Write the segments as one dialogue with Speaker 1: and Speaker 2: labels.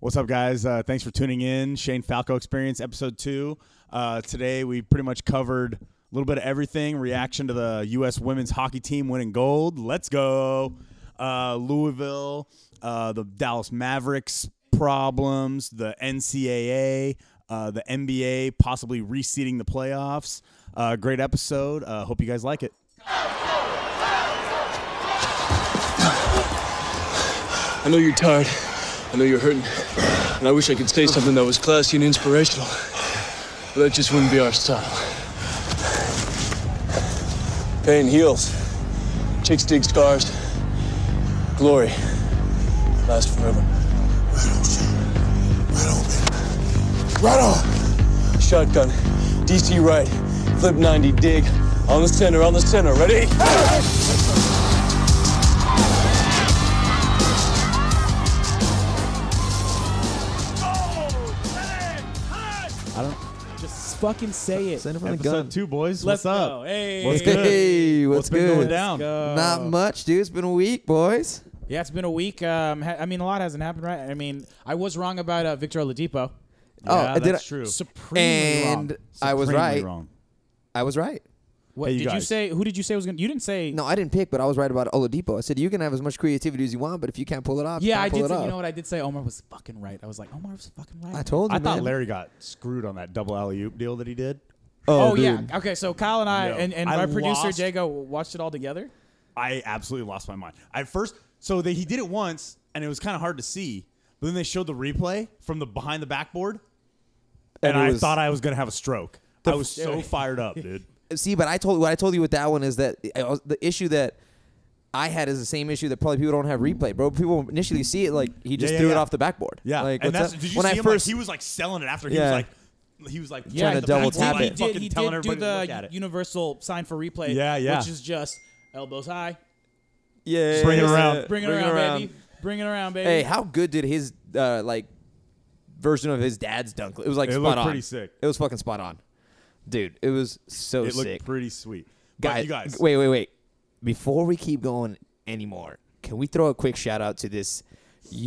Speaker 1: What's up, guys? Uh, thanks for tuning in. Shane Falco Experience, episode two. Uh, today, we pretty much covered a little bit of everything reaction to the U.S. women's hockey team winning gold. Let's go. Uh, Louisville, uh, the Dallas Mavericks problems, the NCAA, uh, the NBA possibly reseeding the playoffs. Uh, great episode. Uh, hope you guys like it.
Speaker 2: I know you're tired. I know you're hurting. And I wish I could say something that was classy and inspirational. But that just wouldn't be our style. Pain heals. Chicks dig scars. Glory lasts forever.
Speaker 3: Right on.
Speaker 2: Shotgun. DC right. Flip 90. Dig. On the center. On the center. Ready?
Speaker 4: I don't. Just fucking say it.
Speaker 3: Send it from the
Speaker 1: episode
Speaker 3: gun.
Speaker 1: two, boys.
Speaker 4: Let's
Speaker 1: What's
Speaker 4: go.
Speaker 1: up?
Speaker 4: Hey.
Speaker 1: What's good?
Speaker 3: Hey, what's
Speaker 1: been
Speaker 3: good?
Speaker 1: going down?
Speaker 4: Go.
Speaker 3: Not much, dude. It's been a week, boys.
Speaker 4: Yeah, it's been a week. Um, ha- I mean, a lot hasn't happened, right? I mean, I was wrong about uh, Victor Oladipo.
Speaker 1: Yeah,
Speaker 3: oh, did
Speaker 1: that's
Speaker 3: I,
Speaker 1: true.
Speaker 4: Supremely
Speaker 3: And
Speaker 4: wrong.
Speaker 3: I was
Speaker 1: Supremely
Speaker 3: right.
Speaker 1: Wrong.
Speaker 3: I was right.
Speaker 4: What
Speaker 1: Hey, you
Speaker 4: did you
Speaker 1: guys.
Speaker 4: say? Who did you say was gonna? You didn't say.
Speaker 3: No, I didn't pick, but I was right about Oladipo. I said you can have as much creativity as you want, but if you can't pull it off,
Speaker 4: Yeah, I
Speaker 3: you can't pull
Speaker 4: did.
Speaker 3: it
Speaker 4: Say,
Speaker 3: off.
Speaker 4: you know what? I did say Omar was fucking right. I was like, Omar was fucking right.
Speaker 3: I told you,
Speaker 1: I thought
Speaker 3: man.
Speaker 1: Larry got screwed on that double alley oop deal that he did.
Speaker 4: Oh,
Speaker 3: dude.
Speaker 4: yeah. Okay, so Kyle and I
Speaker 1: No.
Speaker 4: and, and
Speaker 1: I
Speaker 4: our producer
Speaker 1: lost-
Speaker 4: Jago watched it all together.
Speaker 1: I absolutely lost my mind. I first, so they, he did it once, and it was kind of hard to see. But then they showed the replay from the behind the backboard, and,
Speaker 3: And it
Speaker 1: I
Speaker 3: was-
Speaker 1: thought I was gonna have a stroke. I was so fired up, dude.
Speaker 3: See, but I told what I told you with that one is that I was- the issue that I had is the same issue that probably people don't have replay, bro. People initially see it like he just
Speaker 1: yeah,
Speaker 3: threw it
Speaker 1: yeah.
Speaker 3: off the backboard.
Speaker 1: Yeah,
Speaker 3: like
Speaker 1: and
Speaker 3: what's
Speaker 1: that's
Speaker 3: up?
Speaker 1: did you
Speaker 3: when
Speaker 1: see
Speaker 3: I
Speaker 1: him?
Speaker 3: first
Speaker 1: like, he was like selling it after. He
Speaker 3: Yeah.
Speaker 1: was like, he was like
Speaker 4: Yeah,
Speaker 1: trying to
Speaker 3: to double
Speaker 1: double
Speaker 3: tap
Speaker 1: tap
Speaker 4: he
Speaker 3: it.
Speaker 4: did. He
Speaker 1: fucking telling
Speaker 4: did do
Speaker 1: everybody to look
Speaker 4: the
Speaker 1: at it.
Speaker 4: universal sign for replay.
Speaker 1: Yeah, yeah.
Speaker 4: Which is just elbows high,
Speaker 3: yeah,
Speaker 1: Bring it around.
Speaker 4: bring it around, baby, bring it around, baby.
Speaker 3: Hey, how good did his uh, like version of his dad's dunk? look? It was like
Speaker 1: It
Speaker 3: spot
Speaker 1: looked
Speaker 3: on.
Speaker 1: pretty sick.
Speaker 3: It was fucking spot on, dude. It was so
Speaker 1: It
Speaker 3: sick.
Speaker 1: looked pretty sweet.
Speaker 3: guys,
Speaker 1: But you guys,
Speaker 3: wait, wait, wait. Before we keep going anymore, can we throw a quick shout out to this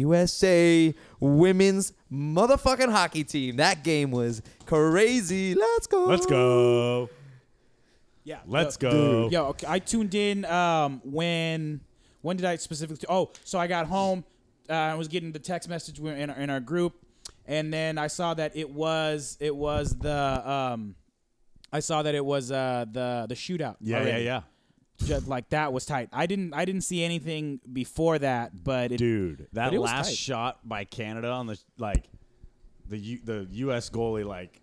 Speaker 3: USA women's motherfucking hockey team? That game was crazy. Let's go.
Speaker 1: let's go.
Speaker 4: Yeah.
Speaker 1: Let's
Speaker 4: yo-
Speaker 1: go.
Speaker 4: Yo, okay, I tuned in um, when when did I specifically? Oh, so I got home. Uh, I was getting the text message we- in our, in our group, and then I saw that it was it was the um, I saw that it was uh, the the shootout.
Speaker 1: Yeah,
Speaker 4: already.
Speaker 1: yeah, yeah,
Speaker 4: Just like that was tight. I didn't I didn't see anything before that, but it,
Speaker 1: dude. That
Speaker 4: But it was
Speaker 1: last
Speaker 4: tight.
Speaker 1: shot by Canada on the like the U, the U.S. goalie like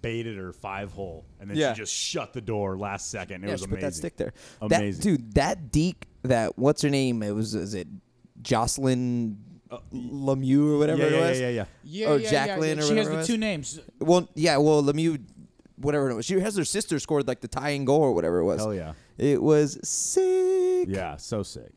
Speaker 1: baited her five hole, and then
Speaker 3: Yeah.
Speaker 1: she just shut the door last second. It
Speaker 3: Yeah,
Speaker 1: was
Speaker 3: she
Speaker 1: amazing.
Speaker 3: put that stick there.
Speaker 1: Amazing.
Speaker 3: That, dude, that Deke, that, what's her name? It was, is it Jocelyn Lemieux or whatever
Speaker 1: Uh, yeah,
Speaker 3: it
Speaker 1: yeah,
Speaker 3: was?
Speaker 1: yeah, yeah, yeah.
Speaker 4: yeah, yeah,
Speaker 3: Or
Speaker 4: yeah,
Speaker 3: Oh, Jacqueline
Speaker 4: yeah.
Speaker 3: or
Speaker 4: she has
Speaker 3: whatever it
Speaker 4: the
Speaker 3: was.
Speaker 4: two names.
Speaker 3: Well, yeah, well, Lemieux, whatever it was. She has her sister scored like the tying goal or whatever it was.
Speaker 1: Hell yeah.
Speaker 3: It was sick.
Speaker 1: Yeah, so sick.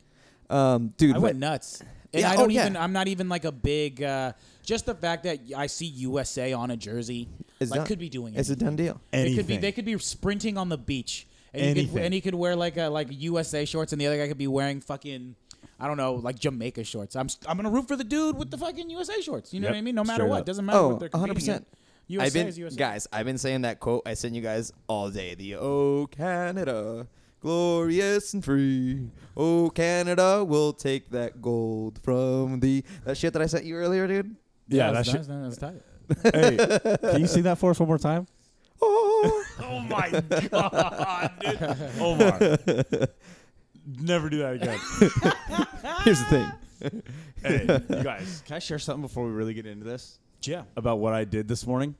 Speaker 3: Um, dude,
Speaker 4: I
Speaker 3: but-
Speaker 4: went nuts. And
Speaker 3: Yeah,
Speaker 4: I don't
Speaker 3: oh, yeah.
Speaker 4: even I'm not even like a big uh, just the fact that I see USA on a jersey.
Speaker 3: It's
Speaker 4: like
Speaker 3: done.
Speaker 4: could be doing
Speaker 3: It's a done deal.
Speaker 4: They could be
Speaker 1: Anything.
Speaker 4: they could be sprinting on the beach. And he could
Speaker 1: Anything.
Speaker 4: and he could wear like a like USA shorts and the other guy could be wearing fucking I don't know, like Jamaica shorts. I'm I'm going to root for the dude with the fucking USA shorts. You know
Speaker 1: Yep,
Speaker 4: what I mean? No matter
Speaker 1: straight
Speaker 4: what,
Speaker 1: up.
Speaker 4: doesn't matter
Speaker 3: Oh,
Speaker 4: what they're competing
Speaker 3: 100%.
Speaker 4: in. USA
Speaker 3: I've been,
Speaker 4: is USA.
Speaker 3: Guys, I've been saying that quote I send you guys all day. The Oh Canada, glorious and free. Oh Canada, we'll take that gold from the that shit that I sent you earlier, dude.
Speaker 1: Yeah,
Speaker 4: that's,
Speaker 1: that shit.
Speaker 4: that's, that's, tight.
Speaker 1: Hey, can you see that for us one more time?
Speaker 3: Oh,
Speaker 1: Oh my god, dude. Omar. Never do that again.
Speaker 3: here's the thing.
Speaker 1: Hey, you guys, can I share something before we really get into this?
Speaker 4: Yeah.
Speaker 1: About what I did this morning?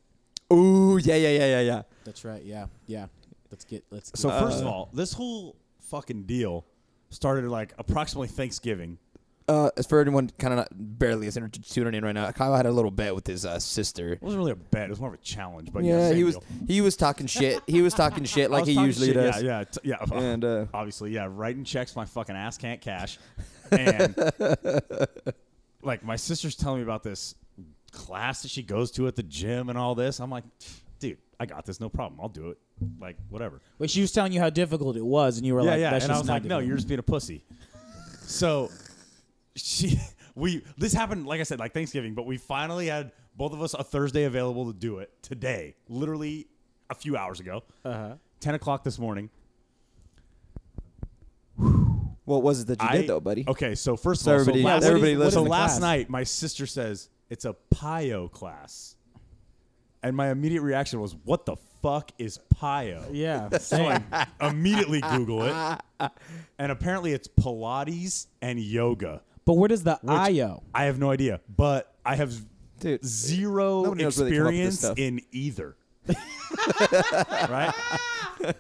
Speaker 3: Ooh, yeah, yeah, yeah, yeah, yeah.
Speaker 4: That's right. Yeah. Yeah. Let's get let's get
Speaker 1: So
Speaker 3: Uh,
Speaker 1: first of all, this whole fucking deal started like approximately Thanksgiving.
Speaker 3: Uh, as for anyone kind of barely is inter- tuning in right now, Kyle had a little bet with his uh, sister.
Speaker 1: It wasn't really a bet; it was more of a challenge. But yeah,
Speaker 3: Yeah,
Speaker 1: same
Speaker 3: he was
Speaker 1: deal.
Speaker 3: he was talking shit. He was talking shit
Speaker 1: I
Speaker 3: like
Speaker 1: was
Speaker 3: he
Speaker 1: talking
Speaker 3: usually
Speaker 1: shit,
Speaker 3: does.
Speaker 1: Yeah, yeah, t- yeah.
Speaker 3: And, uh,
Speaker 1: obviously, yeah, writing checks my fucking ass can't cash, and like my sister's telling me about this class that she goes to at the gym and all this. I'm like, dude, I got this, no problem. I'll do it. Like whatever.
Speaker 4: But she was telling you how difficult it was, and you were
Speaker 1: yeah,
Speaker 4: like,
Speaker 1: yeah.
Speaker 4: That's
Speaker 1: And I
Speaker 4: just
Speaker 1: was
Speaker 4: not
Speaker 1: like, no,
Speaker 4: difficult."
Speaker 1: you're just being a pussy. So she, we this happened like I said like Thanksgiving, but we finally had both of us a Thursday available to do it today, literally a few hours ago, uh-huh. ten o'clock this morning.
Speaker 3: What was it that you
Speaker 1: I
Speaker 3: did though, buddy?
Speaker 1: Okay, so first of
Speaker 3: So
Speaker 1: all,
Speaker 3: everybody-
Speaker 1: so last,
Speaker 3: everybody
Speaker 1: so
Speaker 3: listen to
Speaker 1: last
Speaker 3: class.
Speaker 1: night my sister says it's a pio class, and my immediate reaction was, "What the fuck is pio?"
Speaker 4: Yeah.
Speaker 1: So I immediately Google it, and apparently it's Pilates and yoga.
Speaker 4: but where does the IO?
Speaker 1: I have no idea, but I have
Speaker 3: Dude,
Speaker 1: zero
Speaker 3: nobody knows where they come up with this
Speaker 1: experience
Speaker 3: stuff.
Speaker 1: in either. right?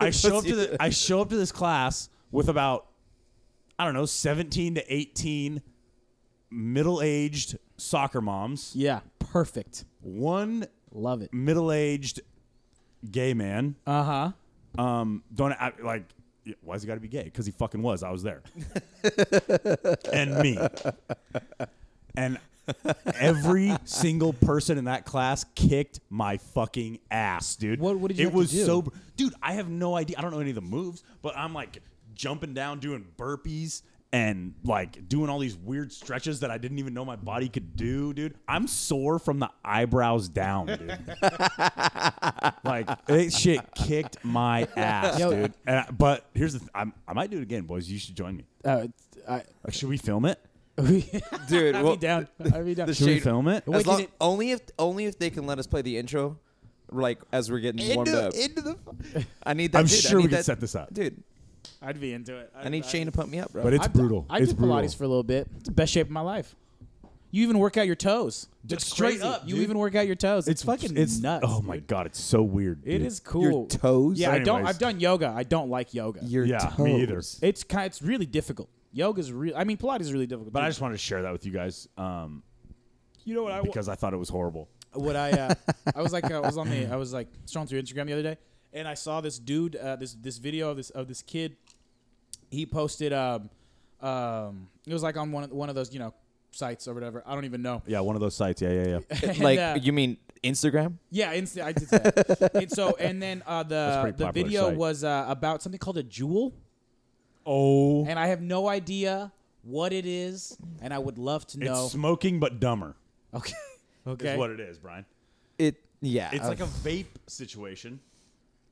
Speaker 1: I show up to the I show up to this class with about I don't know, 17 to 18 middle-aged soccer moms,
Speaker 4: Yeah. Perfect.
Speaker 1: one
Speaker 4: Love it.
Speaker 1: middle-aged gay man.
Speaker 4: Uh huh.
Speaker 1: Um, don't I, like yeah, why's he got to be gay? Because he fucking was. I was there, and me, and every single person in that class kicked my fucking ass, dude.
Speaker 4: What- what did you
Speaker 1: It
Speaker 4: have to
Speaker 1: was
Speaker 4: do?
Speaker 1: so, br- dude. I have no idea. I don't know any of the moves, but I'm like jumping down, doing burpees. And like doing all these weird stretches that I didn't even know my body could do, dude. I'm sore from the eyebrows down, dude. Like that shit kicked my ass,
Speaker 4: Yo.
Speaker 1: dude. And I, but here's the th- I'm, I might do it again, boys. You should join me.
Speaker 4: Uh, I,
Speaker 1: Like, should we film it?
Speaker 3: dude,
Speaker 4: I'd
Speaker 3: well,
Speaker 4: be down. I'd be down.
Speaker 3: The
Speaker 1: Should we
Speaker 3: Shade-
Speaker 1: film it?
Speaker 3: as
Speaker 4: Wait,
Speaker 3: long-
Speaker 4: did it-
Speaker 3: only if only if they can let us play the intro, like as we're getting warmed up. I need that.
Speaker 1: I'm
Speaker 3: dude, I
Speaker 1: sure we
Speaker 3: need
Speaker 1: can
Speaker 3: that-
Speaker 1: set this up.
Speaker 3: dude.
Speaker 4: I'd be into it.
Speaker 3: I need Shane to pump me up, bro.
Speaker 1: But it's
Speaker 4: I've d-
Speaker 1: brutal.
Speaker 4: I
Speaker 1: it's
Speaker 4: did Pilates
Speaker 1: brutal.
Speaker 4: for a little bit. It's the best shape of my life. You even work out your toes.
Speaker 1: Dude,
Speaker 4: It's
Speaker 1: straight
Speaker 4: crazy.
Speaker 1: up,
Speaker 4: You
Speaker 1: dude.
Speaker 4: even work out your toes. It's, fucking
Speaker 1: it's
Speaker 4: nuts.
Speaker 1: Oh my god, it's so weird.
Speaker 4: It
Speaker 1: dude.
Speaker 4: is cool.
Speaker 3: your toes.
Speaker 4: Yeah,
Speaker 1: So
Speaker 4: I don't.
Speaker 1: anyways.
Speaker 4: I've done yoga. I don't like yoga.
Speaker 3: your
Speaker 1: Yeah,
Speaker 3: toes.
Speaker 1: me either.
Speaker 4: it's kind. It's really difficult. Yoga's real. I mean, Pilates is really difficult.
Speaker 1: But
Speaker 4: too.
Speaker 1: I just wanted to share that with you guys um,
Speaker 4: you know what I wa-
Speaker 1: because I thought it was horrible.
Speaker 4: what I uh, I was like uh, I was on the I was like strolling through Instagram the other day and I saw this dude uh, this this video of this of this kid he posted um um it was like on one of, one of those you know sites or whatever I don't even know
Speaker 1: Yeah, one of those sites. Yeah, yeah, yeah.
Speaker 4: And,
Speaker 3: Like
Speaker 4: uh,
Speaker 3: you mean Instagram?
Speaker 4: yeah inst- I did that and so and then uh, the
Speaker 1: pretty
Speaker 4: the
Speaker 1: popular
Speaker 4: video
Speaker 1: site.
Speaker 4: was uh, about something called a jewel
Speaker 1: oh,
Speaker 4: and I have no idea what it is and I would love to know
Speaker 1: it's smoking but dumber.
Speaker 4: okay
Speaker 1: Is
Speaker 4: okay
Speaker 1: what it is, Brian.
Speaker 3: It yeah.
Speaker 1: It's
Speaker 3: uh,
Speaker 1: like a vape situation,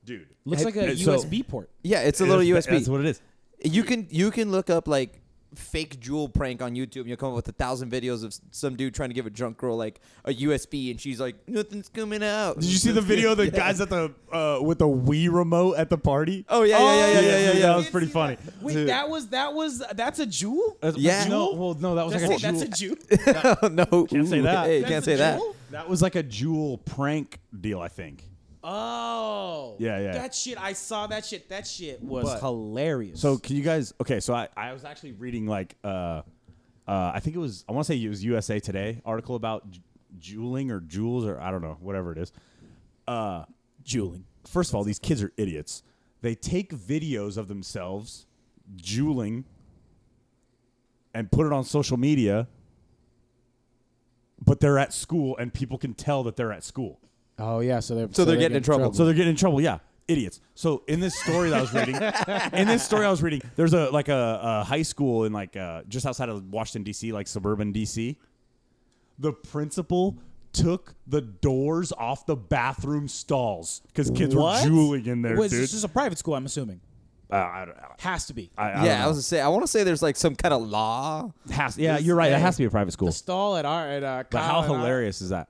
Speaker 1: dude.
Speaker 4: looks like a
Speaker 1: Hey, so-
Speaker 4: USB port
Speaker 3: yeah. It's a little
Speaker 1: That's-
Speaker 3: USB.
Speaker 1: That's what it is.
Speaker 3: You can you can look up like fake jewel prank on YouTube. and You'll come up with a thousand videos of s- some dude trying to give a drunk girl like a USB, and she's like, "Nothing's coming out."
Speaker 1: Did you see the video of the guys at the uh, with the Wii remote at the party?
Speaker 3: Oh yeah, yeah, yeah, yeah, yeah, yeah.
Speaker 1: dude,
Speaker 3: yeah.
Speaker 1: That was pretty funny.
Speaker 4: wait that was that was that's a jewel
Speaker 1: That's-
Speaker 3: Yeah.
Speaker 1: No, well, no, that was like
Speaker 4: That's,
Speaker 1: a
Speaker 4: a, that's
Speaker 1: jewel.
Speaker 4: a Jew.
Speaker 3: no,
Speaker 1: Can't say
Speaker 3: ooh,
Speaker 1: that.
Speaker 3: Hey,
Speaker 1: That's
Speaker 3: can't say that.
Speaker 1: That was like a jewel prank deal, I think.
Speaker 4: Oh.
Speaker 1: Yeah, yeah.
Speaker 4: That shit, I saw that shit. That shit was
Speaker 1: But-
Speaker 4: hilarious.
Speaker 1: So can you guys? Okay, so I, I was actually reading like uh, uh, I think it was I want to say it was USA Today article about j- jeweling or jewels or I don't know whatever it is. Uh, jeweling. First of all, these kids are idiots. They take videos of themselves jeweling and put it on social media, but they're at school and people can tell that they're at school.
Speaker 4: oh yeah, so they're
Speaker 3: so they're getting in trouble.
Speaker 1: So they're getting in trouble. Yeah, idiots. So in this story that I was reading, in this story I was reading, there's a like a, a high school in like uh, just outside of Washington D.C., like suburban D.C. The principal took the doors off the bathroom stalls because kids
Speaker 4: What?
Speaker 1: were jeweling in there,
Speaker 4: Was,
Speaker 1: dude.
Speaker 4: This is a private school, I'm assuming.
Speaker 1: Uh, I don't-
Speaker 4: Has to be.
Speaker 1: I- I don't
Speaker 3: yeah, I
Speaker 1: know.
Speaker 3: was gonna say. I want to say there's like some kind of law.
Speaker 1: Has- yeah, you're right. It has to be a private school.
Speaker 4: the stall at our at uh,
Speaker 1: But
Speaker 4: Kyle
Speaker 1: how
Speaker 4: and I-
Speaker 1: hilarious is that?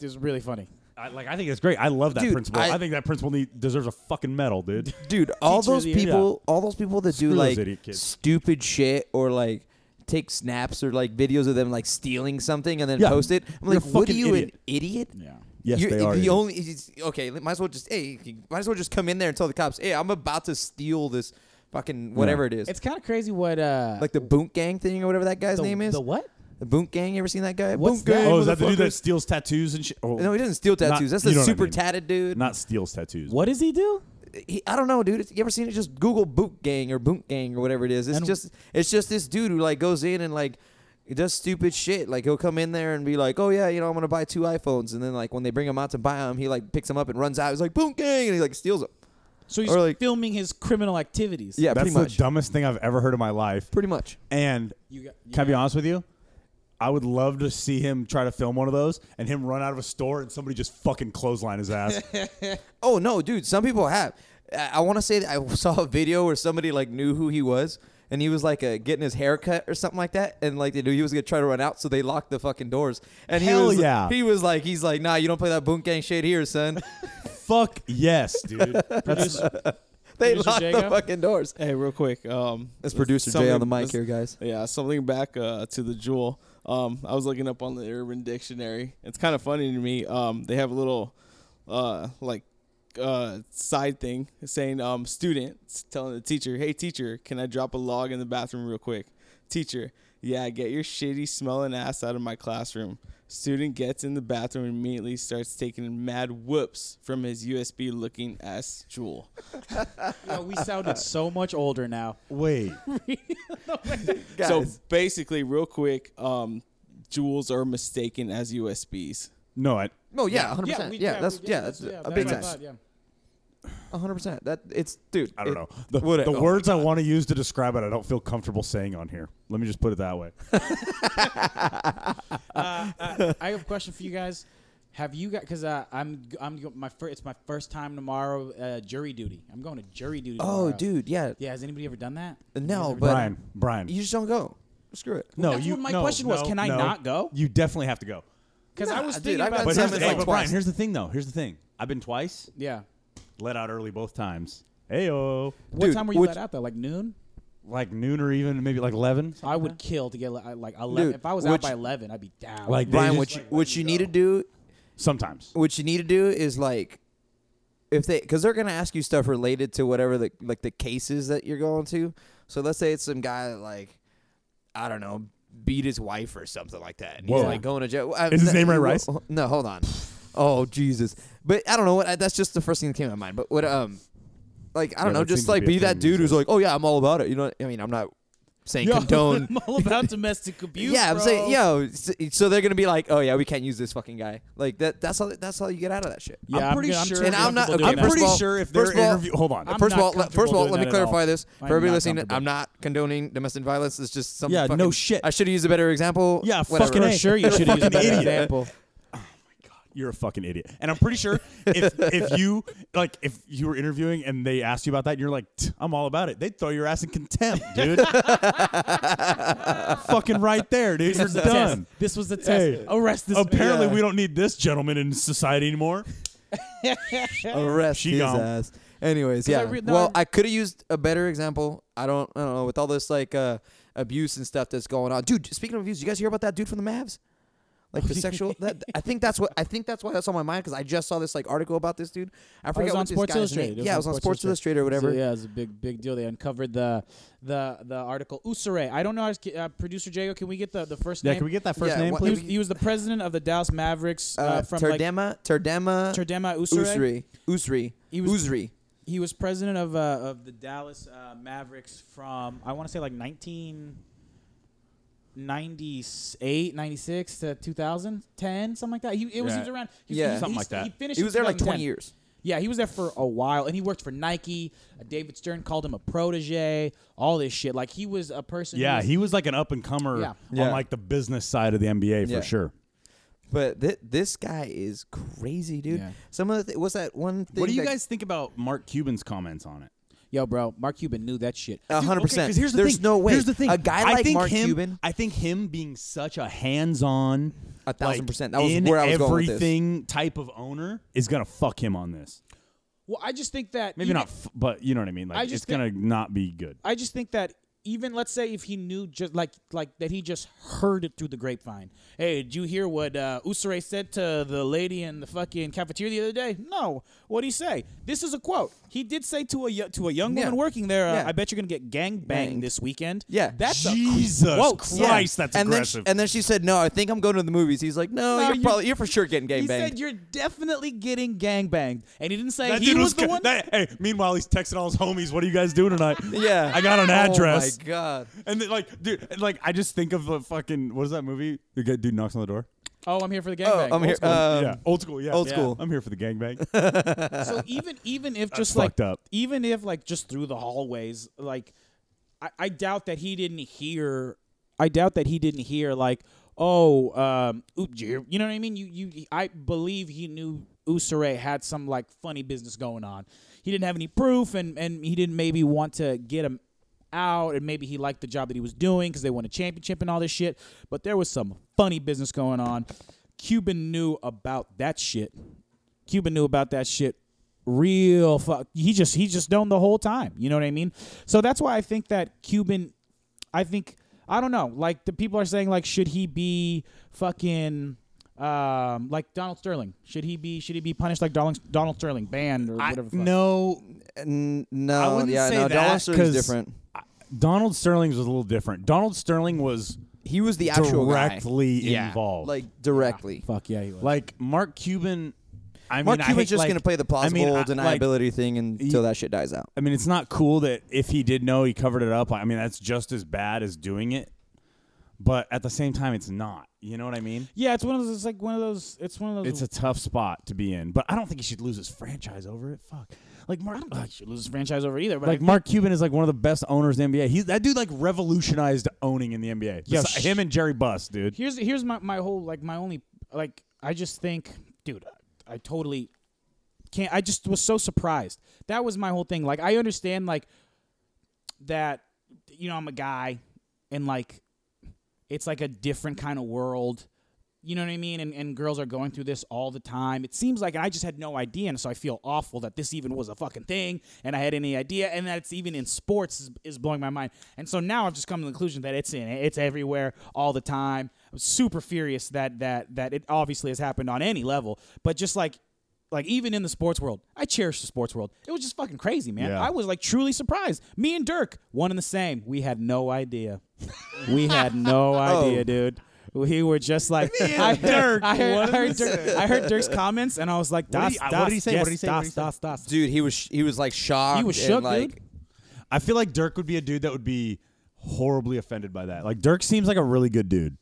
Speaker 4: It was really funny.
Speaker 1: I, like, I think it's great. I love that
Speaker 3: Dude,
Speaker 1: principal.
Speaker 3: I-
Speaker 1: I, think that principal need, deserves a fucking medal, dude.
Speaker 3: dude all
Speaker 4: Teacher of
Speaker 3: those
Speaker 4: the year.
Speaker 3: people all those people that
Speaker 1: Screw
Speaker 3: do
Speaker 1: those
Speaker 3: like
Speaker 1: idiot kids.
Speaker 3: stupid shit or like take snaps or like videos of them like stealing something and then
Speaker 1: Yeah.
Speaker 3: post it i'm
Speaker 1: You're
Speaker 3: like
Speaker 1: a
Speaker 3: what are
Speaker 1: fucking
Speaker 3: you
Speaker 1: idiot."
Speaker 3: an idiot
Speaker 4: Yeah.
Speaker 1: Yes,
Speaker 3: You're
Speaker 1: they
Speaker 3: the
Speaker 1: are idiots.
Speaker 3: only it's- okay might as well just hey you might as well just come in there and tell the cops hey i'm about to steal this fucking whatever it is
Speaker 4: It's kind of crazy what uh
Speaker 3: like the boot gang thing or whatever that guy's
Speaker 4: the,
Speaker 3: name is
Speaker 4: the what?
Speaker 3: the boot gang you ever seen that guy
Speaker 4: What's
Speaker 3: boot
Speaker 4: that?
Speaker 3: gang
Speaker 1: Oh, is that the dude
Speaker 3: motherfucker.
Speaker 1: that steals tattoos and shit? Oh,
Speaker 3: no he doesn't steal
Speaker 1: Not-
Speaker 3: tattoos that's
Speaker 1: you
Speaker 3: the
Speaker 1: know what I
Speaker 3: super
Speaker 1: mean.
Speaker 3: tatted dude
Speaker 1: Not steals tattoos.
Speaker 4: What does he do?
Speaker 3: he, I don't know, dude. It's, you ever seen it? Just Google boot gang or boot gang or whatever it is. It's
Speaker 4: And-
Speaker 3: just it's just this dude who like goes in and like does stupid shit. Like he'll come in there and be like, "Oh yeah, you know, I'm gonna buy two iPhones," and then like when they bring him out to buy them, he like picks them up and runs out. He's like boot gang, and he like steals them.
Speaker 4: So he's
Speaker 3: Or, like-
Speaker 4: filming his criminal activities.
Speaker 3: Yeah,
Speaker 1: That's
Speaker 3: pretty much.
Speaker 1: the dumbest thing I've ever heard in my life.
Speaker 3: pretty much.
Speaker 1: And
Speaker 4: You got-
Speaker 1: can I be honest with you? I would love to see him try to film one of those and him run out of a store and somebody just fucking clothesline his ass.
Speaker 3: Oh no, dude. Some people have. I, I want to say that I saw a video where somebody like knew who he was, and he was like uh, getting his hair cut or something like that, and like they knew he was gonna try to run out, so they locked the fucking doors. And he
Speaker 1: Hell
Speaker 3: was,
Speaker 1: yeah.
Speaker 3: he was like, he's like, nah, you don't play that boom gang shit here, son.
Speaker 1: Fuck yes, dude.
Speaker 4: Produce-
Speaker 3: they
Speaker 4: Producer
Speaker 3: locked the
Speaker 4: Jago?
Speaker 3: fucking doors.
Speaker 5: Hey, real quick. Um,
Speaker 3: That's producer Jay
Speaker 5: something-
Speaker 3: on the mic
Speaker 5: let's-
Speaker 3: here, guys.
Speaker 5: Yeah, something back uh, to the jewel. Um, I was looking up on the Urban Dictionary. It's kind of funny to me. Um, they have a little uh, like uh, side thing saying um, student s- telling the teacher, "Hey teacher, can I drop a log in the bathroom real quick?" Teacher, yeah, get your shitty smelling ass out of my classroom. Student gets in the bathroom and immediately starts taking mad whoops from his USB looking ass jewel.
Speaker 4: Yo, we sounded so much older now.
Speaker 1: Wait.
Speaker 5: So basically, real quick, um, jewels are mistaken as USBs.
Speaker 1: No, I,
Speaker 3: oh yeah, hundred percent.
Speaker 4: we-
Speaker 3: Yeah, that's
Speaker 4: we-
Speaker 3: yeah, that's a big
Speaker 4: what I
Speaker 3: time.
Speaker 4: thought, yeah.
Speaker 3: hundred percent. That it's dude.
Speaker 1: I don't
Speaker 3: it-
Speaker 1: know. The,
Speaker 3: would-
Speaker 1: the
Speaker 3: oh my
Speaker 1: words I want to use to describe it, I don't feel comfortable saying on here. Let me just put it that way.
Speaker 4: Uh, uh, I have a question for you guys. Have you got? Because uh, I'm I'm go- my first. It's my first time tomorrow. Uh, jury duty. I'm going to jury duty.
Speaker 3: Oh,
Speaker 4: tomorrow.
Speaker 3: dude, Uh, yeah.
Speaker 4: Yeah, has anybody ever done that? Has
Speaker 3: No, But-
Speaker 1: Brian, Brian.
Speaker 3: You just don't go. Screw it.
Speaker 1: no,
Speaker 4: That's
Speaker 1: you.
Speaker 4: what my
Speaker 1: no,
Speaker 4: question was.
Speaker 1: no,
Speaker 4: Can I
Speaker 1: no.
Speaker 4: not go?
Speaker 1: You definitely have to go.
Speaker 4: Because I
Speaker 3: Nah,
Speaker 4: was
Speaker 3: dude,
Speaker 4: thinking
Speaker 3: I've
Speaker 4: about
Speaker 3: got
Speaker 1: But
Speaker 4: that.
Speaker 1: here's,
Speaker 3: Sometimes
Speaker 1: the,
Speaker 3: it's
Speaker 1: hey,
Speaker 3: like
Speaker 1: but Brian,
Speaker 3: twice.
Speaker 1: here's the thing though. Here's the thing. I've been twice,
Speaker 4: yeah.
Speaker 1: let out early both times. Ayo,
Speaker 4: What
Speaker 3: Dude,
Speaker 4: time were you
Speaker 3: would-
Speaker 4: let out though? Like noon?
Speaker 1: like noon or even maybe like eleven.
Speaker 4: I would kill to get li- I- like eleven.
Speaker 3: Uh-huh. Dude,
Speaker 4: if I was
Speaker 3: would
Speaker 4: out by
Speaker 3: you-
Speaker 4: eleven, I'd be down.
Speaker 1: Like they
Speaker 3: Brian,
Speaker 1: just-
Speaker 3: what you, what you need to do
Speaker 1: sometimes.
Speaker 3: what you need to do is like if they because they're gonna ask you stuff related to whatever the like the cases that you're going to so let's say it's some guy that like i don't know beat his wife or something like that and
Speaker 1: Whoa.
Speaker 3: he's like going to jail I-
Speaker 1: Is his
Speaker 3: no,
Speaker 1: name Ray
Speaker 3: wh-
Speaker 1: Rice?
Speaker 3: no hold on oh jesus but i don't know what that's just the first thing that came to my mind but what um like i don't
Speaker 1: Yeah,
Speaker 3: know
Speaker 1: that seems
Speaker 3: just
Speaker 1: to
Speaker 3: like
Speaker 1: be a
Speaker 3: be that
Speaker 1: thing
Speaker 3: dude
Speaker 1: these
Speaker 3: who's
Speaker 1: days.
Speaker 3: like oh yeah i'm all about it you know what- i mean i'm not saying condone
Speaker 4: I'm all about domestic abuse.
Speaker 3: yeah, I'm
Speaker 4: bro.
Speaker 3: saying, yo. So, so they're gonna be like, oh yeah, we can't use this fucking guy. Like that. That's all. That's all you get out of that shit.
Speaker 4: Yeah, I'm
Speaker 1: pretty
Speaker 4: good- I'm
Speaker 1: sure-
Speaker 4: totally
Speaker 3: And I'm not-
Speaker 4: comfortable
Speaker 1: I'm
Speaker 3: okay,
Speaker 4: doing that.
Speaker 3: first
Speaker 1: pretty
Speaker 3: of all-
Speaker 1: sure if
Speaker 3: first
Speaker 1: they're
Speaker 3: of all-
Speaker 1: interview, hold on.
Speaker 4: I'm
Speaker 3: first of
Speaker 4: not
Speaker 3: all, let, first of
Speaker 4: comfortable
Speaker 3: all,
Speaker 4: doing
Speaker 3: let me
Speaker 4: that at all.
Speaker 3: clarify this for
Speaker 4: I'm
Speaker 3: everybody
Speaker 4: not
Speaker 3: listening.
Speaker 4: comfortable.
Speaker 3: I'm not condoning domestic violence. It's just some.
Speaker 1: Yeah,
Speaker 3: fucking-
Speaker 1: no shit.
Speaker 3: I should have used a better example.
Speaker 1: Yeah,
Speaker 3: whatever.
Speaker 1: fucking
Speaker 4: For
Speaker 1: A.
Speaker 4: sure, you
Speaker 1: You're a
Speaker 4: should have used a
Speaker 1: fucking
Speaker 4: better
Speaker 1: idiot.
Speaker 4: example.
Speaker 1: you're a fucking idiot. And I'm pretty sure if if you like if you were interviewing and they asked you about that and you're like, "Tch, I'm all about it, they'd throw your ass in contempt, dude. fucking right there, dude. You're
Speaker 4: This was a
Speaker 1: done.
Speaker 4: test. This was the test.
Speaker 1: Hey.
Speaker 4: Arrest this.
Speaker 1: Apparently
Speaker 4: man.
Speaker 1: we don't need this gentleman in society anymore.
Speaker 3: Arrest
Speaker 1: She
Speaker 3: his
Speaker 1: gone.
Speaker 3: ass. Anyways,
Speaker 4: 'Cause I
Speaker 3: yeah.
Speaker 4: re- no,
Speaker 3: well,
Speaker 4: I-
Speaker 3: I could have used a better example. I don't. I don't know. With all this like uh, abuse and stuff that's going on, dude. Speaking of abuse, you guys hear about that dude from the Mavs? Like the sexual. That, I think that's what. I think that's why that's on my mind because I just saw this like article about this dude. I
Speaker 4: I
Speaker 3: forget
Speaker 4: was
Speaker 3: what
Speaker 4: on
Speaker 3: this
Speaker 4: Sports
Speaker 3: guy's
Speaker 4: Illustrated.
Speaker 3: name- Yeah, I was on Sports Illustrated or whatever.
Speaker 4: So, yeah, it was a big, big deal. They uncovered the the the article. Usare. I don't know. how to- Uh, Producer Jago, can we get the, the first
Speaker 1: Yeah,
Speaker 4: name?
Speaker 1: can we get that first
Speaker 3: Yeah,
Speaker 1: name,
Speaker 3: what-
Speaker 4: he,
Speaker 1: please?
Speaker 4: was, he was the president of the Dallas Mavericks uh,
Speaker 3: Uh,
Speaker 4: from like
Speaker 3: Terdema, Terdema,
Speaker 4: Terdema Usare.
Speaker 3: Usri, Usri,
Speaker 4: He was-
Speaker 3: Usri.
Speaker 4: He was president of uh, of the Dallas uh, Mavericks from I want to say like 1998, 96 to 2010, something like that. He it was,
Speaker 1: Yeah.
Speaker 4: he was around he was-
Speaker 3: Yeah.
Speaker 4: he,
Speaker 3: Something
Speaker 1: like that.
Speaker 4: He finished.
Speaker 3: He was
Speaker 4: in
Speaker 3: there like
Speaker 4: 2010.
Speaker 3: 20 years.
Speaker 4: Yeah, he was there for a while, and he worked for Nike. Uh, David Stern called him a protege. All this shit. Like he was a person. who
Speaker 1: yeah,
Speaker 4: was-
Speaker 1: he was like an up and comer
Speaker 4: Yeah.
Speaker 1: on
Speaker 3: Yeah.
Speaker 1: like the business side of the NBA for
Speaker 3: Yeah.
Speaker 1: sure.
Speaker 3: But th- this guy is crazy, dude.
Speaker 4: Yeah.
Speaker 3: Some of the th- what's that one thing?
Speaker 1: What do you
Speaker 3: that-
Speaker 1: guys think about Mark Cuban's comments on it?
Speaker 4: Yo, bro, Mark Cuban knew that shit.
Speaker 3: A
Speaker 1: Okay,
Speaker 3: hundred percent.
Speaker 1: 'cause here's the
Speaker 3: There's
Speaker 1: thing.
Speaker 3: no way.
Speaker 1: Here's the thing.
Speaker 3: A guy
Speaker 1: I
Speaker 3: like
Speaker 1: think
Speaker 3: Mark
Speaker 1: him,
Speaker 3: Cuban.
Speaker 1: I think him being such a hands-on,
Speaker 3: A thousand
Speaker 1: like,
Speaker 3: percent. That was
Speaker 1: in
Speaker 3: where I was going with this.
Speaker 1: everything type of owner is gonna fuck him on this.
Speaker 4: Well, I just think that
Speaker 1: Maybe
Speaker 4: even-
Speaker 1: not, f- but you know what I mean. Like
Speaker 4: I
Speaker 1: it's
Speaker 4: just
Speaker 1: gonna not be good.
Speaker 4: I just think that even let's say if he knew just like like that he just heard it through the grapevine. Hey, did you hear what uh, Usare said to the lady in the fucking cafeteria the other day? No, what would he say? This is a quote. He did say to a yo- to a young woman
Speaker 3: Yeah.
Speaker 4: working there, uh,
Speaker 3: Yeah.
Speaker 4: "I bet you're gonna get gang banged
Speaker 3: Banged.
Speaker 4: this weekend."
Speaker 3: Yeah.
Speaker 4: that's
Speaker 1: Jesus
Speaker 4: a quote.
Speaker 3: Yeah.
Speaker 1: Christ, that's
Speaker 3: and
Speaker 1: aggressive.
Speaker 3: Then sh- and then she said, "No, I think I'm going to the movies." He's like, "No,
Speaker 4: No,
Speaker 3: you're,
Speaker 4: you-
Speaker 3: probably you're for sure getting
Speaker 4: He
Speaker 3: gang
Speaker 4: said
Speaker 3: banged."
Speaker 4: you're definitely getting gang banged, and he didn't say
Speaker 1: That
Speaker 4: he
Speaker 1: dude
Speaker 4: was,
Speaker 1: was
Speaker 4: the
Speaker 1: good-
Speaker 4: one.
Speaker 1: that- hey, meanwhile he's texting all his homies. What are you guys doing tonight?
Speaker 3: yeah,
Speaker 1: I got an address.
Speaker 3: Oh my god.
Speaker 1: And then, like, dude, and, like I just think of the fucking what is that movie? The guy- dude knocks on the door.
Speaker 4: oh, I'm here for the gang
Speaker 3: Oh,
Speaker 4: bang.
Speaker 3: I'm here. Um,
Speaker 1: yeah, old school. Yeah,
Speaker 3: old
Speaker 1: Yeah.
Speaker 3: school.
Speaker 1: I'm here for the gangbang.
Speaker 4: so even even if
Speaker 1: That's
Speaker 4: just like
Speaker 1: fucked up.
Speaker 4: even if like just through the hallways, like I, I doubt that he didn't hear. I doubt that he didn't hear like oh, um, oop, you know what I mean? You, you, I believe he knew Usare had some like funny business going on. He didn't have any proof, and and he didn't maybe want to get him out, and maybe he liked the job that he was doing because they won a championship and all this shit. But there was some funny business going on. Cuban knew about that shit. Cuban knew about that shit real fuck he just he just known the whole time you know what i mean so that's why i think that cuban I think I don't know. Like the people are saying, like should he be fucking um like Donald Sterling? Should he be should he be punished like Donald Donald Sterling banned or whatever? the fuck?
Speaker 1: no,
Speaker 3: N-
Speaker 1: I
Speaker 3: no,
Speaker 1: wouldn't
Speaker 3: Um, yeah,
Speaker 1: say
Speaker 3: no. Dollar
Speaker 1: that
Speaker 3: Sterling's
Speaker 1: 'cause
Speaker 3: different.
Speaker 1: Donald Sterling's was a little different. Donald Sterling was
Speaker 3: He was the actual guy.
Speaker 1: directly
Speaker 4: Yeah,
Speaker 1: involved.
Speaker 3: like directly.
Speaker 4: Fuck yeah, he was.
Speaker 1: like Mark Cuban. I
Speaker 3: Mark
Speaker 1: mean, I hate,
Speaker 3: Cuban's just
Speaker 1: like-
Speaker 3: gonna play the
Speaker 1: I
Speaker 3: plausible
Speaker 1: mean, I- like,
Speaker 3: deniability thing until that shit dies out.
Speaker 1: I mean, it's not cool that if he did know, he covered it up. I mean, that's just as bad as doing it. But at the same time, it's not. You know what I mean?
Speaker 4: yeah, it's one of those. It's like one of those. It's one of those.
Speaker 1: It's a tough spot to be in. But I don't think he should lose his franchise over it. Fuck. Like Mark,
Speaker 4: I don't should lose his franchise over either. But
Speaker 1: like
Speaker 4: like,
Speaker 1: Mark Cuban is like one of the best owners in the NBA. He's that dude like revolutionized owning in the NBA.
Speaker 4: Yeah,
Speaker 1: Besi-
Speaker 4: sh-
Speaker 1: him and Jerry Buss, dude.
Speaker 4: here's here's my my whole like my only like I just think, dude, I, I totally can't. I just was so surprised. That was my whole thing. Like I understand like that you know I'm a guy and like it's like a different kind of world. You know what I mean? And, and girls are going through this all the time. It seems like, and I just had no idea. And so I feel awful that this even was a fucking thing and I had any idea. And that it's even in sports is, is blowing my mind. And so now I've just come to the conclusion that it's in It's everywhere all the time. I'm super furious that, that, that it obviously has happened on any level. But just like, like even in the sports world, I cherish the sports world. It was just fucking crazy, man.
Speaker 1: Yeah.
Speaker 4: I was like truly surprised. Me and Dirk, one and the same. We had no idea. We had
Speaker 1: Oh.
Speaker 4: no idea, dude. We were just like I, Dirk, I, heard, I, heard Dirk, I heard Dirk's comments and I was like,
Speaker 1: What
Speaker 4: das,
Speaker 1: did he-
Speaker 4: das,
Speaker 1: what did he say? What
Speaker 4: Yes,
Speaker 1: did he say? What
Speaker 4: Das,
Speaker 1: did he say?
Speaker 4: das, das.
Speaker 3: Dude, he was he was like shocked.
Speaker 4: He was
Speaker 3: and,
Speaker 4: shook,
Speaker 3: like,
Speaker 4: dude.
Speaker 1: I feel like Dirk would be a dude that would be horribly offended by that. Like Dirk seems like a really good dude.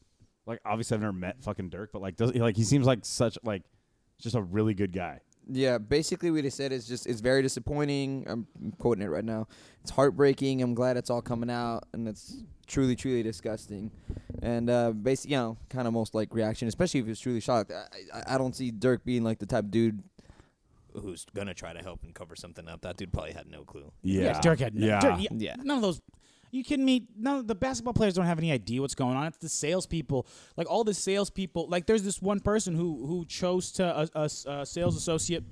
Speaker 1: Like obviously I've never met fucking Dirk, but like does like he seems like such like just a really good guy.
Speaker 3: Yeah, basically what he said is just it's very disappointing. I'm quoting it right now. It's heartbreaking. I'm glad it's all coming out, and it's truly, truly disgusting. And uh, basically, you know, kind of most like reaction, especially if he was truly shocked. I, I, I don't see Dirk being like the type of dude.
Speaker 6: who's gonna try to help and cover something up. That dude probably had no clue.
Speaker 1: Yeah.
Speaker 4: Dirk had no.
Speaker 1: Yeah.
Speaker 4: Dirk, yeah,
Speaker 3: Yeah.
Speaker 4: None of those. You kidding me? None of the basketball players don't have any idea what's going on. It's the salespeople. Like all the salespeople. Like there's this one person who who chose to uh, a, a, a sales associate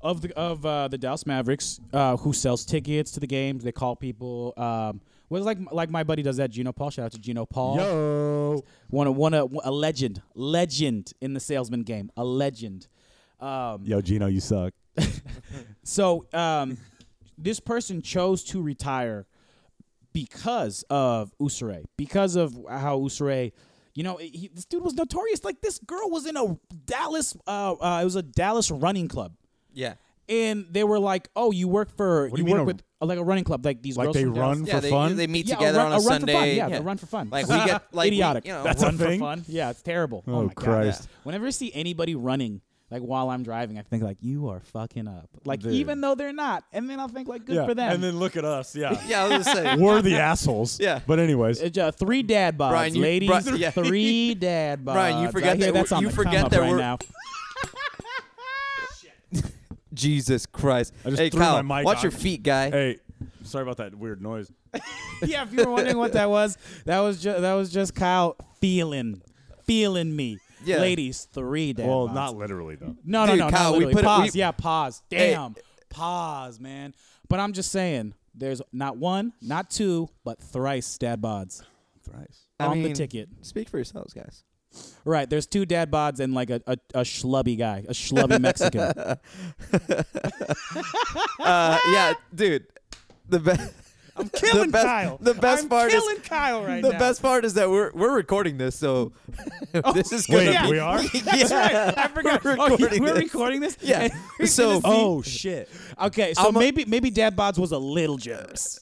Speaker 4: of the of uh, the Dallas Mavericks uh, who sells tickets to the games. They call people. Um, was like like my buddy does that. Gino Paul. Shout out to Gino Paul.
Speaker 1: Yo.
Speaker 4: One of one of a legend, legend in the salesman game. A legend. Um,
Speaker 1: Yo, Gino, you suck.
Speaker 4: so um, this person chose to retire because of Usare, because of how Usare, you know, he, this dude was notorious. Like this girl was in a Dallas, uh, uh, it was a Dallas running club,
Speaker 3: Yeah.
Speaker 4: and they were like, "Oh, you work for,
Speaker 1: do
Speaker 4: you
Speaker 1: you mean
Speaker 4: work
Speaker 1: a-
Speaker 4: with uh, like a running club, like these
Speaker 1: Like
Speaker 4: girls
Speaker 1: they
Speaker 4: from Dallas."
Speaker 1: run
Speaker 3: Yeah,
Speaker 1: for
Speaker 3: they,
Speaker 1: fun?
Speaker 3: they meet
Speaker 4: Yeah, a
Speaker 3: together
Speaker 4: run-
Speaker 3: on
Speaker 4: a
Speaker 3: a,
Speaker 4: run for
Speaker 3: Sunday.
Speaker 4: fun. Yeah, they run for fun.
Speaker 3: Like we get like we-
Speaker 4: idiotic.
Speaker 3: you know,
Speaker 1: That's
Speaker 3: run
Speaker 1: a
Speaker 3: for
Speaker 1: thing?
Speaker 3: fun.
Speaker 4: fun. Yeah, it's terrible.
Speaker 1: Oh,
Speaker 4: Oh, my
Speaker 1: Christ.
Speaker 4: god. Whenever I see anybody running like while I'm driving, I think like you are fucking up. Like even though they're not, and then I'll think like good for them.
Speaker 1: And then look at us, yeah.
Speaker 3: Yeah, I was gonna say.
Speaker 1: We're the assholes.
Speaker 3: Yeah.
Speaker 1: But anyways.
Speaker 4: It's, uh, three dad bods,
Speaker 3: Brian, you-
Speaker 4: ladies.
Speaker 3: Bri- yeah.
Speaker 4: Three dad bods.
Speaker 3: Brian, you
Speaker 4: I
Speaker 3: forget
Speaker 4: hear
Speaker 3: that
Speaker 4: that's
Speaker 3: we're-
Speaker 4: on
Speaker 3: you
Speaker 4: the
Speaker 3: forget
Speaker 4: come up
Speaker 3: that
Speaker 4: right
Speaker 3: we're-
Speaker 4: now.
Speaker 3: Jesus Christ!
Speaker 1: I just
Speaker 3: hey,
Speaker 1: threw
Speaker 3: Kyle,
Speaker 1: my mic
Speaker 3: watch
Speaker 1: on.
Speaker 3: your feet, guy.
Speaker 1: Hey, sorry about that weird noise.
Speaker 4: yeah, if you were wondering what that was, that was just that was just Kyle feeling, feeling me.
Speaker 3: Yeah.
Speaker 4: Ladies, three dad
Speaker 1: well,
Speaker 4: bods.
Speaker 1: not literally though.
Speaker 4: No,
Speaker 3: Dude,
Speaker 4: no, no,
Speaker 3: Kyle,
Speaker 4: no.
Speaker 3: we
Speaker 4: literally.
Speaker 3: put it-
Speaker 4: pause.
Speaker 3: we-
Speaker 4: yeah, pause.
Speaker 3: Hey.
Speaker 4: Damn, pause, man. But I'm just saying, there's not one, not two, but thrice dad bods
Speaker 1: Thrice.
Speaker 3: I
Speaker 4: on the
Speaker 3: mean-
Speaker 4: ticket.
Speaker 3: Speak for yourselves, guys.
Speaker 4: Right, there's two dad bods and like a, a, a schlubby guy, a schlubby Mexican.
Speaker 3: Uh, yeah, dude. The best. I'm
Speaker 4: killing Kyle.
Speaker 3: The best
Speaker 4: I'm
Speaker 3: part
Speaker 4: killing
Speaker 3: is
Speaker 4: Kyle right
Speaker 3: the
Speaker 4: now. Oh,
Speaker 3: best part is that we're we're recording this, so this is
Speaker 1: Wait,
Speaker 3: gonna be.
Speaker 1: we are?
Speaker 4: That's right. I forgot.
Speaker 3: We're
Speaker 4: Oh, you-
Speaker 3: recording
Speaker 4: we're
Speaker 3: this.
Speaker 4: recording this.
Speaker 3: Yeah.
Speaker 4: And-
Speaker 3: So-
Speaker 1: Oh shit.
Speaker 4: okay, so
Speaker 3: I'm a-
Speaker 4: maybe maybe Dad Bods was a little generous.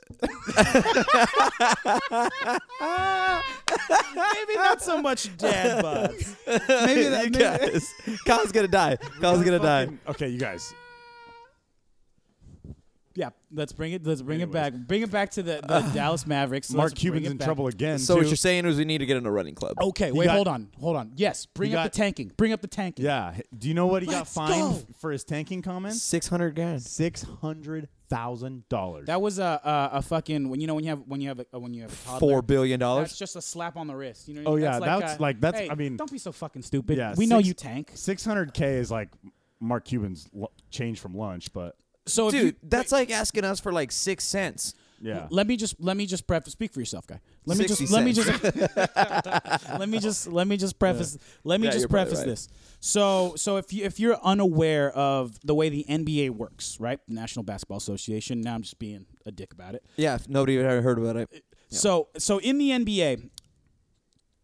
Speaker 4: maybe not so much Dad Bods. Maybe that.
Speaker 3: you
Speaker 4: Maybe,
Speaker 3: guys, Kyle's gonna die. Kyle's gonna die.
Speaker 1: Okay, you guys.
Speaker 4: yeah, let's bring it. Let's bring it back. Bring it back to the, the Dallas Mavericks.
Speaker 1: Mark
Speaker 4: Let's bring
Speaker 1: Cuban's
Speaker 4: it
Speaker 1: in
Speaker 4: back.
Speaker 1: trouble again.
Speaker 3: So
Speaker 1: too.
Speaker 3: what you're saying is we need to get in a running club.
Speaker 4: Okay,
Speaker 1: He
Speaker 4: wait,
Speaker 1: got-
Speaker 4: hold on, hold on. Yes, bring
Speaker 1: He
Speaker 4: up
Speaker 1: got-
Speaker 4: the tanking. Bring up the tanking.
Speaker 1: yeah. Do you know what he got
Speaker 4: Let's
Speaker 1: fined
Speaker 4: go.
Speaker 1: f- for his tanking comments?
Speaker 3: six hundred grand.
Speaker 1: Six hundred thousand dollars.
Speaker 4: that was a, a a fucking when you know when you have when you have a, uh, when you have a toddler,
Speaker 3: Four billion
Speaker 4: That's
Speaker 3: dollars.
Speaker 4: just a slap on the wrist. You know. What
Speaker 1: Oh,
Speaker 4: I mean?
Speaker 1: yeah, that's
Speaker 4: a-
Speaker 1: like- that's-
Speaker 4: hey,
Speaker 1: I mean-
Speaker 4: don't be so fucking stupid.
Speaker 1: Yeah,
Speaker 4: we know
Speaker 1: six-
Speaker 4: you tank.
Speaker 1: Six hundred k is like Mark Cuban's l- change from lunch, but
Speaker 4: So if you-
Speaker 3: Dude, that's like asking us for like six cents.
Speaker 1: yeah.
Speaker 4: Let me just let me just preface. Speak for yourself, guy. Let me
Speaker 3: 60
Speaker 4: just let me just let me just let me just preface. Let me
Speaker 3: Yeah,
Speaker 4: just
Speaker 3: you're probably
Speaker 4: preface
Speaker 3: right.
Speaker 4: this. So so if you if you're unaware of the way the NBA works, right? National Basketball Association. Now I'm just being a dick about it.
Speaker 3: Yeah, if nobody had ever heard about it.
Speaker 4: So so in the NBA,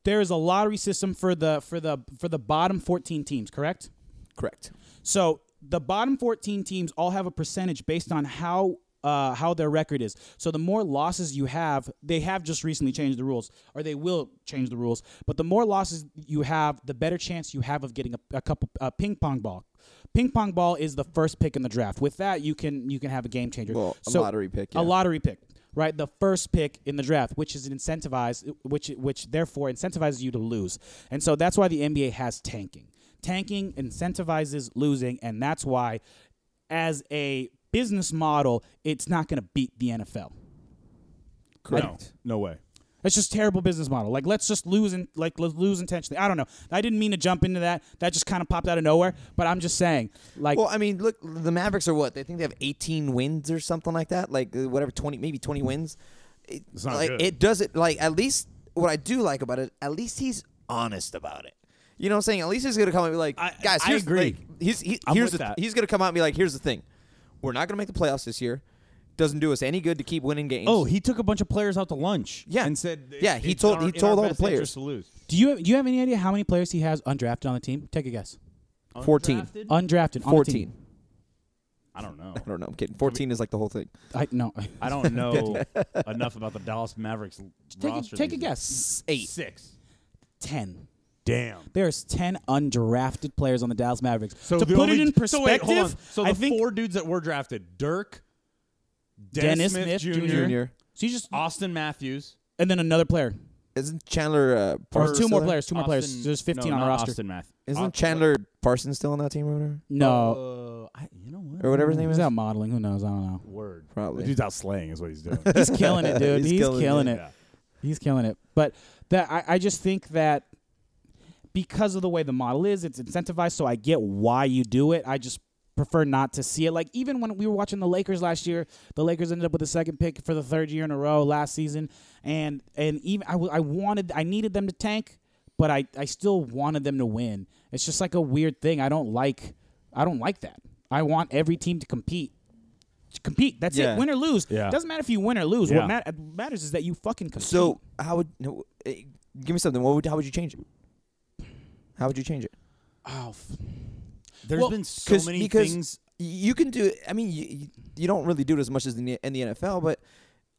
Speaker 4: there is a lottery system for the for the for the bottom 14 teams. Correct.
Speaker 3: Correct.
Speaker 4: So the bottom 14 teams all have a percentage based on how uh, how their record is. So the more losses you have, they have just recently changed the rules, or they will change the rules. But the more losses you have, the better chance you have of getting a, a couple a ping pong ball. Ping pong ball is the first pick in the draft. With that, you can you can have a game changer.
Speaker 3: Well, a lottery pick, yeah.
Speaker 4: A lottery pick, right? The first pick in the draft, which is incentivized, which which therefore incentivizes you to lose, and so that's why the NBA has tanking. Tanking incentivizes losing, and that's why, as a business model, it's not going to beat the NFL.
Speaker 1: Correct. No, no way.
Speaker 4: That's just terrible business model. Like let's just lose and like let's lose intentionally. I don't know. I didn't mean to jump into that. That just kind of popped out of nowhere. But I'm just saying, like
Speaker 3: Well, I mean, look, the Mavericks are what? They think they have 18 wins or something like that. Like uh, whatever, 20, maybe 20 wins. It,
Speaker 1: It's not
Speaker 3: like
Speaker 1: good.
Speaker 3: it doesn't like at least what I do like about it. At least he's honest about it. You know what I'm saying? At least he's gonna come out and be like,
Speaker 1: I-
Speaker 3: guys,
Speaker 1: I
Speaker 3: here's
Speaker 1: agree.
Speaker 3: like, he's he,
Speaker 1: I'm
Speaker 3: here's
Speaker 1: with
Speaker 3: the,
Speaker 1: that.
Speaker 3: he's gonna come out and be like, here's the thing, we're not gonna make the playoffs this year. Doesn't do us any good to keep winning games.
Speaker 1: Oh, he took a bunch of players out to lunch.
Speaker 3: Yeah.
Speaker 1: and said
Speaker 3: Yeah,
Speaker 1: it-
Speaker 3: he
Speaker 1: it's
Speaker 3: told-
Speaker 1: in
Speaker 3: he
Speaker 1: in
Speaker 3: told all the
Speaker 1: best
Speaker 3: players.
Speaker 1: interest to lose.
Speaker 4: do you do you have any idea how many players he has undrafted on the team? Take a guess.
Speaker 3: 14.
Speaker 1: Undrafted?
Speaker 4: Undrafted. On the
Speaker 3: 14.
Speaker 4: team.
Speaker 1: I don't know.
Speaker 3: I don't know. I'm kidding. 14 is like the whole thing.
Speaker 4: I no.
Speaker 1: I don't know enough about the Dallas Mavericks l-
Speaker 4: take a,
Speaker 1: roster.
Speaker 4: take a
Speaker 1: these
Speaker 4: guess.
Speaker 1: days.
Speaker 3: Eight.
Speaker 1: Six.
Speaker 4: Ten.
Speaker 1: Damn.
Speaker 4: There's ten undrafted players on the Dallas Mavericks.
Speaker 1: So
Speaker 4: to
Speaker 1: the
Speaker 4: put it
Speaker 1: only-
Speaker 4: in
Speaker 1: so
Speaker 4: perspective,
Speaker 1: wait, hold on. So
Speaker 4: I
Speaker 1: the
Speaker 4: think
Speaker 1: four dudes that were drafted: Dirk,
Speaker 4: Dennis
Speaker 1: Dennis, Smith,
Speaker 4: Smith
Speaker 1: Jr.,
Speaker 3: Junior.
Speaker 4: so you just
Speaker 1: Austin Matthews.
Speaker 4: and then another player.
Speaker 3: Isn't Chandler uh,
Speaker 4: Or
Speaker 3: Parsons
Speaker 4: two
Speaker 3: still
Speaker 4: more
Speaker 3: there?
Speaker 4: players. Two more
Speaker 1: Austin-
Speaker 4: players. There's 15
Speaker 1: no,
Speaker 4: on the
Speaker 1: not
Speaker 4: roster.
Speaker 1: Austin Math.
Speaker 3: Isn't Chandler Parsons still on that team or whatever?
Speaker 4: No.
Speaker 1: I, you know what?
Speaker 3: Or whatever his name
Speaker 4: He's
Speaker 3: is?
Speaker 4: out modeling. Who knows? I don't know.
Speaker 1: Word. The
Speaker 3: Probably.
Speaker 1: dude's out slaying is what he's doing.
Speaker 4: He's killing it, dude.
Speaker 3: He's
Speaker 4: He's,
Speaker 3: killing
Speaker 4: killing,
Speaker 3: it.
Speaker 4: it.
Speaker 1: Yeah.
Speaker 4: He's killing it. But that I, I just think that because of the way the model is, it's incentivized. So I get why you do it. I just prefer not to see it. Like even when we were watching the Lakers last year, the Lakers ended up with the second pick for the third year in a row last season, and and even I, w- I wanted I needed them to tank, but I I still wanted them to win. It's just like a weird thing. I don't like I don't like that. I want every team to compete. To compete. That's
Speaker 3: Yeah.
Speaker 4: it. Win or lose.
Speaker 1: Yeah.
Speaker 4: Doesn't matter if you win or lose.
Speaker 1: Yeah.
Speaker 4: What mat- uh, matters is that you fucking compete.
Speaker 3: So how would no, eh, give me something? What would how would you change it? How would you change it?
Speaker 4: Oh, f-
Speaker 1: There's
Speaker 4: Well,
Speaker 1: been so many
Speaker 3: because
Speaker 1: things.
Speaker 3: y- you can do. I mean, you, you don't really do it as much as in the, in the NFL, but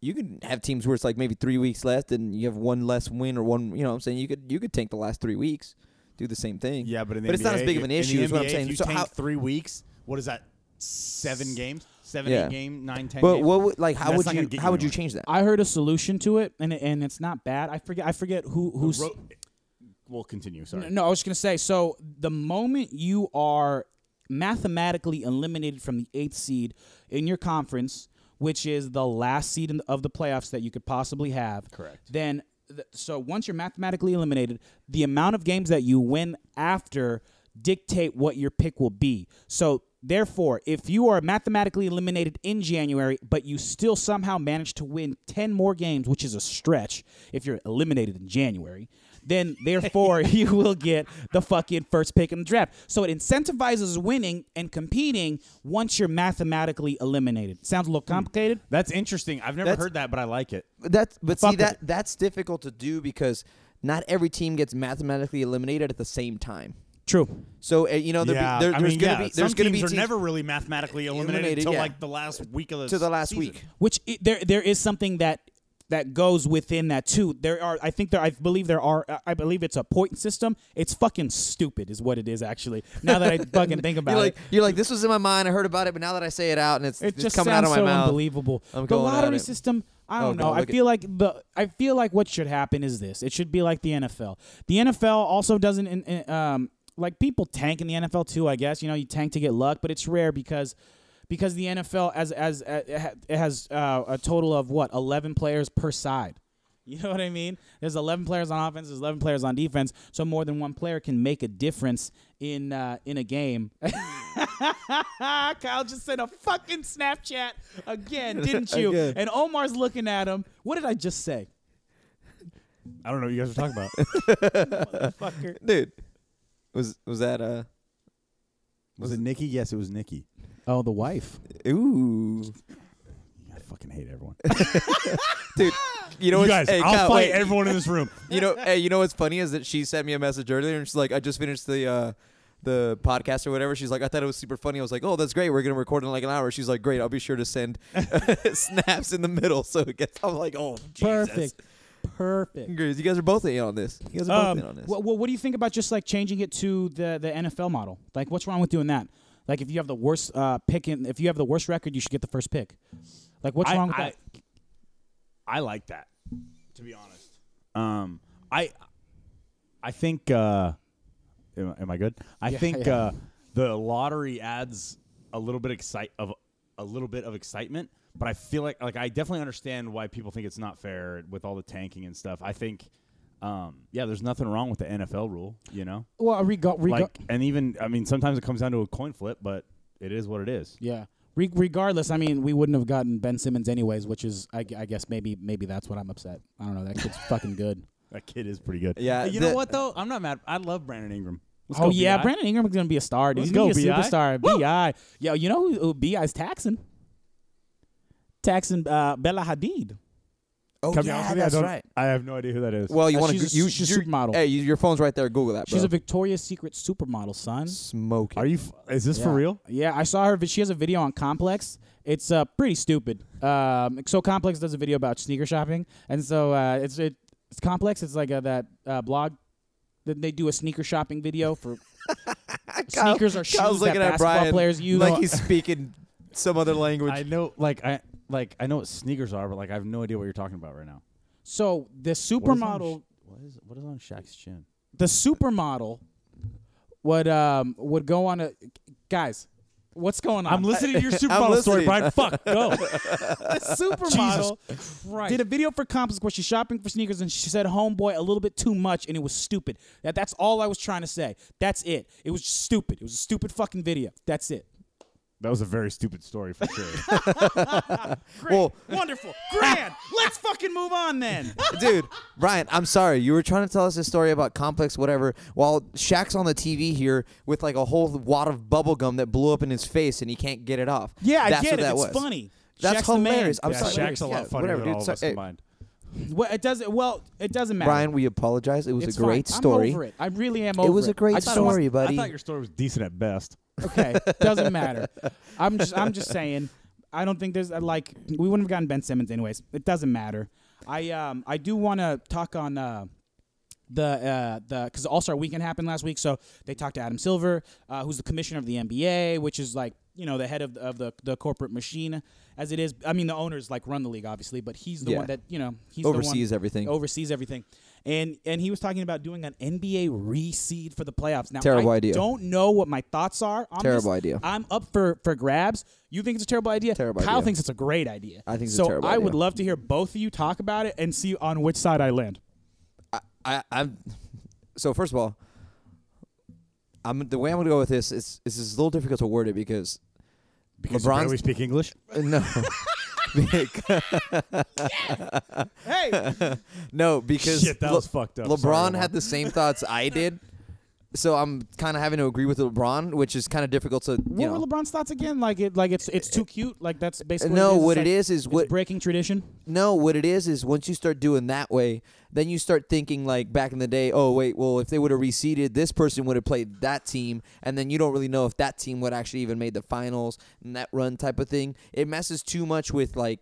Speaker 3: you can have teams where it's like maybe three weeks left, and you have one less win or one. You know, what I'm saying you could you could tank the last three weeks, do the same thing.
Speaker 1: Yeah, but in the
Speaker 3: but it's not
Speaker 1: NBA,
Speaker 3: as big of an
Speaker 1: in the
Speaker 3: issue. is what I'm
Speaker 1: NBA,
Speaker 3: saying.
Speaker 1: If you
Speaker 3: so
Speaker 1: tank
Speaker 3: how?
Speaker 1: three weeks, what is that? Seven games, seven
Speaker 3: Yeah.
Speaker 1: eight game, nine ten.
Speaker 3: But
Speaker 1: games?
Speaker 3: what would like how
Speaker 1: That's
Speaker 3: would
Speaker 1: not
Speaker 3: you
Speaker 1: gonna get
Speaker 3: how
Speaker 1: you
Speaker 3: would you
Speaker 1: anywhere.
Speaker 3: change that?
Speaker 4: I heard a solution to it, and it- and it's not bad. I forget I forget who who's.
Speaker 1: Ro- we'll continue. Sorry.
Speaker 4: no, I was just gonna say. So the moment you are mathematically eliminated from the eighth seed in your conference, which is the last seed in, of the playoffs that you could possibly have,
Speaker 1: Correct.
Speaker 4: Then, th- so once you're mathematically eliminated, the amount of games that you win after dictate what your pick will be. So. Therefore, if you are mathematically eliminated in January, but you still somehow manage to win 10 more games, which is a stretch if you're eliminated in January, then therefore you will get the fucking first pick in the draft. So it incentivizes winning and competing once you're mathematically eliminated. Sounds a little
Speaker 3: Hmm.
Speaker 4: complicated.
Speaker 1: That's interesting. I've never
Speaker 3: That's-
Speaker 1: heard that, but I like it.
Speaker 3: But That's but
Speaker 4: Fuck
Speaker 3: see
Speaker 4: with
Speaker 3: that that's difficult to do because not every team gets mathematically eliminated at the same time.
Speaker 4: True.
Speaker 3: So uh, you know there there,
Speaker 1: I
Speaker 3: there's
Speaker 1: mean,
Speaker 3: gonna
Speaker 1: yeah,
Speaker 3: be there's
Speaker 1: some
Speaker 3: gonna be
Speaker 1: teams
Speaker 3: teams
Speaker 1: are never really mathematically eliminated
Speaker 3: Eliminated,
Speaker 1: until
Speaker 3: yeah.
Speaker 1: like the last week of the
Speaker 3: to the last
Speaker 1: season.
Speaker 3: week.
Speaker 4: Which i there there is something that that goes within that too. There are, I think there, I believe there are, uh, I believe it's a point system. It's fucking stupid, is what it is actually. Now that I fucking think about
Speaker 3: You're like,
Speaker 4: it,
Speaker 3: you're like, this was in my mind. I heard about it, but now that I say it out and it's,
Speaker 4: it
Speaker 3: it's
Speaker 4: just
Speaker 3: coming
Speaker 4: sounds
Speaker 3: out of my
Speaker 4: so
Speaker 3: mouth.
Speaker 4: unbelievable.
Speaker 3: I'm
Speaker 4: the
Speaker 3: going at
Speaker 4: lottery
Speaker 3: it.
Speaker 4: system. I
Speaker 3: Oh,
Speaker 4: don't know.
Speaker 3: God,
Speaker 4: I
Speaker 3: look at-
Speaker 4: feel like the. I feel like what should happen is this. It should be like the NFL. The NFL also doesn't. In, in- um, like people tank in the NFL too. I guess you know you tank to get luck, but it's rare because. Because the NFL as as uh, it ha- it has uh, a total of what eleven players per side, you know what I mean? There's 11 players on offense. There's 11 players on defense. So more than one player can make a difference in uh, in a game. Kyle just sent a fucking Snapchat again, didn't you?
Speaker 5: Again.
Speaker 4: And Omar's looking at him. What did I just say?
Speaker 1: I don't know what you guys are talking about.
Speaker 4: Fucker.
Speaker 3: Dude, was was that uh?
Speaker 1: was it Nikki? Yes, it was Nikki.
Speaker 4: Oh, the wife.
Speaker 3: Ooh,
Speaker 1: I fucking hate everyone.
Speaker 3: dude. You
Speaker 1: you
Speaker 3: know what's-
Speaker 1: guys,
Speaker 3: hey,
Speaker 1: I'll
Speaker 3: Kyle,
Speaker 1: fight
Speaker 3: wait.
Speaker 1: everyone in this room.
Speaker 3: You know, hey, you know what's funny is that she sent me a message earlier and she's like, I just finished the uh the podcast or whatever. She's like, I thought it was super funny. I was like, Oh, that's great. We're gonna record in like an hour. She's like, Great, I'll be sure to send snaps in the middle so it gets I'm like, Oh Jesus.
Speaker 4: Perfect. Perfect.
Speaker 3: Guys, You guys are both in on this. You guys are both
Speaker 4: Um,
Speaker 3: in on this.
Speaker 4: wha- wha- what do you think about just like changing it to the the NFL model? Like, what's wrong with doing that? Like, if you have the worst uh, pick, in, if you have the worst record, you should get the first pick. Like, what's
Speaker 1: I-
Speaker 4: wrong with
Speaker 1: I-
Speaker 4: that?
Speaker 1: I like that, to be honest. Um, I, I think, uh, am, am I good? I think
Speaker 4: yeah.
Speaker 1: Uh, the lottery adds a little bit excite of a little bit of excitement, but I feel like like I definitely understand why people think it's not fair with all the tanking and stuff. I think, um, yeah, there's nothing wrong with the NFL rule, you know.
Speaker 4: Well, rego- rego-
Speaker 1: Like, and even I mean, sometimes it comes down to a coin flip, but it is what it is.
Speaker 4: yeah. Re- regardless, I mean, we wouldn't have gotten Ben Simmons anyways, which is, I, gu- I guess, maybe maybe that's what I'm upset. I don't know. That kid's fucking good.
Speaker 1: That kid is pretty good.
Speaker 3: Yeah,
Speaker 1: Hey, you
Speaker 3: the-
Speaker 1: know what though? I'm not mad. I love Brandon Ingram. Let's
Speaker 4: oh
Speaker 1: go,
Speaker 4: yeah,
Speaker 1: B.I.
Speaker 4: Brandon Ingram's gonna be a star. Dude.
Speaker 1: Let's
Speaker 4: He's gonna
Speaker 1: go,
Speaker 4: be a
Speaker 1: B.I.
Speaker 4: superstar.
Speaker 1: Woo!
Speaker 4: Bi, yo, you know who, who Bi's taxing? Taxing uh, Bella Hadid.
Speaker 3: oh,
Speaker 1: Can I be honest with you? I don't- I have no idea who that is.
Speaker 3: Well, you
Speaker 4: Uh,
Speaker 3: want to
Speaker 4: she's a-
Speaker 3: you
Speaker 4: she's a
Speaker 3: you're-
Speaker 4: supermodel.
Speaker 3: Hey, you, your phone's right there. Google that. Bro.
Speaker 4: She's a Victoria's Secret supermodel, son.
Speaker 3: smoking.
Speaker 1: are you? f- Is this for
Speaker 4: Yeah.
Speaker 1: real?
Speaker 4: Yeah, I saw her. vi- She has a video on Complex. It's uh, pretty stupid. Um, so Complex does a video about sneaker shopping, and so uh, it's it, it's Complex. It's like uh that uh, blog. that they do a sneaker shopping video for
Speaker 3: Kyle-
Speaker 4: sneakers or shoes
Speaker 3: Kyle's
Speaker 4: that
Speaker 3: looking at
Speaker 4: basketball
Speaker 3: Brian
Speaker 4: players use.
Speaker 3: like he's speaking some other language.
Speaker 1: I know, like I like I know what sneakers are, but like I have no idea what you're talking about right now.
Speaker 4: so the
Speaker 1: What is on
Speaker 4: supermodel,
Speaker 1: Sha- What is what is on Shaq's chin?
Speaker 4: the supermodel, would um would go on a guys. What's going on?
Speaker 1: I'm listening to your
Speaker 3: I'm
Speaker 1: supermodel
Speaker 3: listening.
Speaker 1: story, Brian. Fuck, go.
Speaker 4: supermodel did a video for Complex where she's shopping for sneakers and she said homeboy a little bit too much and it was stupid. That that's all I was trying to say. That's it. It was just stupid. It was a stupid fucking video. That's it.
Speaker 1: That was a very stupid story for sure.
Speaker 4: Great.
Speaker 3: Well-
Speaker 4: Wonderful. Grand. Let's fucking move on then.
Speaker 3: Dude, Brian, I'm sorry. You were trying to tell us a story about complex whatever while Shaq's on the TV here with like a whole wad of bubble gum that blew up in his face and he can't get it off.
Speaker 4: Yeah, I
Speaker 3: That's
Speaker 4: get
Speaker 3: what
Speaker 4: it.
Speaker 3: That
Speaker 4: It's
Speaker 3: was.
Speaker 4: funny.
Speaker 3: That's
Speaker 4: Shaq's the man.
Speaker 3: hilarious. I'm
Speaker 1: yeah,
Speaker 3: sorry.
Speaker 1: Shaq's a lot
Speaker 3: Yeah,
Speaker 1: funnier
Speaker 3: whatever,
Speaker 1: than
Speaker 3: dude.
Speaker 1: all of
Speaker 3: So-
Speaker 1: us
Speaker 3: hey,
Speaker 1: combined.
Speaker 4: Well, it doesn't. Well, it doesn't matter.
Speaker 3: Brian, we apologize. It was
Speaker 4: it's
Speaker 3: a great
Speaker 4: fine.
Speaker 3: story.
Speaker 4: I'm over it. I really am
Speaker 3: It
Speaker 4: over it.
Speaker 3: was a great
Speaker 4: I just want-
Speaker 3: story, buddy.
Speaker 1: I thought your story was decent at best.
Speaker 4: Okay, doesn't matter. I'm just I'm just saying. I don't think there's uh, like we wouldn't have gotten Ben Simmons anyways. It doesn't matter. I um I do want to talk on uh the uh the because All Star Weekend happened last week, so they talked to Adam Silver, uh, who's the commissioner of the NBA, which is like you know the head of of the the corporate machine as it is. I mean the owners like run the league obviously, but he's the
Speaker 3: Yeah.
Speaker 4: one that you know he's
Speaker 3: Oversees
Speaker 4: the one
Speaker 3: everything.
Speaker 4: oversees everything. And, and he was talking about doing an NBA reseed for the playoffs. Now
Speaker 3: Terrible
Speaker 4: I
Speaker 3: idea.
Speaker 4: don't know what my thoughts are on
Speaker 3: Terrible
Speaker 4: this.
Speaker 3: idea.
Speaker 4: I'm up for for grabs. You think it's a terrible idea?
Speaker 3: Terrible
Speaker 4: Kyle
Speaker 3: idea.
Speaker 4: thinks it's a great idea.
Speaker 3: I think it's a
Speaker 4: so.
Speaker 3: terrible
Speaker 4: I would
Speaker 3: idea.
Speaker 4: love to hear both of you talk about it and see on which side I land.
Speaker 3: I, I'm so first of all, I'm the way I'm gonna go with this is is it's a little difficult to word it because
Speaker 1: Because
Speaker 3: LeBron's-
Speaker 1: you barely speak English.
Speaker 3: no.
Speaker 4: Hey,
Speaker 3: No, because
Speaker 1: Shit, that
Speaker 3: Le-
Speaker 1: was fucked up.
Speaker 3: LeBron
Speaker 1: Sorry, Lamar.
Speaker 3: had the same thoughts I did, so I'm kind of having to agree with LeBron, which is kind of difficult to you
Speaker 4: what were
Speaker 3: know.
Speaker 4: LeBron's thoughts again? Like it, like it's it's too cute. Like that's basically
Speaker 3: No,
Speaker 4: What
Speaker 3: what
Speaker 4: it
Speaker 3: it
Speaker 4: is
Speaker 3: is is
Speaker 4: It's
Speaker 3: what-
Speaker 4: breaking tradition.
Speaker 3: no, what it is is once you start doing that way, then you start thinking like back in the day. Oh wait, well if they would have reseeded, this person would have played that team, and then you don't really know if that team would actually even made the finals and that run type of thing. It messes too much with like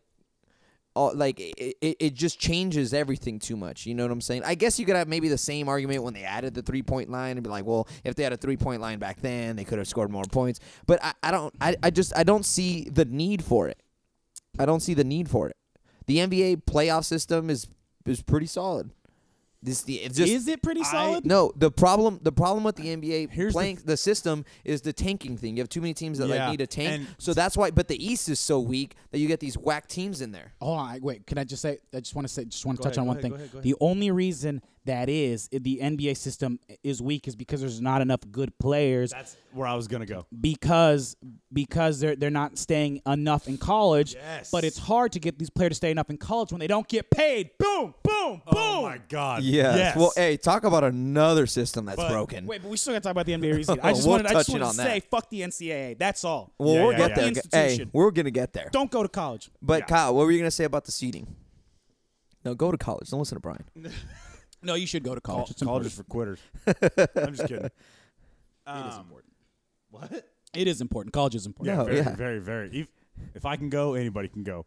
Speaker 3: all like it, it, it just changes everything too much. You know what I'm saying? I guess you could have maybe the same argument when they added the three point line and be like, well, if they had a three point line back then, they could have scored more points. But I, I don't, I, I just, I don't see the need for it. I don't see the need for it. The NBA playoff system is is pretty solid. This the it's just
Speaker 4: is it pretty solid?
Speaker 3: no, the problem the problem with the NBA
Speaker 1: Here's the
Speaker 3: playing the, system is the tanking thing. You have too many teams that
Speaker 1: Yeah,
Speaker 3: like need a tank.
Speaker 1: and-
Speaker 3: so that's why but the East is so weak that you get these whack teams in there.
Speaker 4: Hold on, wait. Can I just say? I just want to say. Just want to touch
Speaker 1: ahead,
Speaker 4: on
Speaker 1: go
Speaker 4: one
Speaker 1: ahead,
Speaker 4: thing.
Speaker 1: go ahead, go ahead.
Speaker 4: The only reason that is i- the NBA system is weak is because there's not enough good players.
Speaker 1: That's where I was gonna go.
Speaker 4: because because they're they're not staying enough in college.
Speaker 1: Yes.
Speaker 4: But it's hard to get these players to stay enough in college when they don't get paid. Boom, boom, boom.
Speaker 1: Oh my god. Yes.
Speaker 3: Well, hey, talk about another system that's
Speaker 1: But-
Speaker 3: broken.
Speaker 4: Wait, but we still got to talk about the NBA reason. I just
Speaker 3: We'll
Speaker 4: wanted, I just
Speaker 3: touch in
Speaker 4: wanted to
Speaker 3: on that.
Speaker 4: say, fuck the NCAA. That's all.
Speaker 3: well,
Speaker 1: Yeah,
Speaker 3: we'll
Speaker 1: yeah,
Speaker 3: get
Speaker 1: yeah.
Speaker 3: there.
Speaker 4: Fuck the
Speaker 3: Hey,
Speaker 4: institution.
Speaker 3: we're going to get there.
Speaker 4: Don't go to college.
Speaker 3: but Kyle, what were you going to say about the seating? No, go to college. Don't listen to Brian.
Speaker 4: No, you should go to college. It's
Speaker 1: College
Speaker 4: important.
Speaker 1: is for quitters. I'm just kidding.
Speaker 4: it is important. What? It is important. College is important.
Speaker 1: Yeah,
Speaker 3: No,
Speaker 1: very,
Speaker 3: yeah.
Speaker 1: very, very. If, if I can go, anybody can go.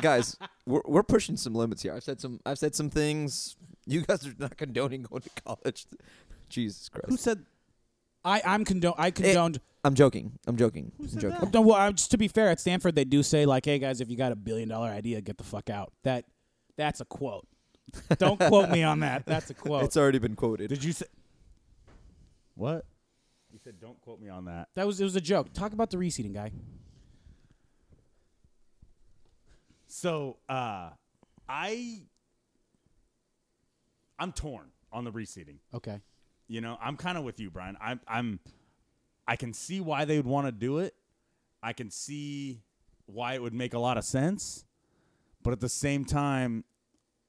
Speaker 3: guys, we're, we're pushing some limits here. I've said some I've said some things. You guys are not condoning going to college. Jesus Christ.
Speaker 1: said?
Speaker 4: I I'm condone. I condoned.
Speaker 3: I'm joking. I'm joking. I'm joking.
Speaker 4: No, well, I- just to be fair, at Stanford they do say like, "Hey guys, if you got a billion dollar idea, get the fuck out." That that's a quote. Don't quote me on that. That's a quote.
Speaker 3: It's already been quoted.
Speaker 1: Did you say? What? You said don't quote me on that.
Speaker 4: that was it was a joke. Talk about the reseating guy.
Speaker 1: So, uh, I, I'm torn on the reseating.
Speaker 4: Okay.
Speaker 1: You know, I'm kind of with you, Brian. I'm, I'm, I can see why they would want to do it. I can see why it would make a lot of sense, but at the same time,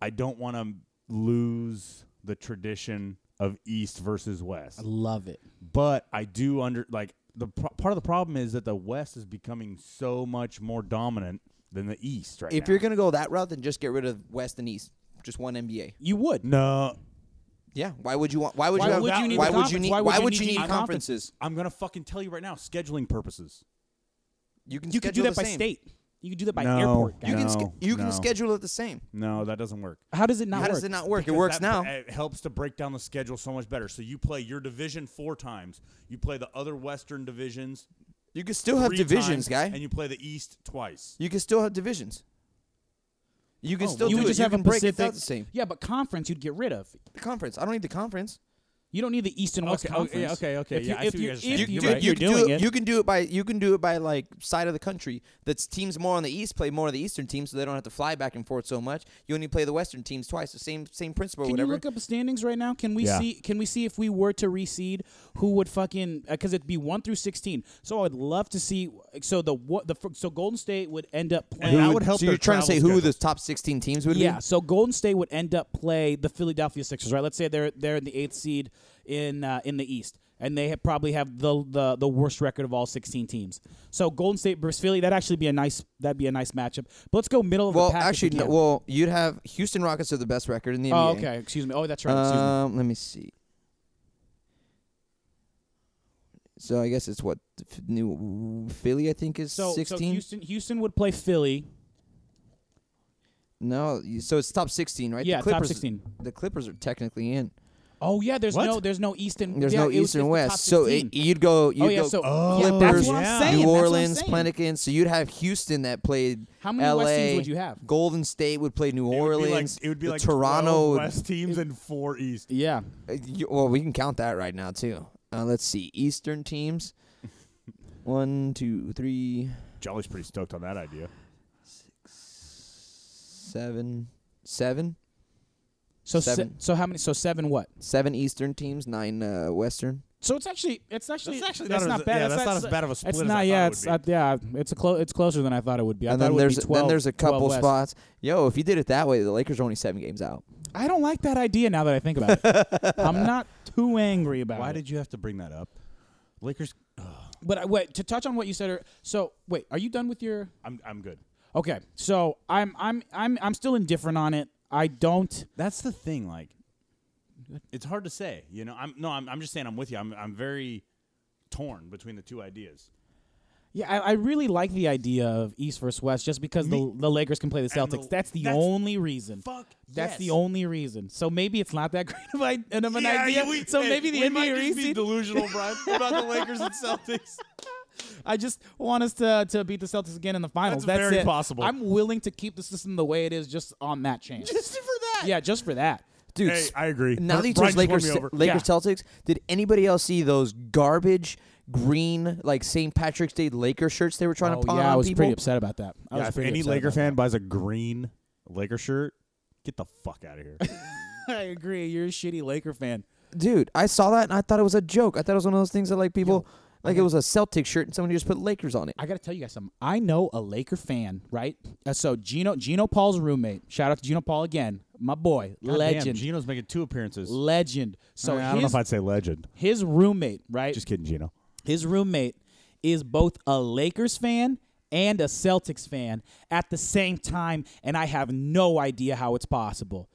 Speaker 1: I don't want to lose the tradition of East versus West.
Speaker 4: Love it.
Speaker 1: But I do under like the pro- part of the problem is that the West is becoming so much more dominant than the East right
Speaker 3: If
Speaker 1: now.
Speaker 3: you're going to go that route, then just get rid of West and East. Just one NBA.
Speaker 4: You would.
Speaker 1: no,
Speaker 3: Yeah. Why would you want? Why would
Speaker 4: Why
Speaker 3: you? have-
Speaker 4: would you need
Speaker 3: why
Speaker 4: the
Speaker 3: would you
Speaker 4: conference?
Speaker 3: need?
Speaker 4: Why would
Speaker 3: Why
Speaker 4: you
Speaker 3: would
Speaker 4: need
Speaker 3: you need
Speaker 4: the
Speaker 3: conferences?
Speaker 1: I'm gonna fucking tell you right now, scheduling purposes.
Speaker 3: You can.
Speaker 4: You could do
Speaker 3: schedule
Speaker 4: that
Speaker 3: the
Speaker 4: by
Speaker 3: same.
Speaker 4: state. You could do that by
Speaker 1: No.
Speaker 4: airport. Guy.
Speaker 3: You can. sch-
Speaker 1: No,
Speaker 3: You
Speaker 1: no.
Speaker 3: can schedule it the same.
Speaker 1: No, that doesn't work.
Speaker 4: How does it not
Speaker 3: How
Speaker 4: work?
Speaker 3: does it not work?
Speaker 1: Because
Speaker 3: it works
Speaker 1: that-
Speaker 3: now.
Speaker 1: It helps to break down the schedule so much better. So you play your division four times. You play the other Western divisions.
Speaker 3: you can still have
Speaker 1: three
Speaker 3: divisions,
Speaker 1: times,
Speaker 3: guy.
Speaker 1: and you play the East twice.
Speaker 3: you can still have divisions. You can
Speaker 1: Oh,
Speaker 3: still
Speaker 1: well,
Speaker 4: you
Speaker 3: do
Speaker 4: would
Speaker 3: it.
Speaker 4: just
Speaker 3: you
Speaker 4: have
Speaker 3: can
Speaker 4: a
Speaker 3: break
Speaker 4: Pacific.
Speaker 3: it down the same.
Speaker 4: Yeah, but conference you'd get rid of.
Speaker 3: The conference. I don't need the conference.
Speaker 4: You don't need the East and West
Speaker 1: Okay, okay,
Speaker 4: conference.
Speaker 1: okay, okay,
Speaker 4: If
Speaker 1: yeah, I
Speaker 4: you, if
Speaker 1: see what
Speaker 4: you,
Speaker 1: you guys are
Speaker 4: if
Speaker 1: saying.
Speaker 4: you,
Speaker 1: You're
Speaker 4: if
Speaker 1: right.
Speaker 4: you're
Speaker 3: can
Speaker 4: doing
Speaker 3: do
Speaker 4: it,
Speaker 3: You can do it by. You can do it by like side of the country. That's teams more on the East play more of the Eastern teams, so they don't have to fly back and forth so much. You only play the Western teams twice. The same same principle.
Speaker 4: Can
Speaker 3: whatever.
Speaker 4: you look up the standings right now? Can we
Speaker 1: Yeah.
Speaker 4: see? Can we see if we were to reseed, who would fucking? Because it'd be one through sixteen. So I would love to see. So the what the fir- so Golden State would end up playing.
Speaker 1: that would help
Speaker 3: So you're
Speaker 1: their
Speaker 3: trying to say
Speaker 1: travel
Speaker 3: who the
Speaker 1: schedules.
Speaker 3: top 16 teams would
Speaker 4: yeah.
Speaker 3: be?
Speaker 4: So Golden State would end up play the Philadelphia Sixers, right? Let's say they're they're in the eighth seed in uh, in the East, and they have probably have the, the the worst record of all sixteen teams. So Golden State versus Philly, that'd actually be a nice that'd be a nice matchup. But let's go middle of
Speaker 3: Well,
Speaker 4: the pack. if
Speaker 3: actually,
Speaker 4: we
Speaker 3: no,
Speaker 4: can.
Speaker 3: well, you'd have Houston Rockets are the best record in the
Speaker 4: oh,
Speaker 3: NBA.
Speaker 4: okay. Excuse me. Oh, that's right. Excuse me.
Speaker 3: Um, let me see. So I guess it's what F- new Philly I think is
Speaker 4: So, so
Speaker 3: 16.
Speaker 4: Houston Houston would play Philly.
Speaker 3: no, you- so it's top 16, right?
Speaker 4: Yeah,
Speaker 3: the
Speaker 4: top
Speaker 3: Clippers,
Speaker 4: 16.
Speaker 3: The Clippers are technically in.
Speaker 4: Oh yeah, there's
Speaker 1: What?
Speaker 4: no there's no east and
Speaker 3: There's
Speaker 4: yeah,
Speaker 3: no
Speaker 4: it was-
Speaker 3: East and
Speaker 4: it's the top
Speaker 3: West. So it,
Speaker 4: 16.
Speaker 3: you'd go. You'd
Speaker 4: oh yeah,
Speaker 3: go
Speaker 4: so
Speaker 1: Oh,
Speaker 4: yeah, that's what I'm
Speaker 1: yeah.
Speaker 4: saying.
Speaker 3: New
Speaker 4: that's what I'm
Speaker 3: Orleans,
Speaker 4: saying.
Speaker 3: Pelicans. So you'd have Houston that played.
Speaker 4: How many
Speaker 3: LA,
Speaker 4: West teams would you have?
Speaker 3: Golden State would play New
Speaker 1: It would be like-
Speaker 3: Orleans.
Speaker 1: It would be
Speaker 3: the
Speaker 1: like, 12
Speaker 3: Toronto.
Speaker 1: West teams and four East.
Speaker 4: Yeah,
Speaker 3: Uh, you- Well, we can count that right now too. Uh, let's see, Eastern teams. One, two, three,
Speaker 1: Jolly's pretty stoked on that idea.
Speaker 3: seven, seven,
Speaker 4: so
Speaker 3: Seven.
Speaker 4: se- so how many? So seven what?
Speaker 3: seven Eastern teams, nine uh, Western.
Speaker 4: So it's actually it's actually
Speaker 1: That's actually
Speaker 4: that's
Speaker 1: not
Speaker 4: not,
Speaker 1: as-
Speaker 4: bad.
Speaker 1: yeah,
Speaker 4: That's
Speaker 1: that's not
Speaker 4: that's-
Speaker 1: as bad of a split
Speaker 4: It's
Speaker 1: as
Speaker 4: not.
Speaker 1: I
Speaker 4: yeah,
Speaker 1: thought it
Speaker 4: it's
Speaker 1: would
Speaker 4: uh, yeah, it's a close. It's closer than I thought it would be. I
Speaker 3: and
Speaker 4: thought
Speaker 3: then
Speaker 4: it would
Speaker 3: there's
Speaker 4: be 12,
Speaker 3: then there's a
Speaker 4: 12
Speaker 3: couple
Speaker 4: West.
Speaker 3: spots. Yo, if you did it that way, the Lakers are only seven games out.
Speaker 4: I don't like that idea now that I think about it. I'm not too angry about
Speaker 1: Why
Speaker 4: it.
Speaker 1: did you have to bring that up? Lakers.
Speaker 4: but I, wait to touch on what you said. er- So wait, are you done with your?
Speaker 1: I'm I'm good.
Speaker 4: Okay, so I'm I'm I'm I'm still indifferent on it. I don't.
Speaker 1: That's the thing. Like, it's hard to say. You know, I'm no. I'm, I'm just saying. I'm with you. I'm I'm very torn between the two ideas.
Speaker 4: Yeah, I, I really like the idea of East versus West just because the, the Lakers can play the
Speaker 1: And the-
Speaker 4: Celtics. that's the
Speaker 1: that's-
Speaker 4: only reason.
Speaker 1: Fuck.
Speaker 4: That's the
Speaker 1: yes.
Speaker 4: only reason. So maybe it's not that great of, an, of an
Speaker 1: Yeah,
Speaker 4: idea.
Speaker 1: we-
Speaker 4: so
Speaker 1: hey,
Speaker 4: maybe the
Speaker 1: we
Speaker 4: NBA
Speaker 1: might just be
Speaker 4: reseed-
Speaker 1: delusional, Brian, about the Lakers and Celtics.
Speaker 4: I just want us to to beat the Celtics again in the finals.
Speaker 1: That's
Speaker 4: That's,
Speaker 1: very
Speaker 4: it.
Speaker 1: possible.
Speaker 4: I'm willing to keep the system the way it is just on that chance.
Speaker 1: Just for that.
Speaker 4: yeah, just for that.
Speaker 3: Dude,
Speaker 1: Hey,
Speaker 3: s-
Speaker 1: I agree.
Speaker 3: Now that you
Speaker 1: Brian
Speaker 3: touched
Speaker 1: just won
Speaker 3: Lakers,
Speaker 1: me over.
Speaker 3: Lakers Celtics, did anybody else see those garbage green like St. Patrick's Day Lakers shirts they were trying
Speaker 4: Oh,
Speaker 3: to pawn
Speaker 4: yeah,
Speaker 3: on
Speaker 4: I was
Speaker 3: people?
Speaker 4: pretty upset about that. I
Speaker 1: Yeah,
Speaker 4: was
Speaker 1: if
Speaker 4: pretty
Speaker 1: any
Speaker 4: upset
Speaker 1: Laker
Speaker 4: about
Speaker 1: fan buys a green Laker shirt, get the fuck out of here.
Speaker 4: that. I agree. You're a shitty Laker fan.
Speaker 3: Dude, I saw that and I thought it was a joke. I thought it was one of those things that like people like it was a Celtic shirt and someone just put Lakers on it.
Speaker 4: I gotta tell you guys something. I know a Laker fan, right? Uh, so Gino Gino Paul's roommate. Shout out to Gino Paul again, my boy,
Speaker 1: Damn,
Speaker 4: legend,
Speaker 1: Gino's making two appearances.
Speaker 4: legend. So
Speaker 1: I don't know
Speaker 4: his
Speaker 1: if I'd say legend.
Speaker 4: his roommate, right?
Speaker 1: Just kidding, Gino.
Speaker 4: his roommate is both a Lakers fan and a Celtics fan at the same time, and I have no idea how it's possible.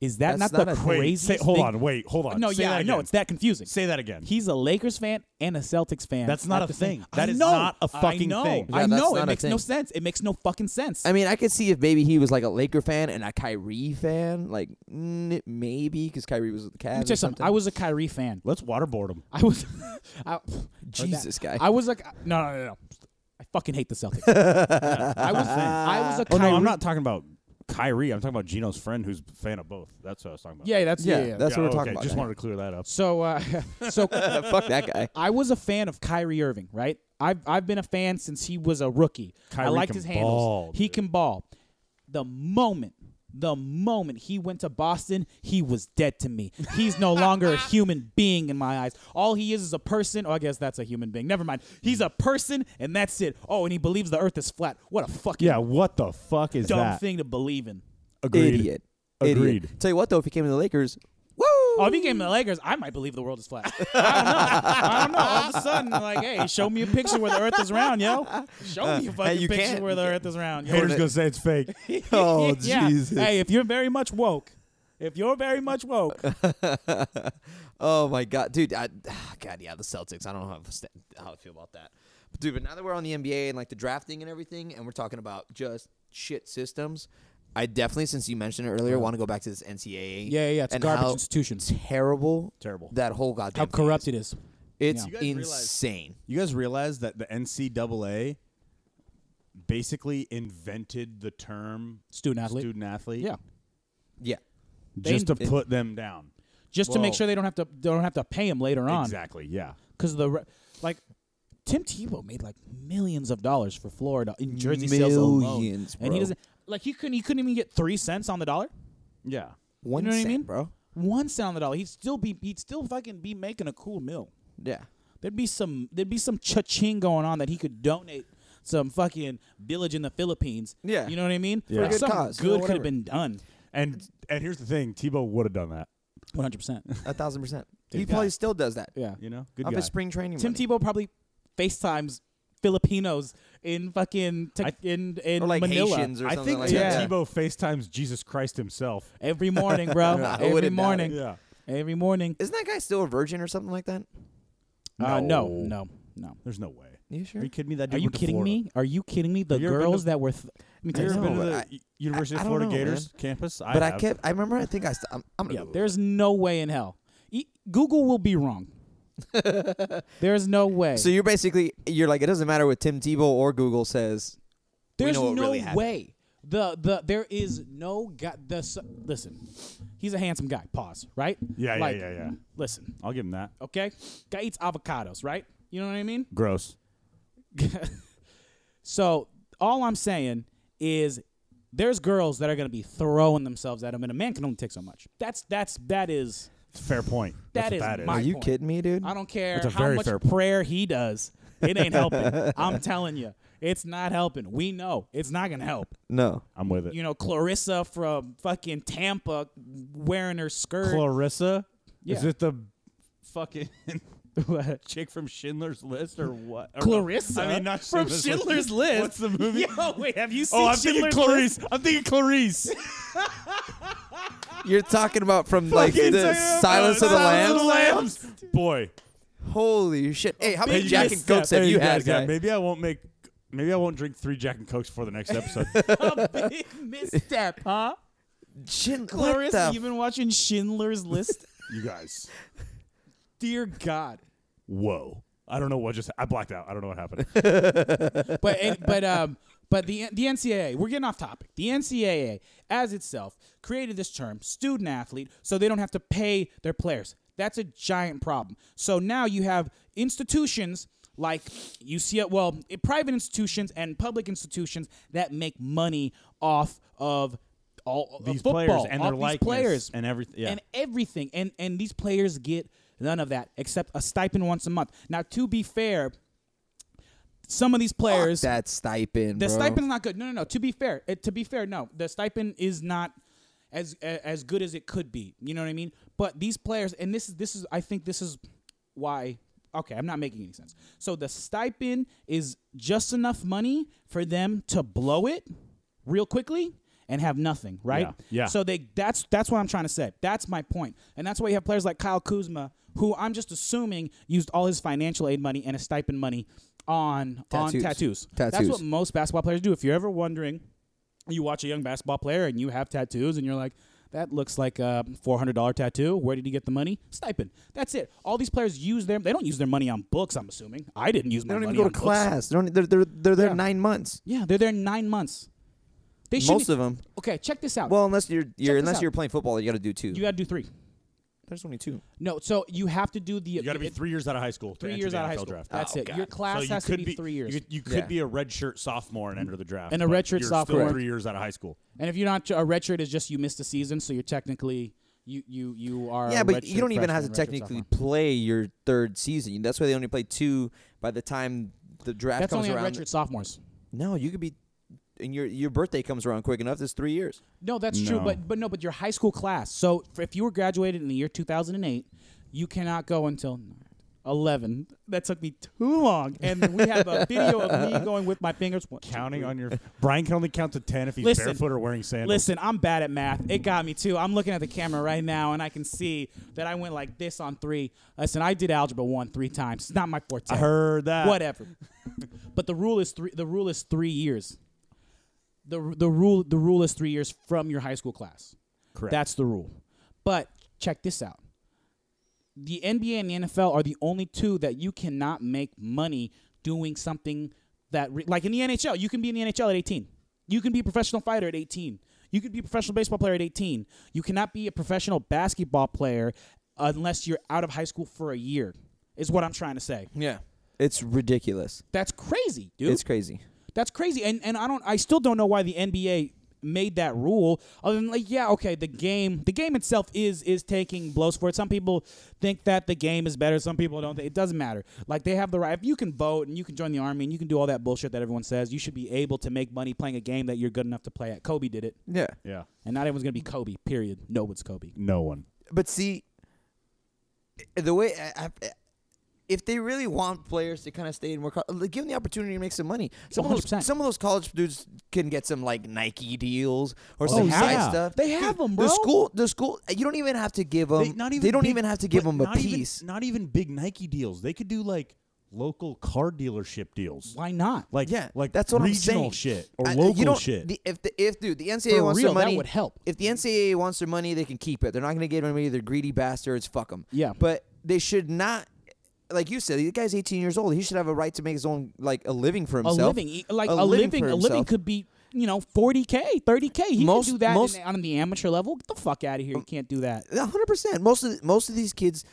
Speaker 4: Is that
Speaker 3: That's
Speaker 4: not,
Speaker 3: not
Speaker 4: the
Speaker 3: a-
Speaker 1: Wait,
Speaker 4: craziest?
Speaker 1: say- hold
Speaker 4: thing?
Speaker 1: on. Wait, hold on.
Speaker 4: No,
Speaker 1: Say
Speaker 4: yeah,
Speaker 1: that
Speaker 4: I know
Speaker 1: again.
Speaker 4: it's that confusing.
Speaker 1: Say that again.
Speaker 4: He's a Lakers fan and a Celtics fan.
Speaker 1: That's not
Speaker 4: at
Speaker 1: a
Speaker 4: the same-
Speaker 1: thing.
Speaker 4: I
Speaker 1: That is
Speaker 4: know,
Speaker 1: not a
Speaker 4: I
Speaker 1: fucking
Speaker 4: know,
Speaker 1: thing.
Speaker 3: Yeah,
Speaker 4: I
Speaker 3: that's
Speaker 4: know.
Speaker 3: not
Speaker 4: It
Speaker 3: a
Speaker 4: makes no
Speaker 3: thing.
Speaker 4: sense. It makes no fucking sense.
Speaker 3: I mean, I could see if maybe he was like a Laker fan and a Kyrie fan, like mm, maybe because Kyrie was with the
Speaker 4: Let me
Speaker 3: Cavs.
Speaker 4: tell
Speaker 3: or
Speaker 4: you something.
Speaker 3: something.
Speaker 4: I was a Kyrie fan.
Speaker 1: Let's waterboard him.
Speaker 4: I was. I, or that.
Speaker 3: Jesus, guy.
Speaker 4: I was like, no, no, no, no. I fucking hate the Celtics. Yeah, I was. I was a
Speaker 1: Oh,
Speaker 4: Kyrie.
Speaker 1: no, I'm not talking about Kyrie. I'm talking about Gino's friend who's a fan of both. That's what I was talking about.
Speaker 4: Yeah, that's yeah.
Speaker 3: Yeah,
Speaker 4: yeah, yeah.
Speaker 3: that's
Speaker 1: Yeah,
Speaker 3: what we're
Speaker 1: okay,
Speaker 3: talking about.
Speaker 1: Just
Speaker 3: guy.
Speaker 1: wanted to clear that up.
Speaker 4: so, uh, so
Speaker 3: Fuck that guy.
Speaker 4: I was a fan of Kyrie Irving, right? I've I've been a fan since he was a rookie. I
Speaker 1: Kyrie
Speaker 4: liked
Speaker 1: can
Speaker 4: his handles.
Speaker 1: ball,
Speaker 4: he
Speaker 1: dude.
Speaker 4: can ball. The moment, the moment he went to Boston, he was dead to me. He's no longer a human being in my eyes. All he is is a person. Oh, I guess that's a human being. Never mind. He's a person, and that's it. Oh, and he believes the Earth is flat. What a fucking
Speaker 1: Yeah, what the fuck is
Speaker 4: dumb
Speaker 1: that?
Speaker 4: thing to believe in.
Speaker 1: Agreed.
Speaker 3: Idiot.
Speaker 1: Agreed.
Speaker 3: Idiot. Tell you what though, if he came to the Lakers, woo!
Speaker 4: Oh, if he came to the Lakers, I might believe the world is flat. I don't know. I don't know. All of a sudden, like, hey, show me a picture where the Earth is round, yo. Show me a fucking
Speaker 3: Uh, you
Speaker 4: picture
Speaker 3: can't.
Speaker 4: where the Earth is round. yo.
Speaker 1: Haters gonna say it's fake.
Speaker 3: oh
Speaker 4: Yeah.
Speaker 3: Jesus.
Speaker 4: Hey, if you're very much woke, if you're very much woke,
Speaker 3: oh my God, dude. I, God, yeah, the Celtics. I don't know how, to st- how I feel about that, but dude. But now that we're on the NBA and like the drafting and everything, and we're talking about just shit systems, I definitely, since you mentioned it earlier, want to go back to this NCAA.
Speaker 4: Uh-huh. yeah, yeah, it's a
Speaker 3: and
Speaker 4: garbage
Speaker 3: how
Speaker 4: institution.
Speaker 3: Terrible.
Speaker 1: Terrible.
Speaker 3: That whole goddamn.
Speaker 4: how
Speaker 3: thing
Speaker 4: corrupt
Speaker 3: is.
Speaker 4: it is.
Speaker 3: It's
Speaker 4: You
Speaker 1: guys realize-
Speaker 3: insane.
Speaker 1: You guys realize that the NCAA basically invented the term
Speaker 4: Student athlete.
Speaker 1: student athlete
Speaker 4: Yeah.
Speaker 3: Yeah.
Speaker 1: just
Speaker 4: They-
Speaker 1: to put them down.
Speaker 4: Just to make
Speaker 3: Whoa.
Speaker 4: sure they don't have to they don't have to pay him later on.
Speaker 1: Exactly. Yeah.
Speaker 4: Because the re- like Tim Tebow made like millions of dollars for Florida in jersey sales alone.
Speaker 3: Millions,
Speaker 4: And he
Speaker 3: bro.
Speaker 4: doesn't like he couldn't he couldn't even get three cents on the dollar.
Speaker 1: Yeah.
Speaker 3: One
Speaker 4: know what I
Speaker 3: cent,
Speaker 4: mean?
Speaker 3: bro.
Speaker 4: one cent on the dollar. He'd still be he'd still fucking be making a cool meal.
Speaker 3: Yeah.
Speaker 4: There'd be some there'd be some cha-ching going on that he could donate some fucking village in the Philippines.
Speaker 3: Yeah.
Speaker 4: You know what I mean?
Speaker 1: Yeah. For a
Speaker 4: Like
Speaker 1: good
Speaker 4: something
Speaker 3: cause, you know,
Speaker 4: good could have
Speaker 3: whatever.
Speaker 4: been done.
Speaker 1: And and here's the thing, Tebow would have done that.
Speaker 4: One hundred percent.
Speaker 3: A thousand percent. he
Speaker 4: guy.
Speaker 3: probably still does that.
Speaker 4: Yeah.
Speaker 1: You know, good
Speaker 3: Off
Speaker 1: guy.
Speaker 3: his spring training.
Speaker 4: Tim
Speaker 3: money.
Speaker 4: Tebow probably FaceTimes Filipinos in fucking te-
Speaker 1: I-
Speaker 4: in in
Speaker 3: or like
Speaker 4: Manila.
Speaker 3: Haitians or
Speaker 1: I
Speaker 3: something
Speaker 1: think
Speaker 3: like
Speaker 1: Tim
Speaker 3: that.
Speaker 4: Yeah.
Speaker 1: Tebow FaceTimes Jesus Christ himself.
Speaker 4: Every morning, bro.
Speaker 3: Yeah, I wouldn't doubt
Speaker 4: Every
Speaker 3: it.
Speaker 4: morning.
Speaker 1: Yeah.
Speaker 4: Every morning.
Speaker 3: Isn't that guy still a virgin or something like that?
Speaker 4: Uh,
Speaker 1: No.
Speaker 4: no, no, no.
Speaker 1: There's no way.
Speaker 3: You sure?
Speaker 1: Are you kidding me? That dude
Speaker 4: Are you
Speaker 1: went to
Speaker 4: kidding
Speaker 1: Florida.
Speaker 4: me? Are you kidding me? The
Speaker 1: Have you ever been
Speaker 4: girls
Speaker 1: to-
Speaker 4: that were th- let me
Speaker 1: Have
Speaker 4: tell
Speaker 1: you
Speaker 4: you
Speaker 1: ever
Speaker 3: No,
Speaker 1: been to the
Speaker 3: but I-
Speaker 1: U- University
Speaker 3: I
Speaker 1: of
Speaker 3: don't
Speaker 1: Florida
Speaker 3: know,
Speaker 1: Gators campus? I
Speaker 3: but I
Speaker 1: have.
Speaker 3: kept. I remember. I think I. St- I'm, I'm gonna.
Speaker 4: Yeah,
Speaker 3: Google
Speaker 4: there's no way in hell. E- Google will be wrong. there's no way.
Speaker 3: it. So you're basically you're like it doesn't matter what Tim Tebow or Google says. we
Speaker 4: there's
Speaker 3: know what
Speaker 4: no
Speaker 3: really happened.
Speaker 4: way. The the there is no guy. The s- listen, he's a handsome guy. Pause. Right.
Speaker 1: Yeah, yeah,
Speaker 4: Like,
Speaker 1: yeah, yeah.
Speaker 4: Listen.
Speaker 1: I'll give him that.
Speaker 4: Okay. Guy eats avocados. Right. You know what I mean.
Speaker 1: Gross.
Speaker 4: So all I'm saying is there's girls that are gonna be throwing themselves at him, and a man can only take so much. That's that's that is.
Speaker 1: Fair point.
Speaker 4: That
Speaker 1: That's
Speaker 4: is
Speaker 1: what that is.
Speaker 4: my-
Speaker 3: Are you
Speaker 4: point.
Speaker 3: kidding me, dude?
Speaker 4: I don't care
Speaker 1: That's a
Speaker 4: how
Speaker 1: very
Speaker 4: much
Speaker 1: fair point.
Speaker 4: prayer he does. It ain't helping. I'm telling you, it's not helping. We know it's not gonna help.
Speaker 3: No.
Speaker 1: I'm with it.
Speaker 4: You know, Clarissa from fucking Tampa wearing her skirt.
Speaker 1: Clarissa? Is
Speaker 4: Yeah.
Speaker 1: it the fucking chick from Schindler's List or what? Or-
Speaker 4: Clarissa
Speaker 1: I mean, not
Speaker 4: from Schindler's List.
Speaker 1: What's the movie?
Speaker 4: Yo, wait, have you seen
Speaker 1: Oh, I'm
Speaker 4: Schindler's
Speaker 1: thinking
Speaker 4: List?
Speaker 1: Clarice. I'm thinking Clarice.
Speaker 3: You're talking about from like
Speaker 1: Fucking
Speaker 3: the
Speaker 1: Sam-
Speaker 3: Silence of the
Speaker 1: Silence
Speaker 3: Lambs.
Speaker 1: Lambs. Boy,
Speaker 3: Holy shit! Hey, how many
Speaker 4: Big
Speaker 3: Jack and
Speaker 4: misstep.
Speaker 3: Cokes have
Speaker 1: Hey,
Speaker 3: you
Speaker 1: guys,
Speaker 3: had,
Speaker 1: guys,
Speaker 3: guy?
Speaker 1: Maybe I won't make. Maybe I won't drink three Jack and Cokes before the next episode.
Speaker 4: a big misstep, huh?
Speaker 3: Chin, what
Speaker 5: Glorious,
Speaker 3: the
Speaker 5: you've been watching Schindler's List.
Speaker 1: you guys,
Speaker 4: Dear God.
Speaker 1: whoa! I don't know what just. I blacked out. I don't know what happened.
Speaker 4: but and- but um but the the NCAA we're getting off topic. The NCAA as itself created this term student athlete so they don't have to pay their players. That's a giant problem. So now you have institutions like UCLA, well, i- private institutions and public institutions that make money off of all of
Speaker 1: These
Speaker 4: football,
Speaker 1: players and
Speaker 4: off
Speaker 1: their
Speaker 4: these
Speaker 1: likeness
Speaker 4: players
Speaker 1: and everyth- yeah.
Speaker 4: and everything. And and these players get none of that except a stipend once a month. Now, to be fair, some of these players
Speaker 3: Fuck that stipend,
Speaker 4: the
Speaker 3: bro.
Speaker 4: stipend's not good. No, no, no. To be fair, uh, to be fair, no, the stipend is not as a- as good as it could be. You know what I mean? But these players, and this is this is, I think this is why. Okay, I'm not making any sense. So the stipend is just enough money for them to blow it real quickly and have nothing, right?
Speaker 1: Yeah, yeah.
Speaker 4: So they that's that's what I'm trying to say. That's my point, and that's why you have players like Kyle Kuzma, who I'm just assuming used all his financial aid money and his stipend money on
Speaker 3: Tattoos.
Speaker 4: on tattoos. That's
Speaker 3: Tattoos.
Speaker 4: what most basketball players do. If you're ever wondering, you watch a young basketball player and you have tattoos and you're like, that looks like a $400 tattoo. Where did he get the money? Stipend. That's it. All these players use their, they don't use their money on books, I'm assuming. I didn't use
Speaker 3: They
Speaker 4: my
Speaker 3: don't
Speaker 4: money
Speaker 3: even go
Speaker 4: on
Speaker 3: to
Speaker 4: books.
Speaker 3: class. They don't, e, they're, they're, they're there
Speaker 4: Yeah.
Speaker 3: nine months.
Speaker 4: Yeah, they're there nine months. They should
Speaker 3: Most of them.
Speaker 4: Okay, check this out.
Speaker 3: Well, unless you're, you're
Speaker 4: this
Speaker 3: unless
Speaker 4: out.
Speaker 3: you're playing football, you got to do two.
Speaker 4: you got to do three.
Speaker 3: There's only two.
Speaker 4: No, so you have to do the.
Speaker 1: You got to be
Speaker 4: it-
Speaker 1: three years out of high school. To
Speaker 4: three
Speaker 1: enter
Speaker 4: years
Speaker 1: the
Speaker 4: out of high
Speaker 1: NFL
Speaker 4: school.
Speaker 1: Draft.
Speaker 4: That's
Speaker 3: Oh,
Speaker 4: it. Your class
Speaker 1: so you
Speaker 4: has to
Speaker 1: could
Speaker 4: be, three years.
Speaker 1: You, you could
Speaker 3: Yeah.
Speaker 1: be a redshirt sophomore and enter the draft.
Speaker 4: And a
Speaker 1: but
Speaker 4: redshirt
Speaker 1: you're
Speaker 4: sophomore.
Speaker 1: Still three years out of high school.
Speaker 4: And if you're not a redshirt, is just you missed a season, so you're technically you you you are.
Speaker 3: Yeah,
Speaker 4: a
Speaker 3: but
Speaker 4: um, redshirt
Speaker 3: you don't even have to
Speaker 4: freshman, redshirt
Speaker 3: technically
Speaker 4: sophomore.
Speaker 3: play your third season. That's why they only play two by the time the draft
Speaker 4: That's
Speaker 3: comes
Speaker 4: only on
Speaker 3: around.
Speaker 4: redshirt sophomores.
Speaker 3: No, you could be, and your your birthday comes around quick enough. That's three years.
Speaker 4: No, that's true,
Speaker 1: No.
Speaker 4: but but no, but your high school class. So f- if you were graduated in the year 2008, you cannot go until 11. That took me too long, and we have a video of me going with my fingers one, two,
Speaker 1: Counting
Speaker 4: three.
Speaker 1: on your Brian can only count to ten if he's
Speaker 4: Listen.
Speaker 1: barefoot or wearing sandals.
Speaker 4: Listen, I'm bad at math. It got me too. I'm looking at the camera right now, and I can see that I went like this on three. Listen, I did algebra one three times. It's not my forte.
Speaker 1: I heard that.
Speaker 4: whatever. but the rule is three. The rule is three years. the the rule The rule is three years from your high school class.
Speaker 1: Correct.
Speaker 4: That's the rule. But check this out. The NBA and the NFL are the only two that you cannot make money doing something that re- like in the NHL, you can be in the NHL at 18. You can be a professional fighter at 18. You could be a professional baseball player at 18. You cannot be a professional basketball player unless you're out of high school for a year. Is what I'm trying to say.
Speaker 3: Yeah, it's ridiculous.
Speaker 4: That's crazy, dude.
Speaker 3: It's crazy.
Speaker 4: That's crazy. And and I don't I still don't know why the NBA made that rule. Other than like, yeah, okay, the game the game itself is is taking blows for it. Some people think that the game is better, some people don't think it doesn't matter. Like they have the right if you can vote and you can join the army and you can do all that bullshit that everyone says, you should be able to make money playing a game that you're good enough to play at. Kobe did it.
Speaker 3: Yeah,
Speaker 1: Yeah.
Speaker 4: And not everyone's gonna be Kobe, period. No one's Kobe.
Speaker 1: No one.
Speaker 3: but see, i- the way I, I, if they really want players to kind of stay in more, co- like, give them the opportunity to make some money. Some of those
Speaker 4: 100%.
Speaker 3: some of those college dudes can get some like Nike deals or
Speaker 1: Oh,
Speaker 3: some side
Speaker 1: yeah.
Speaker 3: stuff.
Speaker 4: They have 'em,
Speaker 3: The
Speaker 4: bro.
Speaker 3: school, the school, you don't even have to give them. Um, They, don't
Speaker 1: big-
Speaker 3: even have to give
Speaker 1: but
Speaker 3: them a
Speaker 1: not even-
Speaker 3: piece.
Speaker 1: not even big Nike deals. They could do like local car dealership deals.
Speaker 4: Why not?
Speaker 1: Like
Speaker 3: yeah,
Speaker 1: like
Speaker 3: that's what
Speaker 1: regional
Speaker 3: I'm saying.
Speaker 1: shit or
Speaker 3: I-
Speaker 1: local
Speaker 3: you don't,
Speaker 1: shit.
Speaker 3: The, if the if dude, the NCAA
Speaker 4: For
Speaker 3: wants
Speaker 4: real,
Speaker 3: their
Speaker 4: that
Speaker 3: money,
Speaker 4: would help.
Speaker 3: If the NCAA wants their money, they can keep it. They're not going to give anybody the greedy bastards. Fuck them.
Speaker 4: Yeah.
Speaker 3: but they should not. Like you said, the guy's 18 years old. He should have a right to make his own like a living for
Speaker 4: a
Speaker 3: himself.
Speaker 4: living e- like a, living
Speaker 3: for
Speaker 4: a living
Speaker 3: himself.
Speaker 4: could be you know, 40k, 30k. He
Speaker 3: Most-
Speaker 4: can do that
Speaker 3: most- Um,
Speaker 4: in- on the amateur level. Get the fuck out of here. You can't do that.
Speaker 3: A hundred percent. Most of the, most of these kids,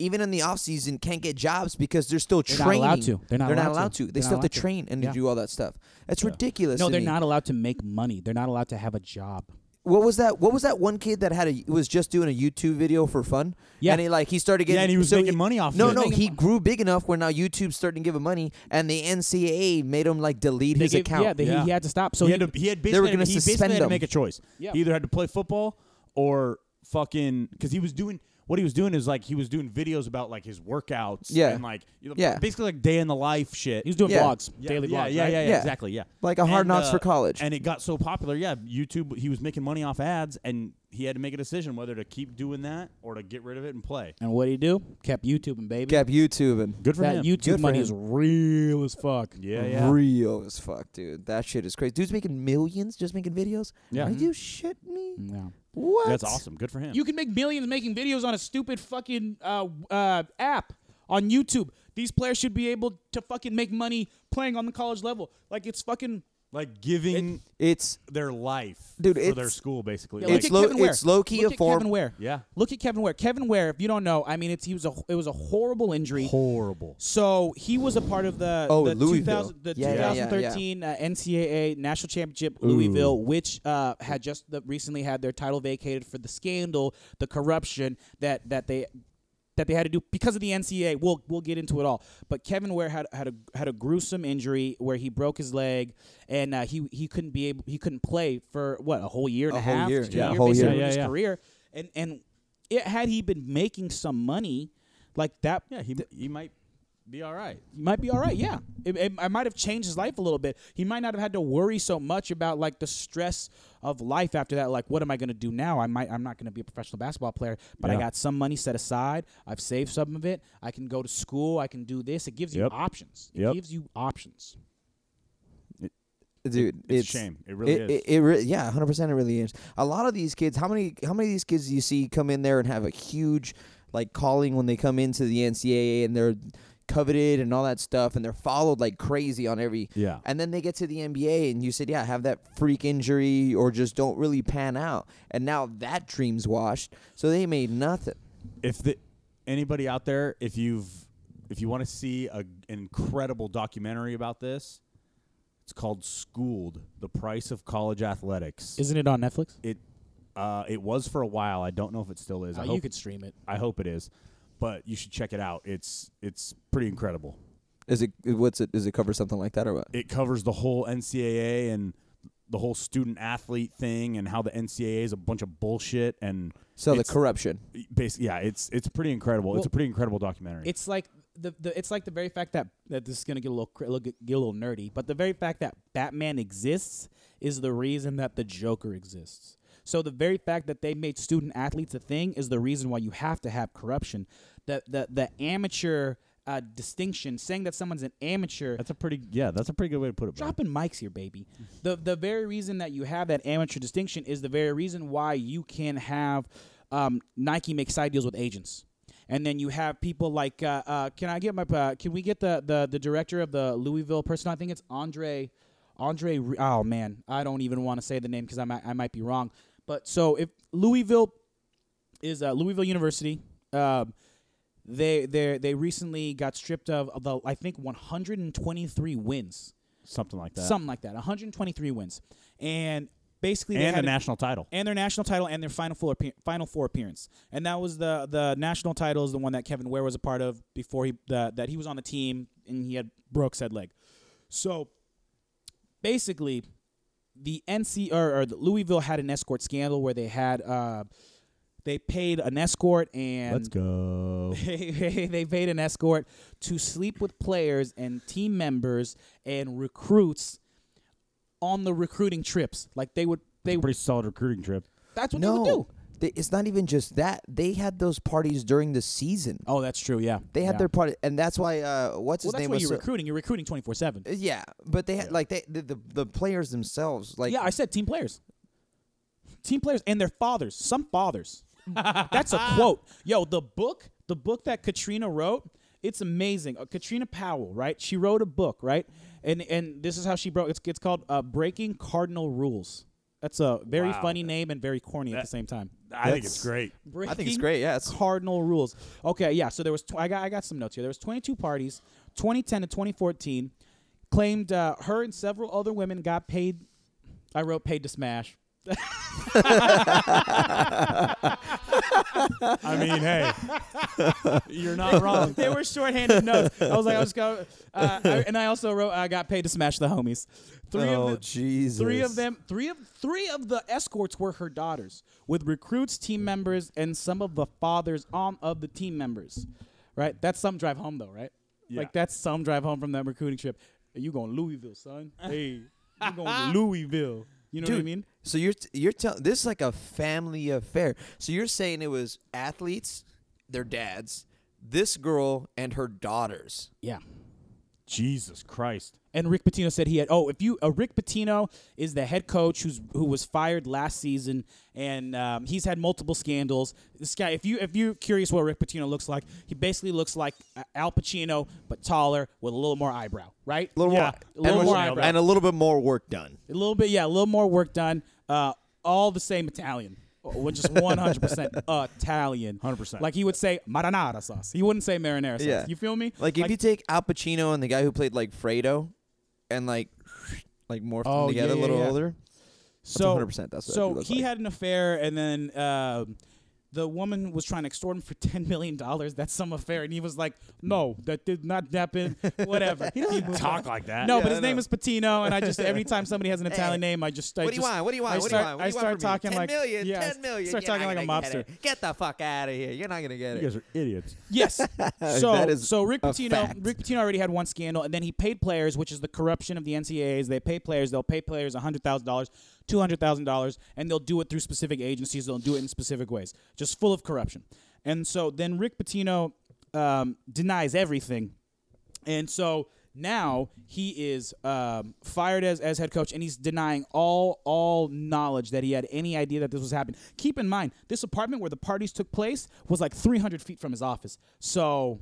Speaker 3: even in the off season, can't get jobs because they're still
Speaker 4: They're not
Speaker 3: training.
Speaker 4: allowed to. They're not allowed to.
Speaker 3: They
Speaker 4: They're
Speaker 3: still
Speaker 4: not
Speaker 3: have
Speaker 4: allowed
Speaker 3: to
Speaker 4: to.
Speaker 3: train and
Speaker 4: Yeah.
Speaker 3: to do all that stuff. That's ridiculous.
Speaker 4: No,
Speaker 3: to
Speaker 4: they're
Speaker 3: me.
Speaker 4: not allowed to make money. They're not allowed to have a job.
Speaker 3: What was that? What was that one kid that had a was just doing a YouTube video for fun?
Speaker 4: Yeah.
Speaker 3: and he like he started getting
Speaker 1: Yeah, and he was
Speaker 3: so
Speaker 1: making money off
Speaker 3: No,
Speaker 1: of it.
Speaker 3: no,
Speaker 4: Making
Speaker 3: he
Speaker 4: mon-
Speaker 3: grew big enough where now YouTube's starting to give him money, and the NCAA made him like delete
Speaker 4: They
Speaker 3: his
Speaker 4: gave-
Speaker 3: account.
Speaker 4: Yeah, they, he-
Speaker 1: Yeah.
Speaker 4: He, had to stop. So
Speaker 1: he
Speaker 4: he,
Speaker 1: had to, he had
Speaker 3: were
Speaker 1: basically, had
Speaker 3: gonna
Speaker 1: to- he
Speaker 3: suspend
Speaker 1: basically had
Speaker 3: him.
Speaker 1: to make a choice.
Speaker 4: Yeah.
Speaker 1: He either had to play football or fucking because he was doing what he was doing is like he was doing videos about like his workouts.
Speaker 3: Yeah.
Speaker 1: and like you know,
Speaker 3: Yeah.
Speaker 1: basically like day in the life shit.
Speaker 4: he was doing
Speaker 3: Yeah.
Speaker 4: blogs,
Speaker 1: yeah,
Speaker 4: daily
Speaker 1: yeah,
Speaker 4: blogs.
Speaker 1: yeah,
Speaker 4: right?
Speaker 1: yeah, yeah,
Speaker 3: Yeah.
Speaker 1: exactly, yeah.
Speaker 3: Like a Hard
Speaker 1: And,
Speaker 3: Knocks
Speaker 1: uh,
Speaker 3: for college.
Speaker 1: and it got so popular. Yeah, YouTube. He was making money off ads, and he had to make a decision whether to keep doing that or to get rid of it and play.
Speaker 4: And what did he do? Kept YouTubing, baby.
Speaker 3: Kept YouTubing.
Speaker 1: Good for
Speaker 4: that
Speaker 1: him.
Speaker 4: YouTube
Speaker 3: Good for
Speaker 4: money
Speaker 3: him.
Speaker 4: is real as fuck.
Speaker 1: yeah, yeah.
Speaker 3: Real as fuck, dude. That shit is crazy. Dude's making millions just making videos.
Speaker 1: Yeah.
Speaker 3: Are you shit me?
Speaker 4: Yeah.
Speaker 3: What?
Speaker 1: That's awesome. Good for him.
Speaker 4: You can make millions making videos on a stupid fucking uh, uh, app on YouTube. These players should be able to fucking make money playing on the college level. Like it's fucking
Speaker 1: like giving
Speaker 3: It's
Speaker 1: their life
Speaker 3: Dude,
Speaker 1: for their
Speaker 3: it's-
Speaker 1: school, basically.
Speaker 4: Yeah,
Speaker 1: Like,
Speaker 4: look
Speaker 3: It's
Speaker 4: at
Speaker 3: low-
Speaker 4: Kevin Ware.
Speaker 3: it's low-key
Speaker 4: look
Speaker 3: a
Speaker 4: at
Speaker 3: form-
Speaker 4: Kevin Ware.
Speaker 1: Yeah.
Speaker 4: Look at Kevin Ware. Kevin Ware. If you don't know, I mean, it's he was a it was a horrible injury.
Speaker 1: horrible.
Speaker 4: So he was a part of the
Speaker 3: Oh,
Speaker 4: the,
Speaker 3: Louisville.
Speaker 4: 2000, the
Speaker 3: Yeah, yeah, yeah, yeah.
Speaker 4: 2013 Uh, NCAA National Championship Louisville, which uh, had just the, recently had their title vacated for the scandal, the corruption that that they that they had to do because of the NCAA. We'll we'll get into it all. But Kevin Ware had had a had a gruesome injury where he broke his leg and uh, he he couldn't be able he couldn't play for what a whole year and a,
Speaker 3: whole
Speaker 4: half,
Speaker 3: year.
Speaker 4: two
Speaker 3: Yeah,
Speaker 4: year,
Speaker 3: whole year.
Speaker 4: basically,
Speaker 1: Yeah,
Speaker 4: of his
Speaker 1: yeah, yeah.
Speaker 4: career and and. It, had he been making some money, like that,
Speaker 1: Yeah, he he might be all right.
Speaker 4: might be all right. Yeah, it, it, I might have changed his life a little bit. He might not have had to worry so much about like the stress of life after that. Like, what am I going to do now? I might. I'm not going to be a professional basketball player, but I
Speaker 1: Yeah.
Speaker 4: got some money set aside. I've saved some of it. I can go to school. I can do this. It gives you
Speaker 1: Yep.
Speaker 4: options. It
Speaker 1: Yep.
Speaker 4: gives you options.
Speaker 3: dude.
Speaker 1: It's, a shame. It really is.
Speaker 3: it, It, it re- yeah, hundred percent. It really is. A lot of these kids. How many? How many of these kids do you see come in there and have a huge, like, calling when they come into the NCAA and they're coveted and all that stuff and they're followed like crazy on every.
Speaker 1: Yeah.
Speaker 3: And then they get to the NBA and you said, yeah, have that freak injury or just don't really pan out. And now that dream's washed, so they made nothing.
Speaker 1: if the, anybody out there, if you've if you want to see a, an incredible documentary about this, it's called "Schooled: The Price of College Athletics."
Speaker 4: Isn't it on Netflix?
Speaker 1: it uh, it was for a while. I don't know if it still is. I
Speaker 4: Uh, you
Speaker 1: hope
Speaker 4: could stream it.
Speaker 1: I hope it is, but you should check it out. It's it's pretty incredible.
Speaker 3: Is it? What's it? Does it cover something like that or what?
Speaker 1: It covers the whole NCAA and the whole student athlete thing and how the NCAA is a bunch of bullshit and
Speaker 3: So the
Speaker 1: it's-
Speaker 3: corruption.
Speaker 1: basically yeah it's it's pretty incredible it's
Speaker 4: Well,
Speaker 1: a pretty incredible documentary
Speaker 4: It's like the, the it's like the very fact that, that this is gonna get a little cr- little- get a little nerdy, but the very fact that Batman exists is the reason that the Joker exists. So the very fact that they made student athletes a thing is the reason why you have to have corruption. The the the amateur uh, distinction, saying that someone's an amateur,
Speaker 1: that's a pretty yeah that's a pretty good way to put it bro.
Speaker 4: dropping mics here, baby. The the very reason that you have that amateur distinction is the very reason why you can have um, Nike make side deals with agents, and then you have people like, uh, uh, can I get my, uh, can we get the, the the director of the Louisville person? I think it's Andre, Andre. Re- Oh man, I don't even want to say the name because I might I might be wrong. But so if Louisville is uh, Louisville University. Um, they they they recently got stripped of of the I think 123 wins
Speaker 1: something like that
Speaker 4: something like that. 123 wins, and basically they
Speaker 1: and a
Speaker 4: had
Speaker 1: national title
Speaker 4: and their national title and their final four appear- final four appearance. And that was the the national title is the one that Kevin Ware was a part of before he the, that he was on the team and he had broke said leg. So basically, the NC or, or the Louisville had an escort scandal where they had uh, they paid an escort and
Speaker 1: let's go
Speaker 4: they paid an escort to sleep with players and team members and recruits on the recruiting trips. Like they would, they
Speaker 1: pretty solid recruiting trip
Speaker 4: that's what
Speaker 3: no,
Speaker 4: they would do.
Speaker 3: They- it's not even just that. They had those parties during the season.
Speaker 4: Oh, that's true. Yeah,
Speaker 3: They had their party, and that's why uh, what's
Speaker 4: Well,
Speaker 3: his
Speaker 4: that's
Speaker 3: name
Speaker 4: why
Speaker 3: was
Speaker 4: you're
Speaker 3: so- Uh,
Speaker 4: recruiting. You're recruiting twenty four seven.
Speaker 3: Yeah, but they had like they the, the the players themselves like
Speaker 4: Yeah, I said team players, team players, and their fathers. Some fathers. that's a quote. Yo, the book, the book that Katrina wrote. It's amazing. Uh, Katrina Powell, right? She wrote a book, right? And and this is how she broke. It's it's called uh, "Breaking Cardinal Rules." That's a very
Speaker 1: Wow.
Speaker 4: funny name and very corny at
Speaker 1: That-
Speaker 4: the same time.
Speaker 1: i think it's great
Speaker 3: I think it's great. Yeah, it's-
Speaker 4: cardinal rules. Okay, yeah. So there was tw- I got I got some notes here. There was 22 parties, 2010 to 2014. Claimed uh, her and several other women got paid. I wrote paid to smash.
Speaker 1: i mean hey you're not wrong
Speaker 4: they were shorthanded notes. I was like, I was going, uh, I- and I also wrote I got paid to smash the homies. Three
Speaker 3: Oh,
Speaker 4: of the,
Speaker 3: Jesus.
Speaker 4: Three of them. Three of three of the escorts were her daughters, with recruits, team members, and some of the fathers on of the team members. Right. That's some drive home though, right?
Speaker 1: Yeah.
Speaker 4: Like that's some drive home from that recruiting trip. You going to Louisville, son? Hey, you going to Louisville? You know
Speaker 3: Dude,
Speaker 4: what I mean?
Speaker 3: So you're t- you're telling this is like a family affair. So you're saying it was athletes, their dads, this girl and her daughters.
Speaker 4: Yeah.
Speaker 1: Jesus Christ.
Speaker 4: And Rick Pitino said he had. Oh, if you, uh, Rick Pitino is the head coach who's who was fired last season, and um, he's had multiple scandals. This guy, if you if you're curious what Rick Pitino looks like, he basically looks like uh, Al Pacino but taller with a little more eyebrow, right? A
Speaker 3: little
Speaker 4: yeah,
Speaker 3: more,
Speaker 4: a little
Speaker 3: and,
Speaker 4: more eyebrow,
Speaker 3: and a little bit more work done.
Speaker 4: a little bit, yeah, a little more work done. Uh, all the same Italian. uh, Well, just 100% Italian.
Speaker 1: 100%.
Speaker 4: Like he would say marinara sauce. He wouldn't say marinara sauce.
Speaker 3: Yeah.
Speaker 4: You feel me?
Speaker 3: Like if you take Al Pacino and the guy who played like Fredo, and like like morph
Speaker 4: Oh,
Speaker 3: them together
Speaker 4: yeah, yeah,
Speaker 3: a little
Speaker 4: yeah.
Speaker 3: older.
Speaker 4: So
Speaker 3: 100%, that's what
Speaker 4: so
Speaker 3: it looks
Speaker 4: he
Speaker 3: like.
Speaker 4: had an affair, and then um the woman was trying to extort him for ten million dollars. That's some affair, and he was like, "No, that did not happen." Whatever. he doesn't
Speaker 1: Talk like that.
Speaker 4: No,
Speaker 3: Yeah,
Speaker 4: but
Speaker 3: I
Speaker 4: his name
Speaker 3: know.
Speaker 4: is Patino, and I just every time somebody has an Italian name, I just I
Speaker 3: What do you
Speaker 4: just-
Speaker 3: want? What do you want?
Speaker 4: I
Speaker 3: What do you
Speaker 4: start,
Speaker 3: want? What do
Speaker 4: I
Speaker 3: you want
Speaker 4: start
Speaker 3: from
Speaker 4: talking
Speaker 3: me? 10
Speaker 4: like
Speaker 3: million,
Speaker 4: yeah, I
Speaker 3: 10 million.
Speaker 4: Start
Speaker 3: You're
Speaker 4: talking
Speaker 3: not
Speaker 4: like a
Speaker 3: gonna get
Speaker 4: mobster.
Speaker 3: it. Get the fuck out of here. You're not gonna get
Speaker 1: You
Speaker 3: it.
Speaker 1: guys are idiots.
Speaker 4: Yes. So
Speaker 3: That is
Speaker 4: so Rick
Speaker 3: a
Speaker 4: Pitino
Speaker 3: fact.
Speaker 4: Rick Pitino already had one scandal, and then he paid players, which is the corruption of the NCAAs. They pay players. They'll pay players hundred thousand dollars, two hundred thousand dollars, and they'll do it through specific agencies. They'll do it in specific ways, just full of corruption. And so then Rick Pitino um, denies everything and so now he is um, fired as, as head coach, and he's denying all all knowledge that he had any idea that this was happening. Keep in mind, this apartment where the parties took place was like 300 feet from his office. So,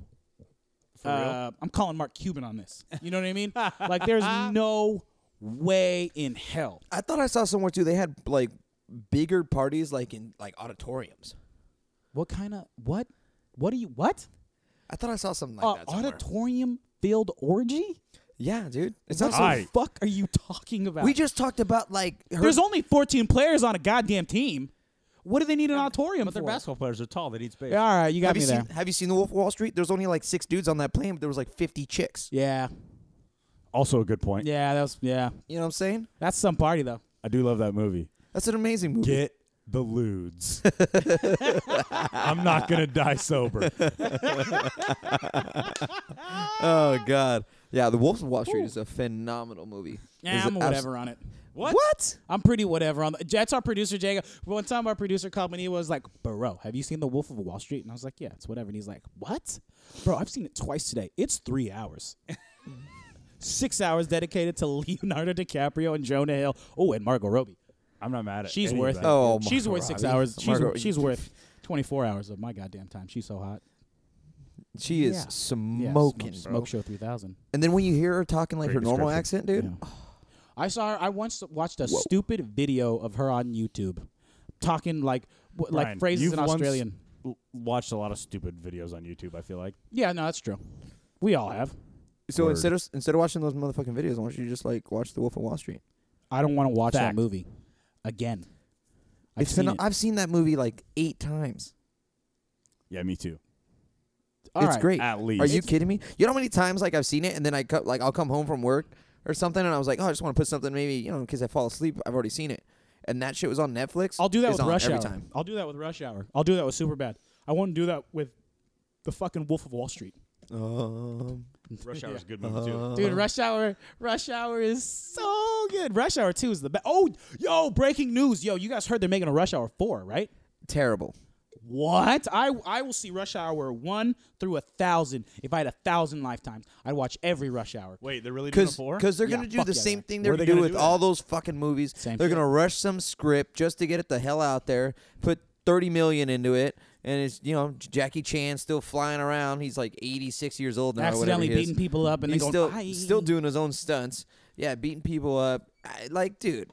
Speaker 4: uh, I'm calling Mark Cuban on this. You know what I mean? like, there's no way in hell.
Speaker 3: I thought I saw somewhere too. They had like bigger parties, like in like auditoriums.
Speaker 4: What kind of what? What do you what?
Speaker 3: I thought I saw something like
Speaker 4: Uh,
Speaker 3: that. somewhere.
Speaker 4: auditorium filled orgy?
Speaker 3: Yeah, dude. It
Speaker 4: What
Speaker 3: sounds
Speaker 1: Tight.
Speaker 4: the fuck are you talking about?
Speaker 3: We just talked about like her.
Speaker 4: There's only 14 players on a goddamn team. What do they need an auditorium
Speaker 1: But
Speaker 4: for?
Speaker 1: they're basketball players. They're tall. They need space.
Speaker 4: Yeah, all right, you got
Speaker 3: have
Speaker 4: me
Speaker 3: you
Speaker 4: there.
Speaker 3: seen Have you seen the Wolf of Wall Street? There's only like six dudes on that plane, but there was like 50 chicks.
Speaker 4: Yeah,
Speaker 1: Also a good point.
Speaker 4: yeah, that was yeah.
Speaker 3: You know what I'm saying?
Speaker 4: That's some party though.
Speaker 1: I do love that movie.
Speaker 3: That's an amazing movie.
Speaker 1: Get the lewds. I'm not gonna die sober.
Speaker 3: Oh God. Yeah, The Wolf of Wall Street is a phenomenal movie.
Speaker 4: Yeah,
Speaker 3: It's
Speaker 4: I'm
Speaker 3: abs-
Speaker 4: whatever on it.
Speaker 3: What?
Speaker 4: I'm pretty whatever on the. That's our producer Jago. One time our producer called me and he was like, "Bro, have you seen The Wolf of Wall Street?" And I was like, "Yeah, it's whatever." And he's like, "What, bro? I've seen it twice today. It's three hours." Six hours dedicated to Leonardo DiCaprio and Jonah Hill. Oh, and Margot Robbie.
Speaker 1: I'm not mad at.
Speaker 4: She's
Speaker 1: any of
Speaker 4: worth
Speaker 1: that.
Speaker 4: it.
Speaker 3: Oh,
Speaker 4: she's
Speaker 3: Margot
Speaker 4: worth six
Speaker 3: Robbie.
Speaker 4: hours. She's,
Speaker 3: Margot-
Speaker 4: she's worth 24 hours of my goddamn time. She's so hot.
Speaker 3: She is
Speaker 4: Yeah. Yeah,
Speaker 3: smoking,
Speaker 4: smoke,
Speaker 3: bro.
Speaker 4: smoke show 3000.
Speaker 3: And then when you hear her talking like her normal accent, dude.
Speaker 4: Yeah. I saw her. I once watched a stupid video of her on YouTube, talking like w-
Speaker 1: Brian,
Speaker 4: like phrases
Speaker 1: you've
Speaker 4: in
Speaker 1: once
Speaker 4: Australian.
Speaker 1: l- watched a lot of stupid videos on YouTube. I feel like.
Speaker 4: Yeah, no, that's true. We all have.
Speaker 3: So
Speaker 1: Word.
Speaker 3: instead of instead of watching those motherfucking videos, why don't you just like watch The Wolf of Wall Street?
Speaker 4: I don't want to watch
Speaker 1: Fact.
Speaker 4: that movie again. I've
Speaker 3: It's
Speaker 4: seen
Speaker 3: been,
Speaker 4: it.
Speaker 3: I've seen that movie like eight times.
Speaker 1: Yeah, me too.
Speaker 4: All
Speaker 3: it's
Speaker 4: right.
Speaker 3: great.
Speaker 1: At least.
Speaker 3: Are you kidding me? You know how many times like I've seen it, and then I co- like I'll come home from work or something, and I was like, oh, I just want to put something maybe you know because I fall asleep. I've already seen it, and that shit was on Netflix.
Speaker 4: I'll do that
Speaker 3: It's
Speaker 4: with
Speaker 3: on
Speaker 4: Rush
Speaker 3: every
Speaker 4: Hour.
Speaker 3: time.
Speaker 4: I'll do that with Rush Hour. I'll do that with Superbad. I won't do that with the fucking Wolf of Wall Street.
Speaker 3: Um,
Speaker 1: Rush Hour is a good movie
Speaker 3: Uh-huh.
Speaker 1: too.
Speaker 4: Dude, Rush Hour, Rush Hour is so good. Rush Hour Two is the best. Oh, yo, breaking news, yo, you guys heard they're making a Rush Hour Four, right?
Speaker 3: terrible.
Speaker 4: What? I I will see Rush Hour One through a thousand. If I had a thousand lifetimes, I'd watch every Rush Hour.
Speaker 1: Wait, they're really doing a
Speaker 3: Because
Speaker 1: four?
Speaker 3: they're
Speaker 4: Yeah,
Speaker 3: gonna do
Speaker 4: fuck
Speaker 3: the
Speaker 4: yeah,
Speaker 3: same
Speaker 4: man.
Speaker 3: thing
Speaker 1: Where
Speaker 3: they're
Speaker 1: are they
Speaker 3: gonna, do
Speaker 1: gonna
Speaker 3: with
Speaker 1: do
Speaker 3: all those fucking movies.
Speaker 4: Same
Speaker 3: they're
Speaker 4: shit.
Speaker 3: gonna rush some script just to get it the hell out there. Put thirty million into it, and it's you know Jackie Chan still flying around. He's like 86 years old now. or whatever
Speaker 4: Accidentally
Speaker 3: he is.
Speaker 4: beating people up and then
Speaker 3: he's
Speaker 4: going,
Speaker 3: still
Speaker 4: "Bye."
Speaker 3: still doing his own stunts. Yeah, beating people up. I, like, dude,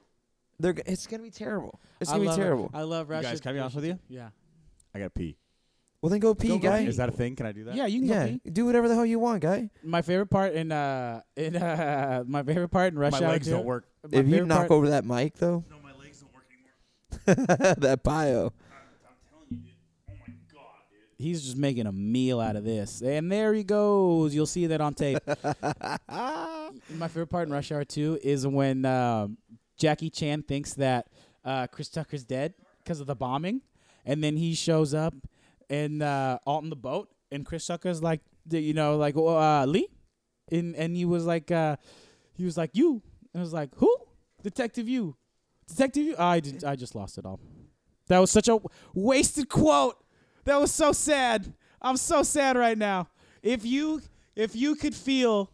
Speaker 3: they're g- it's gonna be terrible. It's
Speaker 4: I
Speaker 3: gonna
Speaker 4: love
Speaker 3: be
Speaker 4: it.
Speaker 3: terrible.
Speaker 4: I love Rush.
Speaker 1: guys, can I be honest with you?
Speaker 4: Yeah.
Speaker 1: I gotta pee.
Speaker 3: Well, then go pee,
Speaker 4: Go- go
Speaker 3: guy.
Speaker 4: pee.
Speaker 1: Is that a thing? Can I do that?
Speaker 4: Yeah, you can
Speaker 3: yeah,
Speaker 4: go pee.
Speaker 3: do whatever the hell you want, guy.
Speaker 4: My favorite part in uh in uh my favorite part in Rush
Speaker 1: My
Speaker 4: Hour
Speaker 1: legs
Speaker 4: 2,
Speaker 1: don't work.
Speaker 4: my
Speaker 3: if you
Speaker 4: favorite
Speaker 3: knock
Speaker 4: part-
Speaker 3: over that mic, though. No, my legs don't work anymore. that bio.
Speaker 4: He's just making a meal out of this. And there he goes. You'll see that on tape. My favorite part in Rush Hour 2 is when um, Jackie Chan thinks that uh, Chris Tucker's dead because of the bombing. And then he shows up and uh, alt in the boat. And Chris Tucker's like, the- you know, like, "Oh, uh, Lee? And, and he was like, uh, he was like, you. And I was like, who? Detective you. Detective, I did, I just lost it all. That was such a wasted quote. That was so sad. I'm so sad right now. If you if you could feel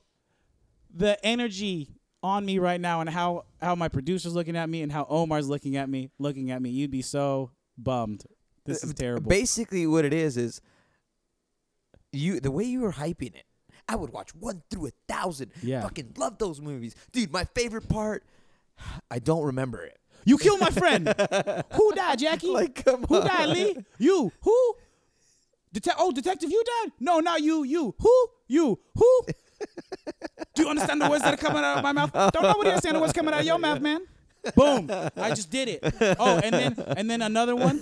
Speaker 4: the energy on me right now and how how my producer's looking at me and how Omar's looking at me, looking at me, you'd be so bummed.
Speaker 3: Uh,
Speaker 4: This is terrible.
Speaker 3: Basically, what it is is you the way you were hyping it. I would watch one through a thousand.
Speaker 4: Yeah.
Speaker 3: fucking love those movies, dude. My favorite part, I don't remember it.
Speaker 4: You killed my friend. who died, Jackie?
Speaker 3: Like, come
Speaker 4: who died,
Speaker 3: on.
Speaker 4: Lee? You. Who? Detec- oh, detective, you died? No, not you. You. Who? You. Who? Do you understand the words that are coming out of my mouth? Don't nobody understand the words coming out of your mouth, man. Boom! I just did it. Oh, and then and then another one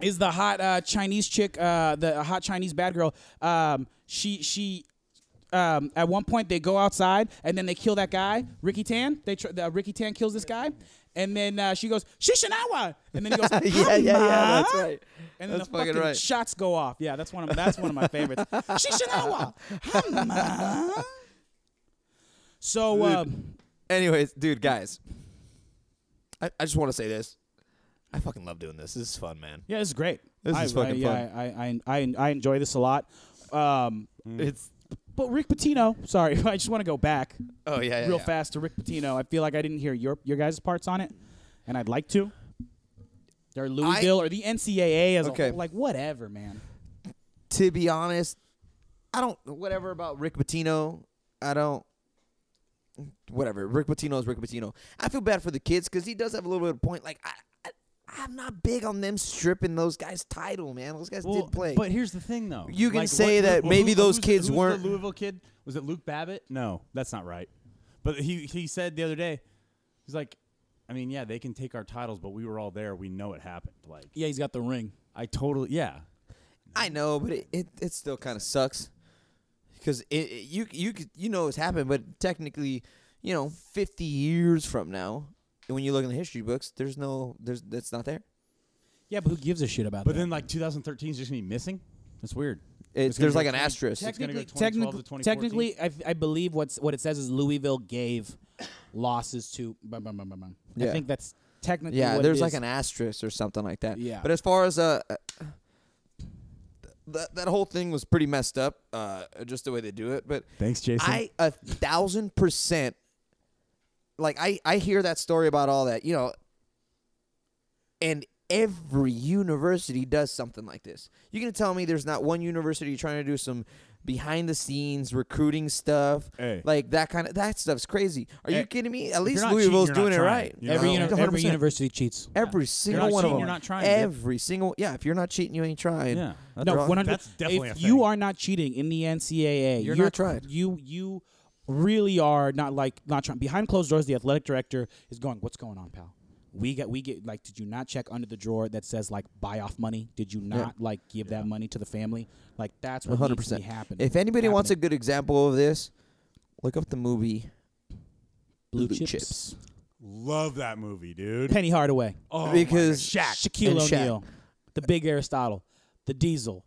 Speaker 4: is the hot uh, Chinese chick, uh, the hot Chinese bad girl. Um, she she um, at one point they go outside and then they kill that guy, Ricky Tan. They tr- the, uh, Ricky Tan kills this guy, and then uh, she goes Shishinawa, and then he goes
Speaker 3: yeah, yeah, yeah, that's
Speaker 4: "Hama?"
Speaker 3: right.
Speaker 4: And then
Speaker 5: That's
Speaker 4: the
Speaker 5: fucking
Speaker 4: fucking,
Speaker 5: right.
Speaker 4: shots go off. Yeah, that's one of that's one of my favorites. Shishinawa, Hama? uh. So um,
Speaker 3: Anyways, dude, guys, I, I just want to say this. I fucking love doing this. This is fun, man.
Speaker 4: yeah, this is great.
Speaker 3: This
Speaker 4: I,
Speaker 3: is fucking
Speaker 4: I, yeah, I, I, I, I enjoy this a lot. Um,
Speaker 3: It's
Speaker 4: but Rick Patino, sorry, I just want to go back.
Speaker 3: oh yeah, yeah
Speaker 4: real
Speaker 3: yeah.
Speaker 4: fast to Rick Pitino. I feel like I didn't hear your your guys' parts on it, and I'd like to. Or Louisville or the NCAA as
Speaker 3: Okay.
Speaker 4: a whole. Like, whatever, man.
Speaker 3: To be honest, I don't whatever about Rick Pitino. I don't. Whatever. Rick Pitino is Rick Pitino. I feel bad for the kids because he does have a little bit of point. Like I, I, I'm not big on them stripping those guys' title, man. Those guys did play.
Speaker 1: But here's the thing, though.
Speaker 3: You can say that maybe those
Speaker 1: who's-
Speaker 3: kids
Speaker 1: who's
Speaker 3: weren't-
Speaker 1: The Louisville kid was it Luke Babbitt? No, that's not right. But he he said the other day, he's like, I mean, yeah, they can take our titles, but we were all there. We know it happened. Like,
Speaker 4: Yeah, he's got the ring.
Speaker 1: I totally, yeah.
Speaker 3: I know, but it, it, it still kind of sucks because it, it- you you could- you know it's happened, but technically, you know, fifty years from now, when you look in the history books, there's no there's that's not there.
Speaker 4: Yeah, but who gives a shit about
Speaker 1: But
Speaker 4: that?
Speaker 1: then like 2013 is just gonna be missing. That's weird.
Speaker 3: It's,
Speaker 1: gonna
Speaker 3: there's
Speaker 1: go
Speaker 3: like an
Speaker 1: 20
Speaker 3: asterisk.
Speaker 1: tech- gonna go
Speaker 4: technically,
Speaker 1: 2012 to
Speaker 4: technically, technically I, I believe what's what it says is Louisville gave losses to. bum, bum, bum, bum, bum.
Speaker 3: Yeah.
Speaker 4: I think that's technically
Speaker 3: yeah,
Speaker 4: what it
Speaker 3: there's like
Speaker 4: is.
Speaker 3: an asterisk or something like that.
Speaker 4: Yeah.
Speaker 3: But as far as uh, uh, that that whole thing was pretty messed up, uh, just the way they do it. But
Speaker 1: Thanks, Jason.
Speaker 3: I a thousand percent. Like I, I hear that story about all that, you know. And every university does something like this. You gonna tell me there's not one university trying to do some behind the scenes recruiting stuff,
Speaker 1: Hey.
Speaker 3: like that kind of that stuff's crazy. Are you
Speaker 1: Hey,
Speaker 3: kidding me? At
Speaker 1: Eh, if you're
Speaker 3: least
Speaker 1: not cheating,
Speaker 3: Louisville's
Speaker 1: you're not
Speaker 3: doing it
Speaker 1: trying.
Speaker 3: right.
Speaker 1: You
Speaker 4: Every,
Speaker 1: know?
Speaker 4: uni-
Speaker 3: 100%.
Speaker 4: every university cheats.
Speaker 3: Every single
Speaker 1: not
Speaker 3: one of
Speaker 1: cheating,
Speaker 3: them.
Speaker 1: you're not trying, dude.
Speaker 3: Every single yeah. If you're not cheating, you ain't trying.
Speaker 1: yeah. that's-
Speaker 4: No,
Speaker 3: wrong.
Speaker 4: one hundred.
Speaker 1: That's definitely
Speaker 4: If
Speaker 1: a
Speaker 4: you
Speaker 1: thing.
Speaker 4: are not cheating in the NCAA,
Speaker 3: You're not trying.
Speaker 4: You you really are not like not trying. Behind closed doors, the athletic director is going, "What's going on, pal? We get we get like, did you not check under the drawer that says like buy off money? Did you not like give that money to the family? Like that's what
Speaker 3: hundred
Speaker 4: needs to be
Speaker 3: percent.
Speaker 4: happening.
Speaker 3: If anybody wants a
Speaker 4: happening.
Speaker 3: good example of this, look up the movie
Speaker 4: blue,
Speaker 3: blue
Speaker 4: chips.
Speaker 3: chips.
Speaker 1: love that movie, dude.
Speaker 4: Penny Hardaway,
Speaker 1: Oh, my
Speaker 3: because
Speaker 1: God. Shaq.
Speaker 4: Shaquille
Speaker 3: and Shaq.
Speaker 4: O'Neal, the big Aristotle, the Diesel,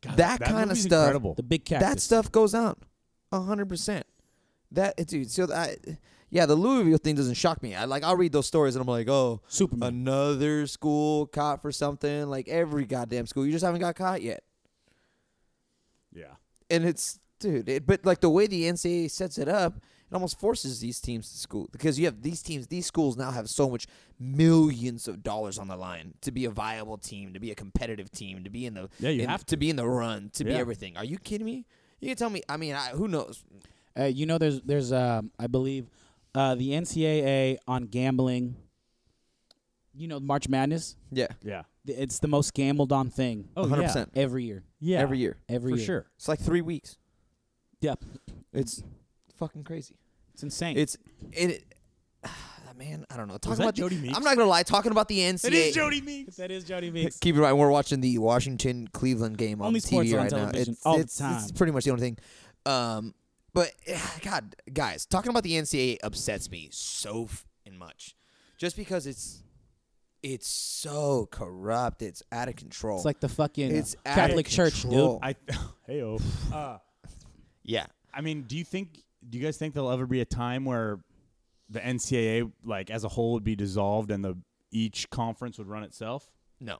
Speaker 1: God,
Speaker 3: that kinda
Speaker 1: movie's
Speaker 3: stuff-
Speaker 1: Incredible.
Speaker 4: the big cat.
Speaker 3: that stuff goes on, a hundred percent. That eh, dude. So I, yeah, the Louisville thing doesn't shock me. I like I'll read those stories and I'm like, oh,
Speaker 1: Mm.
Speaker 4: Superman.
Speaker 3: another school caught for something. Like every goddamn school, you just haven't got caught yet.
Speaker 1: yeah.
Speaker 3: And it's dude, it, but like the way the NCAA sets it up, it almost forces these teams to school because you have these teams. These schools now have so much millions of dollars on the line to be a viable team, to be a competitive team, to be in the
Speaker 1: Yeah, you
Speaker 3: in-
Speaker 1: have
Speaker 3: to be in the run, to be
Speaker 1: Yeah.
Speaker 3: everything. Are you kidding me? You can tell me. I mean, I, who knows?
Speaker 4: Uh, you know, there's there's um, I believe uh, the NCAA on gambling. You know, March Madness.
Speaker 3: Yeah.
Speaker 1: Yeah.
Speaker 4: th- It's the most gambled on thing
Speaker 1: Oh,
Speaker 3: 100%.
Speaker 4: every year.
Speaker 1: yeah.
Speaker 3: Every year.
Speaker 4: Every
Speaker 1: For
Speaker 4: year.
Speaker 1: sure.
Speaker 3: It's like three weeks.
Speaker 4: Yep.
Speaker 3: It's fucking crazy.
Speaker 4: It's insane.
Speaker 3: It's it. ah, man, I don't know. Talking
Speaker 1: that
Speaker 3: about
Speaker 1: Jody
Speaker 3: the,
Speaker 1: Meeks?
Speaker 3: I'm not gonna lie. Talking about the NCAA.
Speaker 1: It is Jody Meeks.
Speaker 4: that is Jody Meeks.
Speaker 3: Keep in mind, we're watching the Washington Cleveland game on
Speaker 4: Only sports
Speaker 3: TV
Speaker 4: are on
Speaker 3: right now.
Speaker 4: television
Speaker 3: It's,
Speaker 4: all the
Speaker 3: it's, it's
Speaker 4: time.
Speaker 3: pretty much the only thing. Um, but ah, God, guys, talking about the NCAA upsets me so f- in much, just because it's it's so corrupt. It's out of control.
Speaker 4: It's like the fucking
Speaker 3: It's out of
Speaker 4: Catholic Church, dude.
Speaker 3: control.
Speaker 1: I. Heyo. Uh,
Speaker 3: yeah.
Speaker 1: I mean, do you think? Do you guys think there'll ever be a time where the NCAA like as a whole would be dissolved and the each conference would run itself?
Speaker 3: No,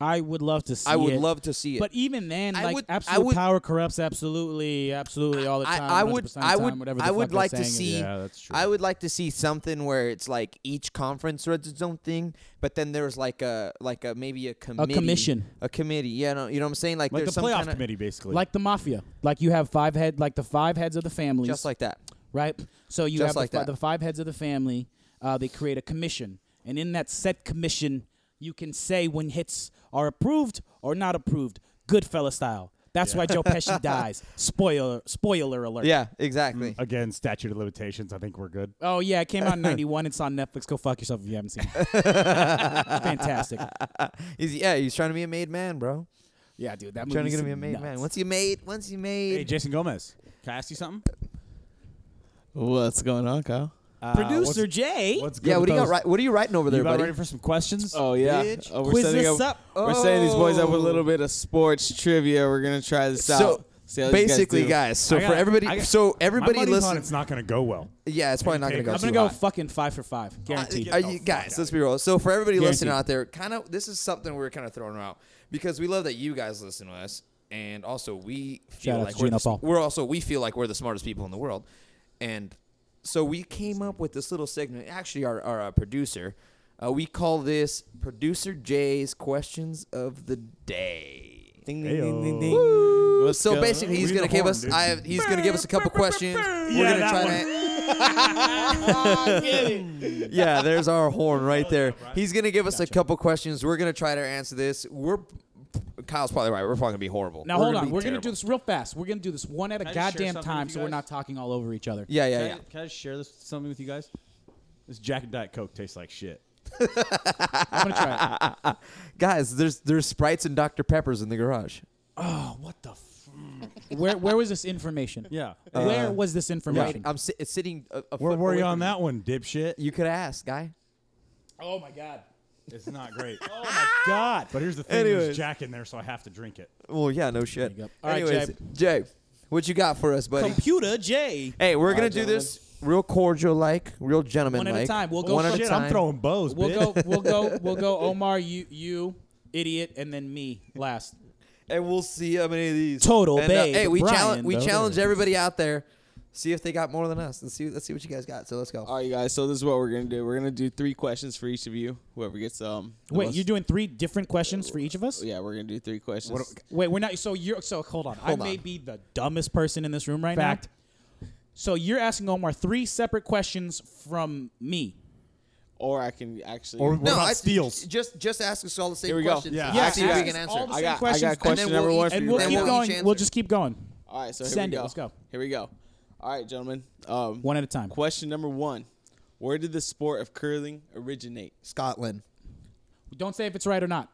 Speaker 4: I would love to see.
Speaker 3: I would
Speaker 4: it.
Speaker 3: love to see it.
Speaker 4: But even then,
Speaker 3: I
Speaker 4: like
Speaker 3: would- I
Speaker 4: absolute
Speaker 3: would-
Speaker 4: power corrupts absolutely, absolutely all the
Speaker 3: I-
Speaker 4: time.
Speaker 3: I would-
Speaker 4: 100% of
Speaker 3: I
Speaker 4: time,
Speaker 3: would-
Speaker 4: whatever the
Speaker 3: I
Speaker 4: fuck
Speaker 3: would
Speaker 4: they're
Speaker 3: like to
Speaker 4: saying is-
Speaker 3: see-
Speaker 1: Yeah, that's true.
Speaker 3: I would like to see something where it's like each conference runs its own thing, but then there's like a like a maybe a committee,
Speaker 4: commission.
Speaker 3: a committee. Yeah, no, you know what I'm saying? Like,
Speaker 1: like the
Speaker 3: there's
Speaker 1: playoff
Speaker 3: some kind
Speaker 1: committee, basically.
Speaker 4: like the mafia. Like you have five head, like the five heads of the
Speaker 3: of
Speaker 4: families,
Speaker 3: just like that.
Speaker 4: right? So you
Speaker 3: just
Speaker 4: have
Speaker 3: like
Speaker 4: the, fi-
Speaker 3: that.
Speaker 4: the five heads of the family. Uh, they create a commission, and in that set commission, you can say when hits are approved or not approved, Goodfella style. That's why Joe Pesci dies. Spoiler, spoiler alert.
Speaker 3: Yeah, exactly.
Speaker 1: again, statute of limitations. I think we're good.
Speaker 4: Oh yeah, it came out in '91. It's on Netflix. Go fuck yourself if you haven't seen it. Fantastic.
Speaker 3: He's, yeah, he's trying to be a made man, bro.
Speaker 4: Yeah, dude, that movie.
Speaker 3: Trying to get to be a made man. Once you made, once you
Speaker 1: Hey,
Speaker 3: made,
Speaker 1: Jason Gomez, can I ask you something?
Speaker 5: What's going on, Kyle?
Speaker 1: Uh,
Speaker 4: Producer
Speaker 1: what's-
Speaker 4: Jay,
Speaker 1: What's good
Speaker 3: yeah. What
Speaker 1: with
Speaker 3: do you got?
Speaker 1: those-
Speaker 3: Right, what are you writing over
Speaker 1: You
Speaker 3: there,
Speaker 1: about
Speaker 3: buddy?
Speaker 1: ready for some questions?
Speaker 5: Oh yeah,
Speaker 3: Bitch.
Speaker 5: Oh,
Speaker 4: quiz this
Speaker 5: up,
Speaker 4: up.
Speaker 5: We're setting these boys up with a
Speaker 3: Oh.
Speaker 5: little bit of sports trivia. We're gonna try this out.
Speaker 3: So
Speaker 5: See how these
Speaker 3: basically,
Speaker 5: do.
Speaker 3: guys. So
Speaker 1: I got-
Speaker 3: for everybody,
Speaker 1: I got-
Speaker 3: so
Speaker 1: My
Speaker 3: everybody
Speaker 1: money's on
Speaker 3: listen.
Speaker 1: it's not going to go well.
Speaker 3: Yeah, it's probably not gonna
Speaker 1: Okay,
Speaker 3: go.
Speaker 4: I'm
Speaker 3: too
Speaker 4: gonna go
Speaker 3: hot.
Speaker 4: fucking five for five, guaranteed.
Speaker 3: Are
Speaker 1: the
Speaker 3: Uh, you
Speaker 1: fuck
Speaker 3: guys,
Speaker 1: outta
Speaker 3: let's be real. So for everybody listening
Speaker 4: Guaranteed.
Speaker 3: out there, kind of this is something we're kind of throwing out because we love that you guys listen to us, and also we feel
Speaker 4: out to
Speaker 3: like we're,
Speaker 4: Gina
Speaker 3: the,
Speaker 4: Paul.
Speaker 3: sm- we're also we feel like we're the smartest people in the world, and so we came up with this little segment. Actually, our our uh, producer, uh, we call this producer Jay's questions of the day.
Speaker 5: Ding, ding, ding, ding, ding. Let's
Speaker 3: So
Speaker 5: go.
Speaker 3: basically, he's
Speaker 1: We
Speaker 3: gonna
Speaker 1: the
Speaker 3: give
Speaker 1: horn,
Speaker 3: us
Speaker 1: dude.
Speaker 3: I, he's gonna give us a couple questions. We're
Speaker 1: Yeah,
Speaker 3: gonna
Speaker 1: that
Speaker 3: try to. yeah, there's our horn right there. He's gonna give us a couple questions. We're gonna try to answer this. We're Kyle's probably right. We're probably gonna be horrible.
Speaker 4: Now
Speaker 3: We're
Speaker 4: hold
Speaker 3: gonna
Speaker 4: on,
Speaker 3: be
Speaker 4: we're gonna do
Speaker 3: terrible.
Speaker 4: this real fast. We're gonna do this one at a
Speaker 1: I just share
Speaker 4: goddamn
Speaker 1: something
Speaker 4: time,
Speaker 1: with you
Speaker 4: so we're
Speaker 1: guys?
Speaker 4: not talking all over each other.
Speaker 3: Yeah, yeah,
Speaker 1: Can,
Speaker 3: yeah.
Speaker 1: I, can I share this something with you guys? This Jack and Diet Coke tastes like shit.
Speaker 4: I'm gonna try it.
Speaker 3: Guys, there's there's sprites and Dr Peppers in the garage.
Speaker 1: Oh, what the? F-
Speaker 4: Where where was this information?
Speaker 1: yeah.
Speaker 4: Where was this information?
Speaker 3: Uh, I'm si- it's sitting. A, a
Speaker 1: Where
Speaker 3: foot
Speaker 1: were
Speaker 3: away
Speaker 1: you
Speaker 3: from
Speaker 1: on that one, dipshit?
Speaker 3: You could ask, guy.
Speaker 4: Oh my god.
Speaker 1: It's not great. oh my god! But here's the thing:
Speaker 3: Anyways.
Speaker 1: there's Jack in there, so I have to drink it.
Speaker 3: Well, yeah, no shit.
Speaker 4: you go. All right,
Speaker 3: Anyways, Jay, what you got for us, buddy?
Speaker 4: Computer Jay.
Speaker 3: Hey, we're gonna do this real cordial like, real gentleman like.
Speaker 4: One at a time. We'll go
Speaker 3: one at
Speaker 4: from-
Speaker 3: a
Speaker 1: Shit,
Speaker 3: time.
Speaker 1: I'm throwing bows,
Speaker 4: We'll
Speaker 1: bitch.
Speaker 4: go we'll go we'll go Omar, you you idiot, and then me last.
Speaker 3: and we'll see how many of these
Speaker 4: Total
Speaker 3: And, uh,
Speaker 4: babe,
Speaker 3: hey, we
Speaker 4: Brian,
Speaker 3: challenge we
Speaker 4: though.
Speaker 3: challenge everybody out there. See if they got more than us, and see let's see what you guys got. So let's go.
Speaker 5: All right, guys. So this is what we're gonna do. We're gonna do three questions for each of you. Whoever gets um. the
Speaker 4: Wait,
Speaker 5: most-
Speaker 4: you're doing three different questions for each of us?
Speaker 5: Yeah, we're gonna do three questions.
Speaker 4: Wait, we're not. So you're. So hold on.
Speaker 3: Hold
Speaker 4: I may
Speaker 3: on.
Speaker 4: be the dumbest person in this room right
Speaker 1: Fact.
Speaker 4: now. So you're asking Omar three separate questions from me.
Speaker 5: or I can actually.
Speaker 1: Or what
Speaker 3: no,
Speaker 1: about
Speaker 3: I,
Speaker 1: steals?
Speaker 3: Just just ask us all the same
Speaker 5: Here we go.
Speaker 3: questions.
Speaker 1: Yeah.
Speaker 3: and
Speaker 4: Yeah,
Speaker 3: see if we
Speaker 4: ask
Speaker 3: can
Speaker 4: us
Speaker 3: answer.
Speaker 4: all the
Speaker 5: I
Speaker 4: same
Speaker 5: got. I
Speaker 4: questions,
Speaker 5: got
Speaker 4: and
Speaker 5: question
Speaker 3: then
Speaker 5: number
Speaker 3: we'll
Speaker 5: one
Speaker 3: each-
Speaker 5: for
Speaker 4: And
Speaker 5: you.
Speaker 4: we'll
Speaker 5: guys.
Speaker 3: then
Speaker 4: keep
Speaker 3: we'll each
Speaker 4: going.
Speaker 3: answer
Speaker 4: We'll
Speaker 3: it.
Speaker 4: just keep going.
Speaker 5: All right, so here
Speaker 4: Send
Speaker 5: we
Speaker 4: it.
Speaker 5: go.
Speaker 4: Let's go.
Speaker 5: Here we go. All right, gentlemen. Um,
Speaker 4: One at a time.
Speaker 5: question number one: Where did the sport of curling originate?
Speaker 3: Scotland.
Speaker 4: Don't say if it's right or not.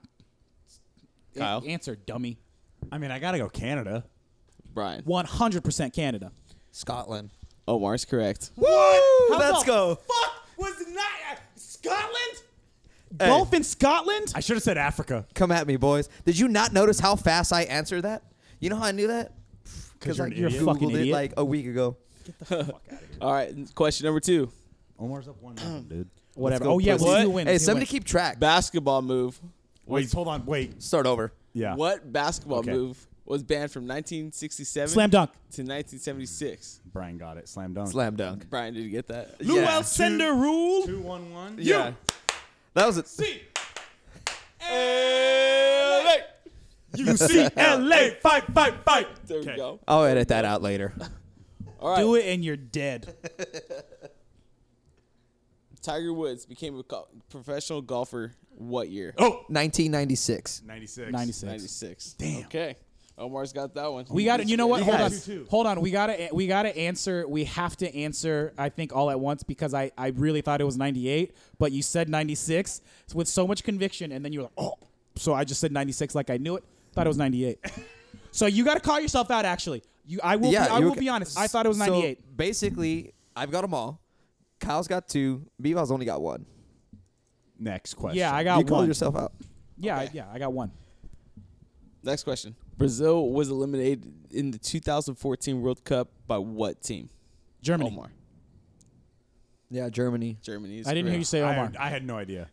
Speaker 4: A-
Speaker 5: Kyle.
Speaker 4: answer, dummy.
Speaker 1: I mean, I gotta go Canada.
Speaker 5: Brian.
Speaker 4: One hundred percent Canada.
Speaker 3: Scotland.
Speaker 5: Omar's correct.
Speaker 3: Woo!
Speaker 4: How
Speaker 3: Let's
Speaker 4: the
Speaker 3: go.
Speaker 4: Fuck was not uh, Scotland. Golf in Scotland.
Speaker 1: I should have said Africa
Speaker 3: Come at me, boys. Did you not notice how fast I answered that? You know how I knew that?
Speaker 1: because
Speaker 3: I
Speaker 1: you're an
Speaker 4: you're
Speaker 1: idiot.
Speaker 4: fuck- fucking
Speaker 3: googled it
Speaker 4: idiot.
Speaker 3: like a week ago.
Speaker 5: All right. Question number two:
Speaker 1: Omar's up one, nothing, dude.
Speaker 4: Whatever.
Speaker 3: go,
Speaker 4: Oh yeah,
Speaker 3: pussy.
Speaker 4: well, you win.
Speaker 3: Hey,
Speaker 4: You
Speaker 3: somebody
Speaker 4: win.
Speaker 3: keep track.
Speaker 5: Basketball move.
Speaker 1: Wait, hold on. Wait.
Speaker 3: Start over.
Speaker 1: Yeah.
Speaker 5: What basketball
Speaker 1: Okay.
Speaker 5: move was banned from 1967
Speaker 4: slam dunk.
Speaker 5: to 1976?
Speaker 1: Brian got it. Slam dunk.
Speaker 3: Slam dunk.
Speaker 5: Brian, did you get that?
Speaker 3: Yeah.
Speaker 4: Luell Sender rule.
Speaker 1: Two one one.
Speaker 5: Yeah.
Speaker 3: That was it.
Speaker 1: UCLA. Fight. Fight. Fight.
Speaker 5: There we
Speaker 1: Okay.
Speaker 5: go.
Speaker 3: I'll edit that out later.
Speaker 5: All right.
Speaker 4: Do it and you're dead.
Speaker 5: Tiger Woods became a go- professional golfer what year?
Speaker 1: Oh.
Speaker 3: 1996.
Speaker 1: 96.
Speaker 4: Ninety six.
Speaker 5: 96. Damn. Okay. Omar's got that one.
Speaker 4: We got to You know what? Hold on.
Speaker 1: Yes.
Speaker 4: Hold on. We got to. We got to answer. We have to answer. I think all at once because I I really thought it was 98, but you said 96 with so much conviction, and then you were like, oh. So I just said 96 like I knew it. Thought it was 98. so you got to call yourself out. Actually, you. I will. be, I
Speaker 3: you
Speaker 4: will
Speaker 3: were-
Speaker 4: be honest. I thought it was
Speaker 3: So,
Speaker 4: 98.
Speaker 3: basically, I've got them all. Kyle's got two. Beebal's only got one.
Speaker 1: Next question.
Speaker 4: yeah, I got
Speaker 3: you called
Speaker 4: one.
Speaker 3: yourself out.
Speaker 4: Yeah, I-
Speaker 5: Okay.
Speaker 4: yeah, I got one.
Speaker 5: Next question. Brazil was eliminated in
Speaker 3: Oh
Speaker 5: the 2014 World Cup by what team?
Speaker 4: Germany.
Speaker 5: Omar.
Speaker 3: Yeah, Germany.
Speaker 5: Germany's.
Speaker 4: I didn't hear you say Omar.
Speaker 1: I, I had no idea.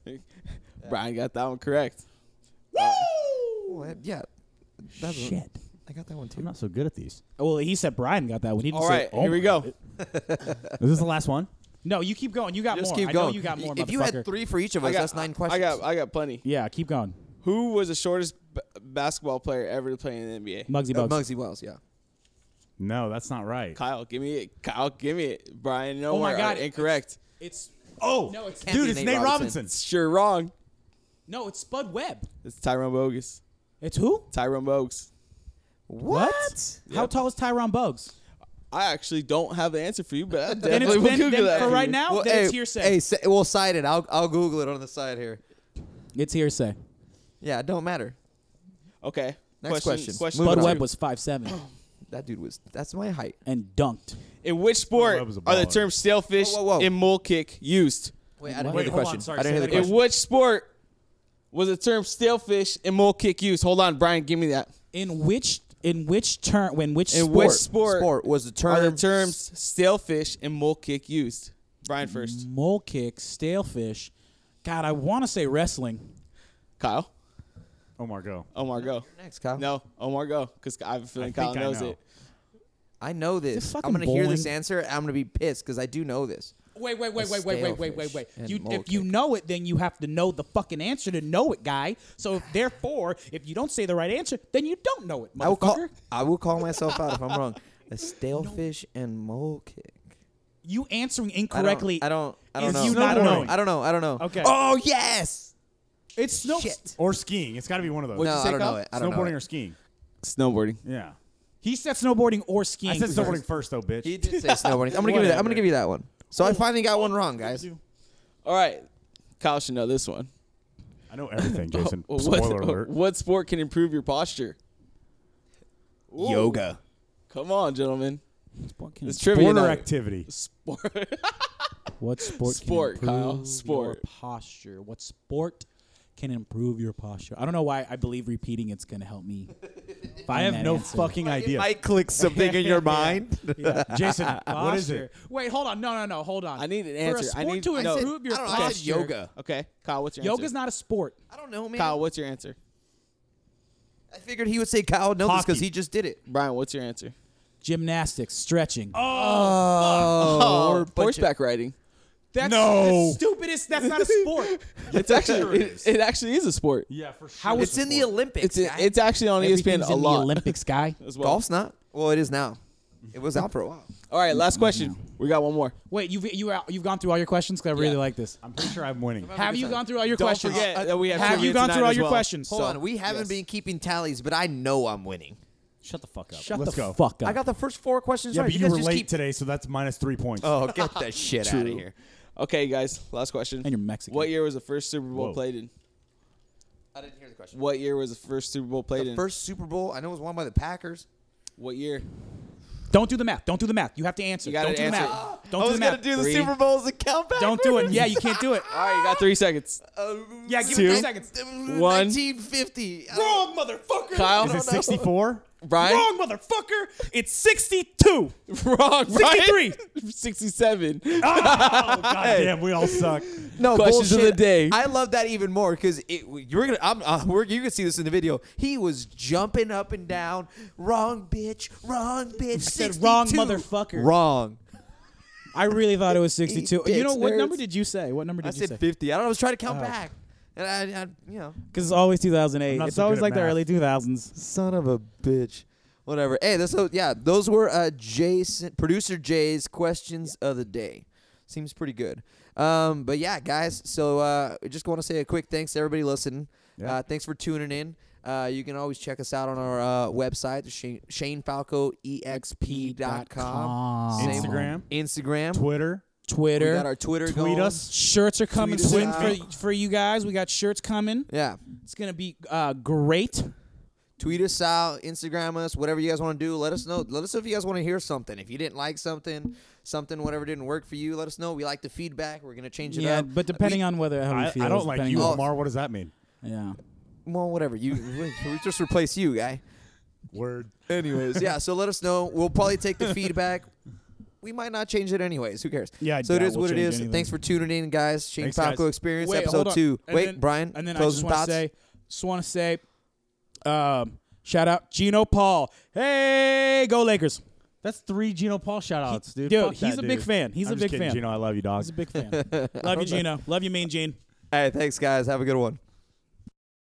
Speaker 5: Brian got that one correct.
Speaker 3: Oh, yeah. That's Shit. I got that one too.
Speaker 1: I'm not so good at these.
Speaker 4: well, he said Brian got that one. He didn't
Speaker 5: All
Speaker 4: say
Speaker 5: right,
Speaker 4: Omar.
Speaker 5: here we go.
Speaker 1: Is this the last one?
Speaker 4: No, you keep going. You got
Speaker 3: Just
Speaker 4: more.
Speaker 3: keep
Speaker 4: I
Speaker 3: going.
Speaker 4: know you got more.
Speaker 3: if you
Speaker 4: motherfucker.
Speaker 3: had three for each of us,
Speaker 5: I got,
Speaker 3: that's nine questions. Uh,
Speaker 5: I got I got plenty.
Speaker 4: yeah, keep going.
Speaker 5: Who was the shortest b- basketball player ever to play in the NBA?
Speaker 4: Muggsy
Speaker 3: uh,
Speaker 4: Bugs.
Speaker 3: Muggsy Wells. Yeah.
Speaker 1: No, that's not right.
Speaker 5: Kyle, give me it. Kyle, give me it. Brian, no,
Speaker 4: Oh my
Speaker 5: are
Speaker 4: God.
Speaker 5: incorrect.
Speaker 4: It's
Speaker 1: Oh,
Speaker 4: no, it's
Speaker 3: Can't
Speaker 1: dude,
Speaker 3: be
Speaker 1: it's
Speaker 3: Nate
Speaker 1: Nate
Speaker 3: Robinson.
Speaker 1: Robinson.
Speaker 5: Sure wrong.
Speaker 4: no, it's Spud Webb.
Speaker 5: It's Tyrone Bogus.
Speaker 4: It's who?
Speaker 5: Tyrone Bogues.
Speaker 3: What?
Speaker 4: How tall is Tyron Bugs?
Speaker 5: I actually don't have the answer for you, but
Speaker 4: Then
Speaker 5: I
Speaker 4: it's
Speaker 5: definitely will
Speaker 4: then,
Speaker 5: Google
Speaker 4: then
Speaker 5: that
Speaker 4: for
Speaker 5: you.
Speaker 4: right now.
Speaker 3: Well,
Speaker 4: then
Speaker 3: hey,
Speaker 4: it's hearsay.
Speaker 3: Hey, say, we'll side it. I'll I'll Google it on the side here.
Speaker 4: It's hearsay.
Speaker 3: Yeah, it don't matter.
Speaker 5: Okay.
Speaker 3: Next question.
Speaker 5: question
Speaker 3: Moving
Speaker 4: Bud
Speaker 5: number
Speaker 3: on.
Speaker 4: Webb
Speaker 5: two.
Speaker 4: was five seven
Speaker 3: That dude was. That's my height.
Speaker 4: and dunked.
Speaker 5: In which sport
Speaker 1: Webb was a
Speaker 5: are the
Speaker 1: baller.
Speaker 5: terms sailfish
Speaker 3: Whoa, whoa, whoa.
Speaker 5: and mole kick used?
Speaker 3: Wait, I didn't
Speaker 4: Wait,
Speaker 3: hear the
Speaker 4: hold on,
Speaker 3: question.
Speaker 4: sorry,
Speaker 3: I
Speaker 4: say
Speaker 3: didn't hear the
Speaker 4: that
Speaker 5: In
Speaker 3: question.
Speaker 5: which sport was the term sailfish and mole kick used? Hold on, Brian, give me that.
Speaker 4: In which in which turn when which
Speaker 5: In
Speaker 4: sport?
Speaker 5: which sport,
Speaker 3: Sport was the term.
Speaker 5: are the terms sailfish and mole kick used? Brian first.
Speaker 4: mole kick, stale fish. God, I want to say wrestling.
Speaker 5: Kyle.
Speaker 1: Omar, go.
Speaker 5: Omar, go.
Speaker 3: Next, Kyle.
Speaker 5: No, Omar, go. Because I have a feeling
Speaker 1: I
Speaker 5: Kyle
Speaker 1: think I
Speaker 5: knows
Speaker 1: know.
Speaker 5: it.
Speaker 3: I know
Speaker 4: Is
Speaker 3: this.
Speaker 4: it
Speaker 3: I'm gonna
Speaker 4: fucking
Speaker 3: hear this
Speaker 4: bowling?
Speaker 3: answer. and I'm gonna be pissed because I do know this.
Speaker 4: Wait, wait, wait,
Speaker 3: A
Speaker 4: wait, wait, wait, wait, wait,
Speaker 3: stalefish
Speaker 4: wait.
Speaker 3: and
Speaker 4: You,
Speaker 3: mole
Speaker 4: if you
Speaker 3: kick.
Speaker 4: know it, then you have to know the fucking answer to know it, guy. So if, therefore, if you don't say the right answer, then you don't know it,
Speaker 3: I will call.
Speaker 4: motherfucker.
Speaker 3: I will call myself out if I'm wrong. A stale fish and mole kick.
Speaker 4: You answering
Speaker 3: I don't-
Speaker 4: incorrectly.
Speaker 3: I don't. I don't
Speaker 4: is
Speaker 3: know.
Speaker 4: you not
Speaker 1: Snowboarding.
Speaker 4: knowing.
Speaker 3: I don't know. I don't know.
Speaker 4: Okay.
Speaker 3: Oh yes.
Speaker 4: It's snow.
Speaker 3: Shit.
Speaker 1: Or skiing. It's got to be one of those.
Speaker 3: no,
Speaker 5: say,
Speaker 3: I don't
Speaker 5: Kyle?
Speaker 3: know it. I don't know.
Speaker 1: Snowboarding
Speaker 3: It.
Speaker 1: or skiing.
Speaker 5: Snowboarding.
Speaker 1: Yeah.
Speaker 4: He said snowboarding or skiing.
Speaker 1: I said snowboarding first, though, bitch.
Speaker 3: He did say snowboarding. I'm gonna give you that.
Speaker 1: Whatever.
Speaker 3: I'm gonna give you that one. So I finally got one wrong, guys.
Speaker 5: All right. Kyle should know this one.
Speaker 1: I know everything, Jason.
Speaker 5: Well, what,
Speaker 1: Spoiler alert.
Speaker 5: what sport can improve your posture? Ooh.
Speaker 6: Yoga.
Speaker 5: Come on, gentlemen. It's
Speaker 4: Mm.
Speaker 5: trivia
Speaker 1: Border
Speaker 5: night.
Speaker 1: activity.
Speaker 5: Sport.
Speaker 4: What sport?
Speaker 5: Sport,
Speaker 4: can
Speaker 5: Kyle.
Speaker 4: improve your
Speaker 5: Sport.
Speaker 4: posture. What sport can improve your posture? I don't know why. I believe repeating it's gonna help me.
Speaker 1: I
Speaker 4: find
Speaker 1: have
Speaker 4: that
Speaker 1: no
Speaker 4: answer.
Speaker 1: fucking idea.
Speaker 6: click something in your mind.
Speaker 1: Jason, what is it?
Speaker 4: Posture. Wait, hold on. No, no, no. Hold on.
Speaker 5: I need an
Speaker 4: For
Speaker 5: answer.
Speaker 4: a
Speaker 5: I
Speaker 4: sport
Speaker 5: need-
Speaker 4: to
Speaker 5: I said-
Speaker 4: improve your
Speaker 3: I don't know. I said
Speaker 4: posture.
Speaker 3: yoga.
Speaker 5: okay. Kyle, what's your answer?
Speaker 4: Yoga's not a sport.
Speaker 3: I don't know, man.
Speaker 5: Kyle, what's your answer?
Speaker 3: I figured he would say Kyle would know this because
Speaker 1: Hockey.
Speaker 3: he just did it.
Speaker 5: Brian, what's your answer?
Speaker 4: Gymnastics, stretching. Oh,
Speaker 3: Oh,
Speaker 5: or Uh, horseback riding.
Speaker 4: that's
Speaker 1: no.
Speaker 4: the stupidest. That's not a sport.
Speaker 5: It's actually it, it actually is a sport.
Speaker 1: Yeah, for sure.
Speaker 4: How
Speaker 3: It's in the Olympics.
Speaker 5: It's
Speaker 3: guy.
Speaker 5: it's actually on E
Speaker 4: Everything's
Speaker 5: ESPN a
Speaker 4: in
Speaker 5: lot
Speaker 4: the Olympics, guy.
Speaker 5: as well.
Speaker 3: golf's not. Well, it is now. It was out for a while.
Speaker 5: All right, last question. We got one more.
Speaker 4: Wait, you've you out- you've gone through all your questions. 'Cause I really
Speaker 5: Yeah.
Speaker 4: like this.
Speaker 1: I'm pretty sure I'm winning.
Speaker 4: Have you gone through all your
Speaker 5: Don't
Speaker 4: questions?
Speaker 5: forget that we Uh, have
Speaker 4: have
Speaker 5: trivia
Speaker 4: you gone
Speaker 5: tonight
Speaker 4: through all
Speaker 5: as
Speaker 4: your
Speaker 5: well.
Speaker 4: questions?
Speaker 3: Hold
Speaker 5: So-
Speaker 3: on, we haven't
Speaker 5: yes.
Speaker 3: been keeping tallies, but I know I'm winning.
Speaker 1: Shut the fuck up.
Speaker 4: Shut
Speaker 1: Let's
Speaker 4: the
Speaker 1: go.
Speaker 4: fuck up.
Speaker 3: I got the first four questions
Speaker 1: Yeah,
Speaker 3: right.
Speaker 1: but you
Speaker 3: guys
Speaker 1: were
Speaker 3: just
Speaker 1: late
Speaker 3: keep.
Speaker 1: today, so that's minus three points.
Speaker 3: oh, get that shit out of
Speaker 5: True.
Speaker 3: here.
Speaker 5: Okay, guys, last question.
Speaker 4: And you're Mexican.
Speaker 5: What year was the first Super Bowl
Speaker 1: Whoa.
Speaker 5: played in?
Speaker 3: I didn't hear the question.
Speaker 5: What year was the first Super Bowl played
Speaker 3: The
Speaker 5: in?
Speaker 3: first Super Bowl, I know it was won by the Packers.
Speaker 5: what year?
Speaker 4: Don't do the math. Don't do the math. You have to answer.
Speaker 5: You gotta
Speaker 4: Don't do
Speaker 5: answer.
Speaker 4: the math. Don't do the math.
Speaker 5: the Three. Super
Speaker 3: Bowls and count back.
Speaker 4: Don't do it. Yeah, you can't do it.
Speaker 5: All right, you got three seconds.
Speaker 4: Yeah, give
Speaker 5: Two.
Speaker 4: me three seconds.
Speaker 5: One.
Speaker 3: 1950. I don't-
Speaker 4: Wrong, motherfucker.
Speaker 5: Kyle,
Speaker 1: Is it 64?
Speaker 5: Brian,
Speaker 4: Wrong, motherfucker. It's 62.
Speaker 5: wrong,
Speaker 4: 63.
Speaker 5: Brian. 67.
Speaker 1: Oh, God damn, we all suck.
Speaker 3: No
Speaker 5: Questions of
Speaker 3: bullshit.
Speaker 5: the day.
Speaker 3: I love that even more because you're gonna. I'm, uh, we're, you can see this in the video. He was jumping up and down. Wrong, bitch. Wrong, bitch.
Speaker 4: said wrong,
Speaker 3: 62.
Speaker 4: motherfucker.
Speaker 3: Wrong.
Speaker 4: I really thought it was 62.
Speaker 3: Eat
Speaker 4: You know
Speaker 3: dicks,
Speaker 4: what
Speaker 3: nerds.
Speaker 4: number did you say? What number did
Speaker 3: I
Speaker 4: you
Speaker 3: said
Speaker 4: say?
Speaker 3: 50. I don't know. I was trying to count back, and I, I, you know,
Speaker 4: Because it's always 2008.
Speaker 1: not
Speaker 4: It's
Speaker 1: so good
Speaker 4: always
Speaker 1: at
Speaker 4: like the
Speaker 1: math.
Speaker 4: early 2000s.
Speaker 3: son of a bitch. Whatever. Hey, this. So yeah, those were uh, Jason, producer Jay's questions of the day. Seems pretty good. Um, but yeah, guys. So uh, I just want to say a quick thanks to everybody listening.
Speaker 1: Yeah.
Speaker 3: Uh, thanks for tuning in. Uh, you can always check us out on our uh, website, Shane, ShaneFalcoEXP.com. Same-
Speaker 1: Instagram.
Speaker 3: Instagram.
Speaker 1: Twitter.
Speaker 3: We
Speaker 4: Twitter.
Speaker 3: got our Twitter
Speaker 1: Tweet
Speaker 3: going.
Speaker 1: us.
Speaker 4: Shirts are coming
Speaker 3: Tweet us
Speaker 4: soon for,
Speaker 3: out.
Speaker 4: for you guys. We got shirts coming.
Speaker 3: Yeah.
Speaker 4: It's going to be uh, great.
Speaker 3: tweet us out, Instagram us, whatever you guys want to do. Let us know. Let us know if you guys want to hear something. If you didn't like something, something whatever didn't work for you, let us know. We like the feedback. We're gonna change it
Speaker 4: Yeah,
Speaker 3: up.
Speaker 4: but depending
Speaker 3: We-
Speaker 4: on whether how we
Speaker 1: I,
Speaker 4: feel.
Speaker 1: I don't
Speaker 4: is
Speaker 1: like
Speaker 4: depending
Speaker 1: you, Oh.
Speaker 4: on-
Speaker 3: on-
Speaker 1: Omar. What does that mean?
Speaker 4: Yeah.
Speaker 3: well, whatever you we we just replace you, guy.
Speaker 1: Word.
Speaker 3: Anyways, yeah. So let us know. We'll probably take the feedback. we might not change it anyways. Who cares?
Speaker 1: Yeah, I
Speaker 3: So it
Speaker 1: doubt
Speaker 3: is
Speaker 1: we'll
Speaker 3: what it
Speaker 1: change
Speaker 3: is.
Speaker 1: anything.
Speaker 3: Thanks for tuning in, guys. Shane
Speaker 1: Thanks,
Speaker 3: Falco
Speaker 1: guys.
Speaker 3: Experience,
Speaker 4: Wait, hold
Speaker 3: episode
Speaker 4: on.
Speaker 3: two.
Speaker 4: And
Speaker 3: Wait,
Speaker 4: then-
Speaker 3: Brian.
Speaker 4: And then I just
Speaker 3: closing
Speaker 4: want to
Speaker 3: thoughts.
Speaker 4: say, just want to say, um, shout out Gino Paul. Hey, go Lakers!
Speaker 7: That's three Gino Paul shout outs, dude.
Speaker 4: Dude,
Speaker 7: Fuck
Speaker 4: he's
Speaker 7: that
Speaker 4: a big
Speaker 7: dude.
Speaker 4: fan. He's
Speaker 1: I'm
Speaker 4: a
Speaker 1: just
Speaker 4: big
Speaker 1: kidding,
Speaker 4: fan.
Speaker 1: Gino, I love you, dog.
Speaker 4: He's a big fan. Love you, Gino. Love you, Mean Gene.
Speaker 3: All right, thanks, guys. Have a good one.